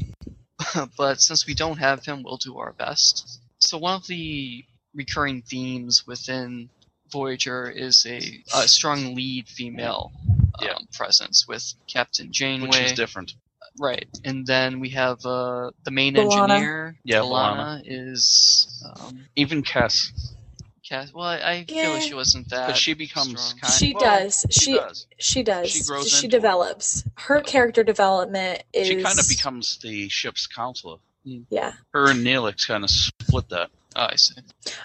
Speaker 2: but since we don't have him, we'll do our best so one of the recurring themes within Voyager is a, a strong lead female um,
Speaker 3: Yeah.
Speaker 2: presence with Captain Janeway,
Speaker 3: Which is different.
Speaker 2: right? And then we have uh, the main
Speaker 5: B'Elanna.
Speaker 2: engineer,
Speaker 3: Yeah,
Speaker 2: B'Elanna, is um,
Speaker 3: Even Kess,
Speaker 2: Cass. Well, I feel
Speaker 5: Yeah.
Speaker 2: like she wasn't that.
Speaker 3: because she becomes
Speaker 2: strong.
Speaker 3: kind
Speaker 5: She
Speaker 3: well,
Speaker 5: does.
Speaker 3: She,
Speaker 5: She
Speaker 3: does.
Speaker 5: she does.
Speaker 3: She
Speaker 5: She,
Speaker 3: grows into it.
Speaker 5: develops. Her character development is
Speaker 3: She kind of becomes the ship's counselor.
Speaker 5: yeah.
Speaker 3: Her and Neelix kind of split that.
Speaker 2: oh, I see.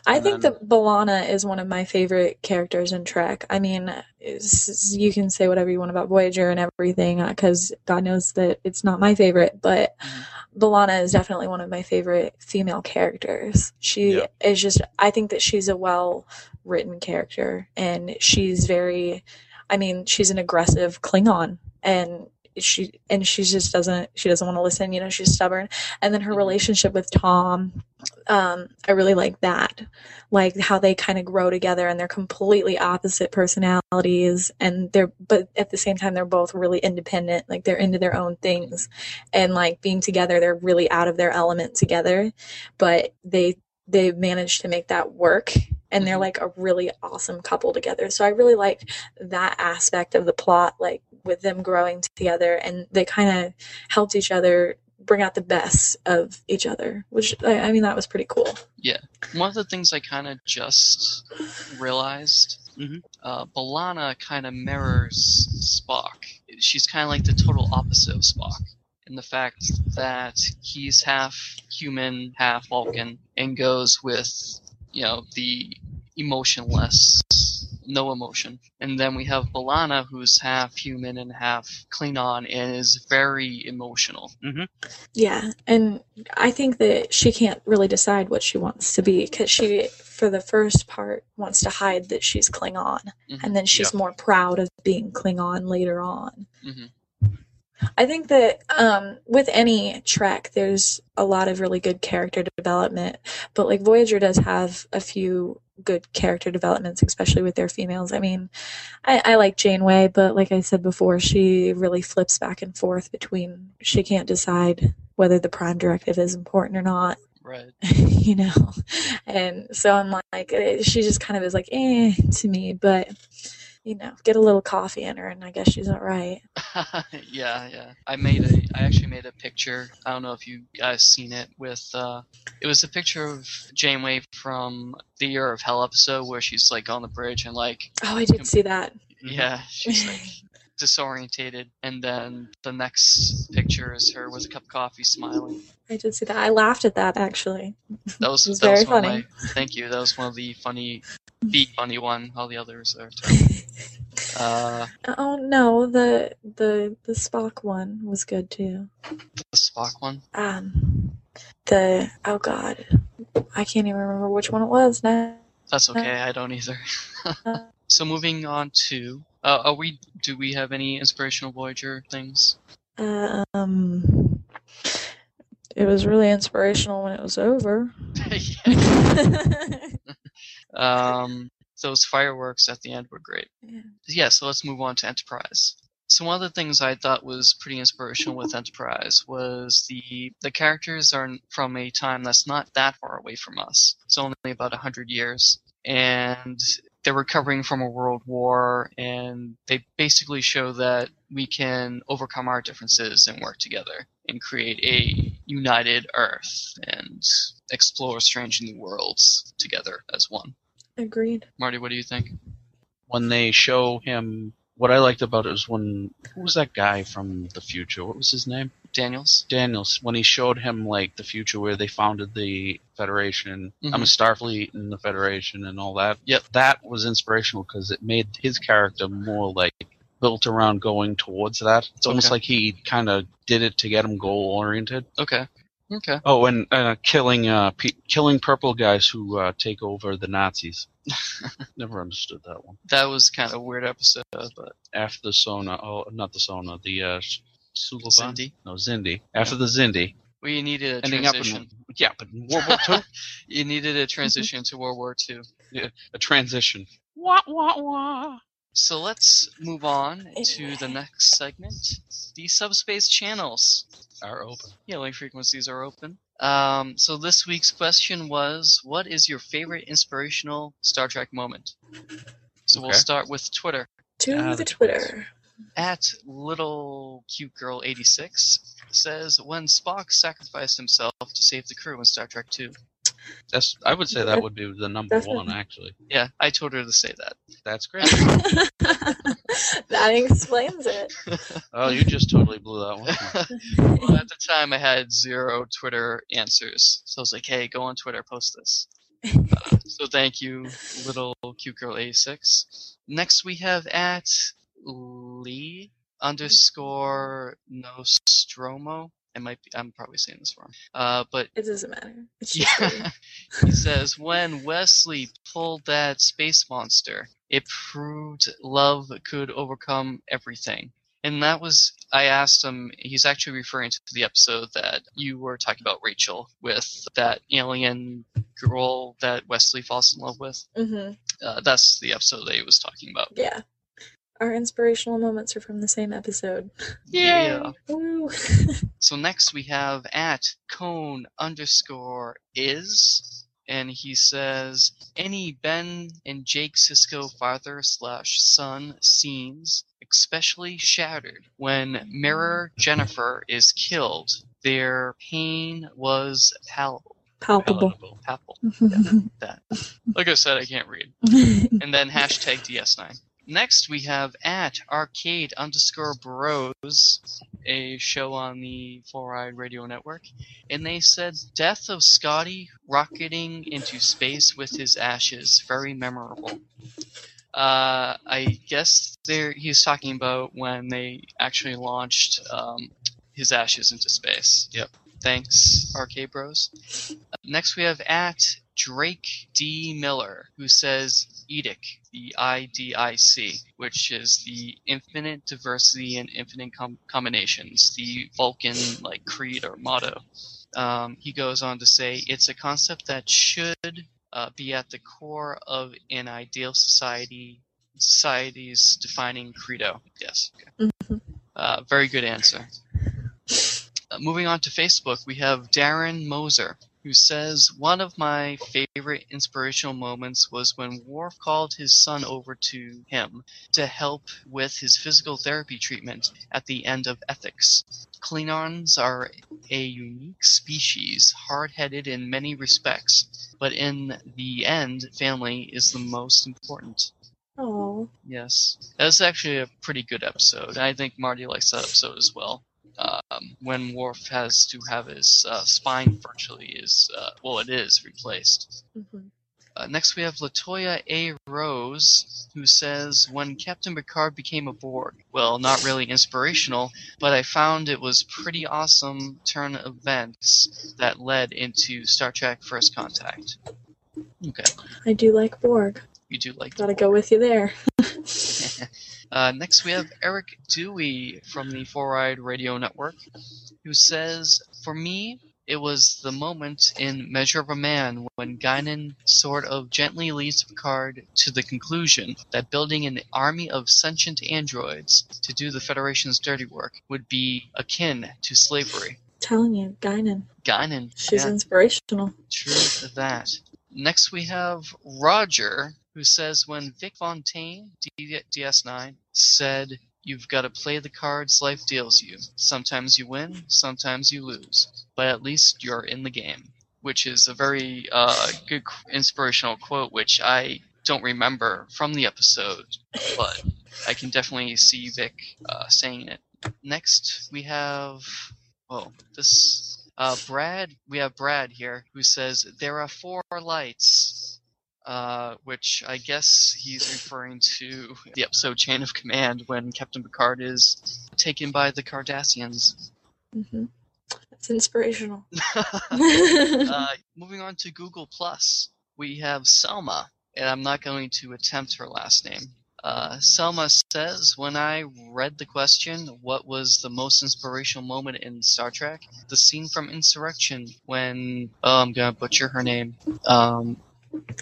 Speaker 5: I
Speaker 3: and
Speaker 5: think
Speaker 3: then-
Speaker 5: that Balana is one of my favorite characters in Trek. I mean, it's- you can say whatever you want about Voyager and everything, because God knows that it's not my favorite. But
Speaker 2: Mhm.
Speaker 3: Mm-hmm.
Speaker 5: Balana is definitely one of my favorite female characters. She
Speaker 3: Yeah.
Speaker 5: is just. I think that she's a well-written character, and she's very. I mean, she's an aggressive Klingon, and she and she just doesn't. She doesn't want to listen. You know, she's stubborn. And then her
Speaker 3: Mm-hmm.
Speaker 2: Mhm.
Speaker 5: relationship with Tom. Um, I really like that like how they kind of grow together and they're completely opposite personalities and they're but at the same time they're both really independent like they're into their own things and like being together they're really out of their element together but they they managed to make that work and they're
Speaker 2: Mhm.
Speaker 5: like a really awesome couple together so i really liked that aspect of the plot like with them growing together and they kind of helped each other bring out the best of each other which i, I mean that was pretty cool
Speaker 2: One of the things I kind of just realized,
Speaker 3: Mhm.
Speaker 2: uh, Balana kind of mirrors Spock. She's kind of like the total opposite of Spock in the fact that he's half human, half Vulcan, and goes with, you know, the emotionless, no emotion. And then we have Balana, who's half human and half Klingon, and is very emotional.
Speaker 5: Yeah, and I think that she can't really decide what she wants to be because she, for the first part, wants to hide that she's Klingon,
Speaker 2: Mhm.
Speaker 5: and then she's more proud of being Klingon later on.
Speaker 2: Mhm.
Speaker 5: I think that um, with any Trek, there's a lot of really good character development, but like Voyager does have a few good character developments, especially with their females. I mean, I, I like Janeway, but like I said before, she really flips back and forth between she can't decide whether the Prime Directive is important or not,
Speaker 2: Right.
Speaker 5: you know, and so I'm like, eh, she just kind of is like, eh, to me, but you know, get a little coffee in her, and I guess she's all right.
Speaker 2: yeah, yeah. I made a. I actually made a picture. I don't know if you guys seen it. With uh, it was a picture of Janeway from the Year of Hell episode where she's like on the bridge and like,
Speaker 5: Oh, I did see that.
Speaker 2: yeah, she's like disorientated. And then the next picture is her with a cup of coffee, smiling.
Speaker 5: I did see that. I laughed at that actually.
Speaker 2: That was,
Speaker 5: It was
Speaker 2: that was
Speaker 5: very
Speaker 2: one
Speaker 5: funny.
Speaker 2: Of my, thank you. That was one of the funny, the funny one. All the others are. Uh,
Speaker 5: Oh no, the the the Spock one was good too.
Speaker 2: the Spock one.
Speaker 5: Um, the oh god, I can't even remember which one it was now.
Speaker 2: That's okay. I don't either. so moving on to, uh, are we? Do we have any inspirational Voyager things?
Speaker 5: Uh, Um, it was really inspirational when it was over.
Speaker 2: Yeah.
Speaker 5: yeah.
Speaker 2: um, those fireworks at the end were great. Yeah. So let's move on to Enterprise. So one of the things I thought was pretty inspirational with Enterprise was the the characters are from a time that's not that far away from us. It's only about hundred years, and they're recovering from a world war, and they basically show that we can overcome our differences and work together and create a united Earth and explore strange new worlds together as one.
Speaker 5: Agreed.
Speaker 2: Marty, what do you think?
Speaker 3: When they show him, what I liked about it was when who was that guy from the future? What was his name?
Speaker 2: Daniels?
Speaker 3: Daniels. When he showed him like the future where they founded the Federation,
Speaker 2: Mhm.
Speaker 3: I'm a Starfleet and the Federation and all that.
Speaker 2: Yep.
Speaker 3: that was inspirational because it made his character more like built around going towards that. It's almost
Speaker 2: Okay.
Speaker 3: like he kind of did it to get him goal oriented.
Speaker 2: Okay. Okay.
Speaker 3: Oh, and uh, killing uh, pe- killing purple guys who uh, take over the Nazis. Never understood that one.
Speaker 2: That was kind of a weird episode, uh, but
Speaker 3: After the Sona, oh, not the Sona, the uh, Sulaban.
Speaker 2: Cindy,
Speaker 3: No, Zindi. After the Zindi,
Speaker 2: we needed a
Speaker 3: ending up
Speaker 2: transition.
Speaker 3: in yeah, but in World War Two,
Speaker 2: you needed a transition to World War II.
Speaker 3: a transition.
Speaker 2: So let's move on to the
Speaker 5: Anyway.
Speaker 2: next segment. The subspace channels.
Speaker 3: Are open.
Speaker 2: Yeah, like frequencies are open. Um, so this week's question was, what is your favorite inspirational Star Trek moment? So we'll
Speaker 3: Okay.
Speaker 2: start with Twitter.
Speaker 5: To
Speaker 3: Ah,
Speaker 5: the
Speaker 3: the
Speaker 5: Twitter.
Speaker 2: at little cute girl 86 says when spock sacrificed himself to save the crew in star trek 2
Speaker 3: That's I would say that would be the number
Speaker 5: Definitely.
Speaker 3: one actually.
Speaker 2: yeah i told her to say that
Speaker 3: That's great.
Speaker 5: that explains it.
Speaker 3: Oh, you just totally blew that one.
Speaker 2: well, at the time i had zero twitter answers so i was like hey go on twitter post this Uh, so thank you little cute girl 86 next we have at lee underscore nostromo i might be i'm probably saying this wrong uh, but
Speaker 5: It doesn't matter. It's just
Speaker 2: Yeah. he says, when Wesley pulled that space monster, it proved love could overcome everything. And that was, I asked him, he's actually referring to the episode that you were talking about, Rachel, with that alien girl that Wesley falls in love with.
Speaker 5: hmm
Speaker 2: Uh, that's the episode that he was talking about.
Speaker 5: Yeah. Our inspirational moments are from the same episode.
Speaker 2: Yeah.
Speaker 5: Woo.
Speaker 2: So next we have at cone underscore is, and he says any Ben and Jake Sisko father slash son scenes, especially shattered when Mirror Jennifer is killed. Their pain was palpable.
Speaker 5: Palpable. Mm-hmm.
Speaker 3: Palatable.
Speaker 2: Palpable. That. Like I said, I can't read. And then hashtag DS9. Next we have at arcade underscore bros, a show on the Four Eyed Radio Network, and they said death of Scotty rocketing into space with his ashes, very memorable. Uh, I guess there he's talking about when they actually launched um, his ashes into space.
Speaker 3: Yep.
Speaker 2: Thanks, arcade bros. Next, we have at Drake D. Miller, who says, E EDIC, the IDIC, which is the Infinite Diversity and Infinite Com- Combinations, the Vulcan like creed or motto. Um, he goes on to say it's a concept that should uh, be at the core of an ideal society society's defining credo. Yes. Okay.
Speaker 6: Mhm.
Speaker 2: Uh, very good answer. Uh, moving on to Facebook, we have Darren Moser, who says one of my favorite inspirational moments was when Worf called his son over to him to help with his physical therapy treatment at the end of Ethics. Klingons are a unique species, hard-headed in many respects, but in the end, family is the most important.
Speaker 6: Oh,
Speaker 2: Yes, that's actually a pretty good episode. I think Marty likes that episode as well. Um, when Worf has to have his uh, spine virtually is uh, well, it is replaced.
Speaker 5: Mm-hmm.
Speaker 6: mhm.
Speaker 2: Uh, next, we have Latoya A. Rose, who says, "When Captain Picard became a Borg, well, not really inspirational, but I found it was pretty awesome turn of events that led into Star Trek: First Contact." Okay,
Speaker 6: I do like Borg.
Speaker 2: you do like
Speaker 6: Gotta go with you there.
Speaker 2: Uh, next, we have Eric Dewey from the Four Eyed Radio Network, who says, For me, it was the moment in Measure of a Man when Guinan sort of gently leads Picard to the conclusion that building an army of sentient androids to do the Federation's dirty work would be akin to slavery.
Speaker 6: telling you, Guinan.
Speaker 2: Guinan.
Speaker 6: She's
Speaker 2: yeah.
Speaker 6: inspirational.
Speaker 2: True to that. Next, we have Roger, who says when Vic Fontaine, D- DS9, said, You've got to play the cards life deals you. Sometimes you win, sometimes you lose, but at least you're in the game. Which is a very uh, good qu- inspirational quote, which I don't remember from the episode, but I can definitely see Vic uh, saying it. Next, we have. Oh, this uh, Brad, we have Brad here who says there are four lights, uh, which I guess he's referring to the episode Chain of Command when Captain Picard is taken by the Cardassians.
Speaker 6: hmm
Speaker 5: Mm-hmm.
Speaker 6: It's inspirational.
Speaker 2: uh, moving on to Google Plus, we have Selma, and I'm not going to attempt her last name. Uh, Selma says, "When I read the question, what was the most inspirational moment in Star Trek? The scene from Insurrection when oh, I'm gonna butcher her name, um,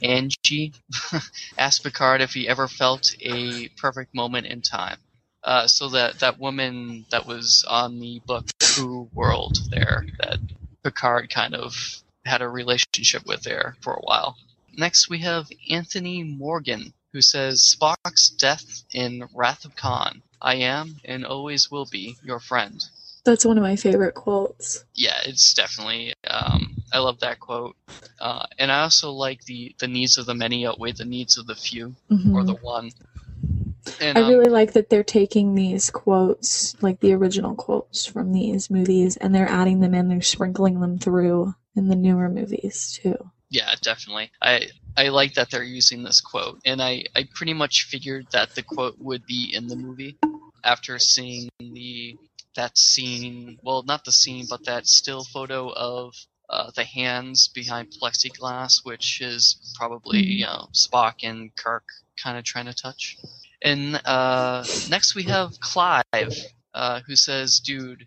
Speaker 2: Angie, asked Picard if he ever felt a perfect moment in time." Uh, so that that woman that was on the book Who World there that Picard kind of had a relationship with there for a while. Next, we have Anthony Morgan, who says Spock's death in Wrath of Khan. I am and always will be your friend.
Speaker 6: That's one of my favorite quotes.
Speaker 2: Yeah, it's definitely. Um, I love that quote, uh, and I also like the the needs of the many outweigh the needs of the few
Speaker 6: Mhm.
Speaker 5: Mm-hmm.
Speaker 2: or the one. And
Speaker 6: I
Speaker 2: um,
Speaker 6: really like that they're taking these quotes, like the original quotes from these movies, and they're adding them in. They're sprinkling them through in the newer movies too.
Speaker 2: Yeah, definitely. I I like that they're using this quote, and I I pretty much figured that the quote would be in the movie after seeing the that scene. Well, not the scene, but that still photo of. Uh, the hands behind plexiglass, which is probably you know Spock and Kirk kind of trying to touch. And uh, next we have Clive, uh, who says, "Dude,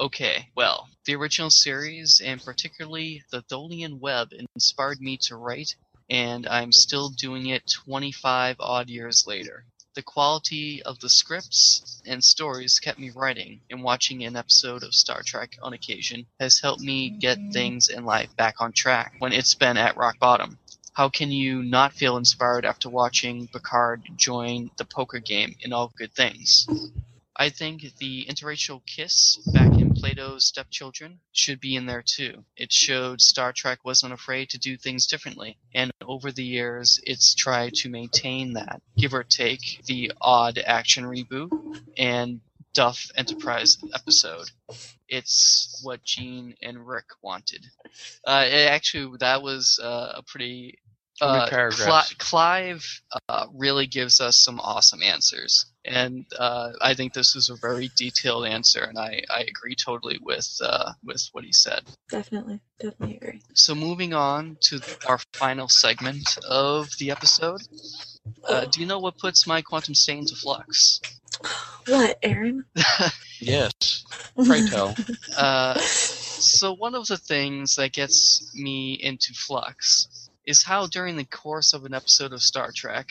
Speaker 2: Okay, well, the original series, and particularly the Tholian Web, inspired me to write, and I'm still doing it 25 odd years later. The quality of the scripts and stories kept me writing, and watching an episode of Star Trek on occasion has helped me get things in life back on track when it's been at rock bottom. How can you not feel inspired after watching Picard join the poker game in All Good Things? I think the interracial kiss back in Plato's Stepchildren should be in there too. It showed Star Trek wasn't afraid to do things differently, and over the years, it's tried to maintain that, give or take the odd action reboot and Duff Enterprise episode. It's what Gene and Rick wanted. Uh, it actually, that was uh, a pretty
Speaker 3: How many
Speaker 2: uh,
Speaker 3: paragraphs?
Speaker 2: Cli- Clive uh, really gives us some awesome answers, and uh, I think this is a very detailed answer, and I, I agree totally with uh, with what he said.
Speaker 6: Definitely, definitely agree.
Speaker 2: So moving on to our final segment of the episode. Uh, do you know what puts my quantum state into flux?
Speaker 6: What, Aaron?
Speaker 3: Yes. Pray tell.
Speaker 2: Uh, so one of the things that gets me into flux is how during the course of an episode of Star Trek,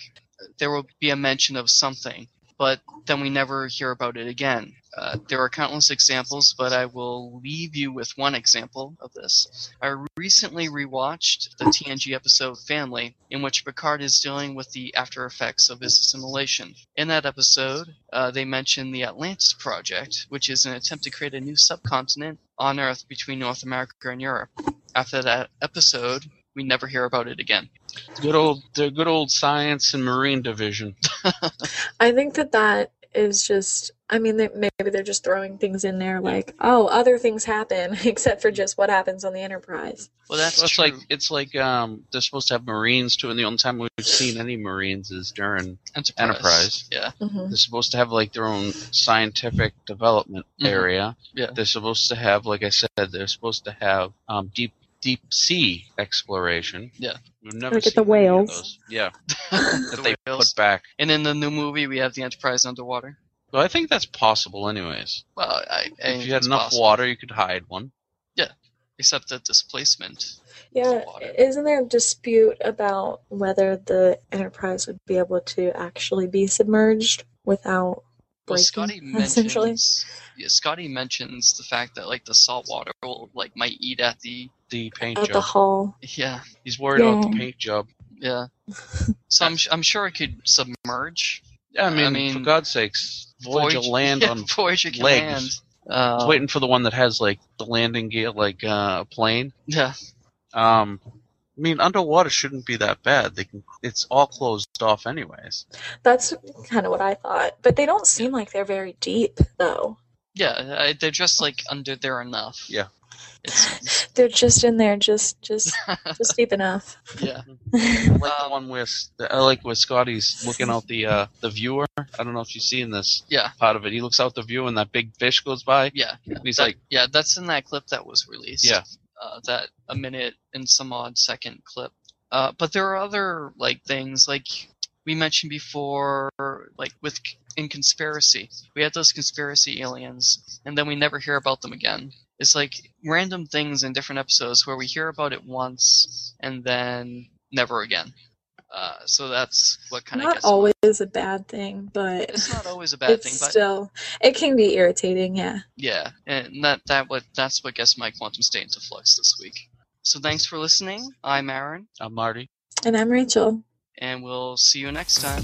Speaker 2: there will be a mention of something, but then we never hear about it again. Uh, there are countless examples, but I will leave you with one example of this. I recently rewatched the TNG episode Family, in which Picard is dealing with the after effects of his assimilation. In that episode, uh, they mention the Atlantis Project, which is an attempt to create a new subcontinent on Earth between North America and Europe. After that episode, we never hear about it again.
Speaker 3: Good old the good old science and marine division.
Speaker 6: I think that that is just, I mean, they, maybe they're just throwing things in there like, oh, other things happen except for just what happens on the Enterprise.
Speaker 2: Well, that's
Speaker 3: So it's
Speaker 2: true.
Speaker 3: like it's like um they're supposed to have marines too, and the only time we've seen any marines is during
Speaker 2: Enterprise.
Speaker 3: Enterprise.
Speaker 2: Yeah.
Speaker 6: hmm
Speaker 3: they're supposed to have like their own scientific development
Speaker 2: Mhm.
Speaker 3: area.
Speaker 2: Yeah.
Speaker 3: They're supposed to have, like I said, they're supposed to have um, deep deep sea exploration.
Speaker 2: Yeah.
Speaker 3: We've never
Speaker 7: Like at
Speaker 3: seen
Speaker 7: the
Speaker 3: any of
Speaker 7: whales.
Speaker 3: those. Yeah.
Speaker 2: The
Speaker 3: that they
Speaker 2: whales.
Speaker 3: put back.
Speaker 2: And in the new movie, we have the Enterprise underwater.
Speaker 3: But I think that's possible anyways.
Speaker 2: Well, I, I
Speaker 3: if you had
Speaker 2: it's
Speaker 3: enough
Speaker 2: possible.
Speaker 3: water you could hide one.
Speaker 2: except the displacement.
Speaker 6: Yeah,
Speaker 2: Water.
Speaker 6: isn't there a dispute about whether the Enterprise would be able to actually be submerged without
Speaker 2: Well,
Speaker 6: breaking,
Speaker 2: Scotty
Speaker 6: essentially?
Speaker 2: mentions. Yeah, Scotty mentions the fact that like the salt water will like might eat at the
Speaker 3: The paint
Speaker 6: At the
Speaker 3: job.
Speaker 6: hull.
Speaker 2: yeah
Speaker 3: He's worried about the
Speaker 6: Yeah.
Speaker 3: paint job.
Speaker 2: yeah. So I'm I'm sure it could submerge.
Speaker 3: Yeah, I mean,
Speaker 2: mean,
Speaker 3: for God's sakes, Voyager land
Speaker 2: yeah,
Speaker 3: on
Speaker 2: Voyager can
Speaker 3: legs.
Speaker 2: land. Uh,
Speaker 3: I was waiting for the one that has like the landing gear like uh, a plane.
Speaker 2: Yeah,
Speaker 3: Um, I mean, underwater shouldn't be that bad. They can. It's all closed off, anyways.
Speaker 6: That's kind of what I thought. But they don't seem like they're very deep, though.
Speaker 2: yeah. I, they're just like under there enough.
Speaker 3: Yeah.
Speaker 2: It's,
Speaker 6: They're just in there, just, just, just deep enough.
Speaker 2: yeah.
Speaker 3: I like the one where S- I like where Scotty's looking out the uh, the viewer. I don't know if you've seen this
Speaker 2: Yeah.
Speaker 3: part of it. He looks out the view, and that big fish goes by.
Speaker 2: Yeah.
Speaker 3: And he's
Speaker 2: That-
Speaker 3: like,
Speaker 2: yeah, that's in that clip that was released.
Speaker 3: Yeah.
Speaker 2: Uh, that a minute and some odd second clip. Uh, but there are other like things like we mentioned before, like with in conspiracy, we had those conspiracy aliens, and then we never hear about them again. It's like random things in different episodes where we hear about it once and then never again. Uh, so that's what kind of
Speaker 6: Not
Speaker 2: gets me.
Speaker 6: always a bad thing, but
Speaker 2: It's not always a bad
Speaker 6: it's
Speaker 2: thing, but
Speaker 6: still, it can be irritating, yeah.
Speaker 2: yeah, and that that what that's what gets my quantum state into flux this week. So thanks for listening. I'm Aaron,
Speaker 3: "I'm Uh, Marty."
Speaker 6: And I'm Rachel.
Speaker 2: and we'll see you next time.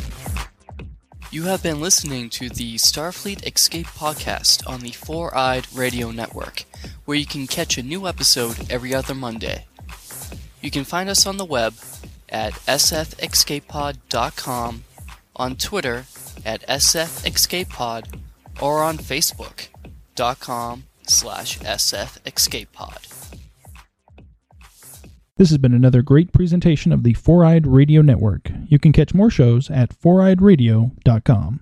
Speaker 2: You have been listening to the Starfleet Escape podcast on the Four Eyed Radio Network, where you can catch a new episode every other Monday. You can find us on the web at sfescapepod.com, on Twitter at sfescapepod, or on facebook.com slash sfescapepod.
Speaker 1: This has been another great presentation of the Four Eyed Radio Network. You can catch more shows at foureyedradio.com.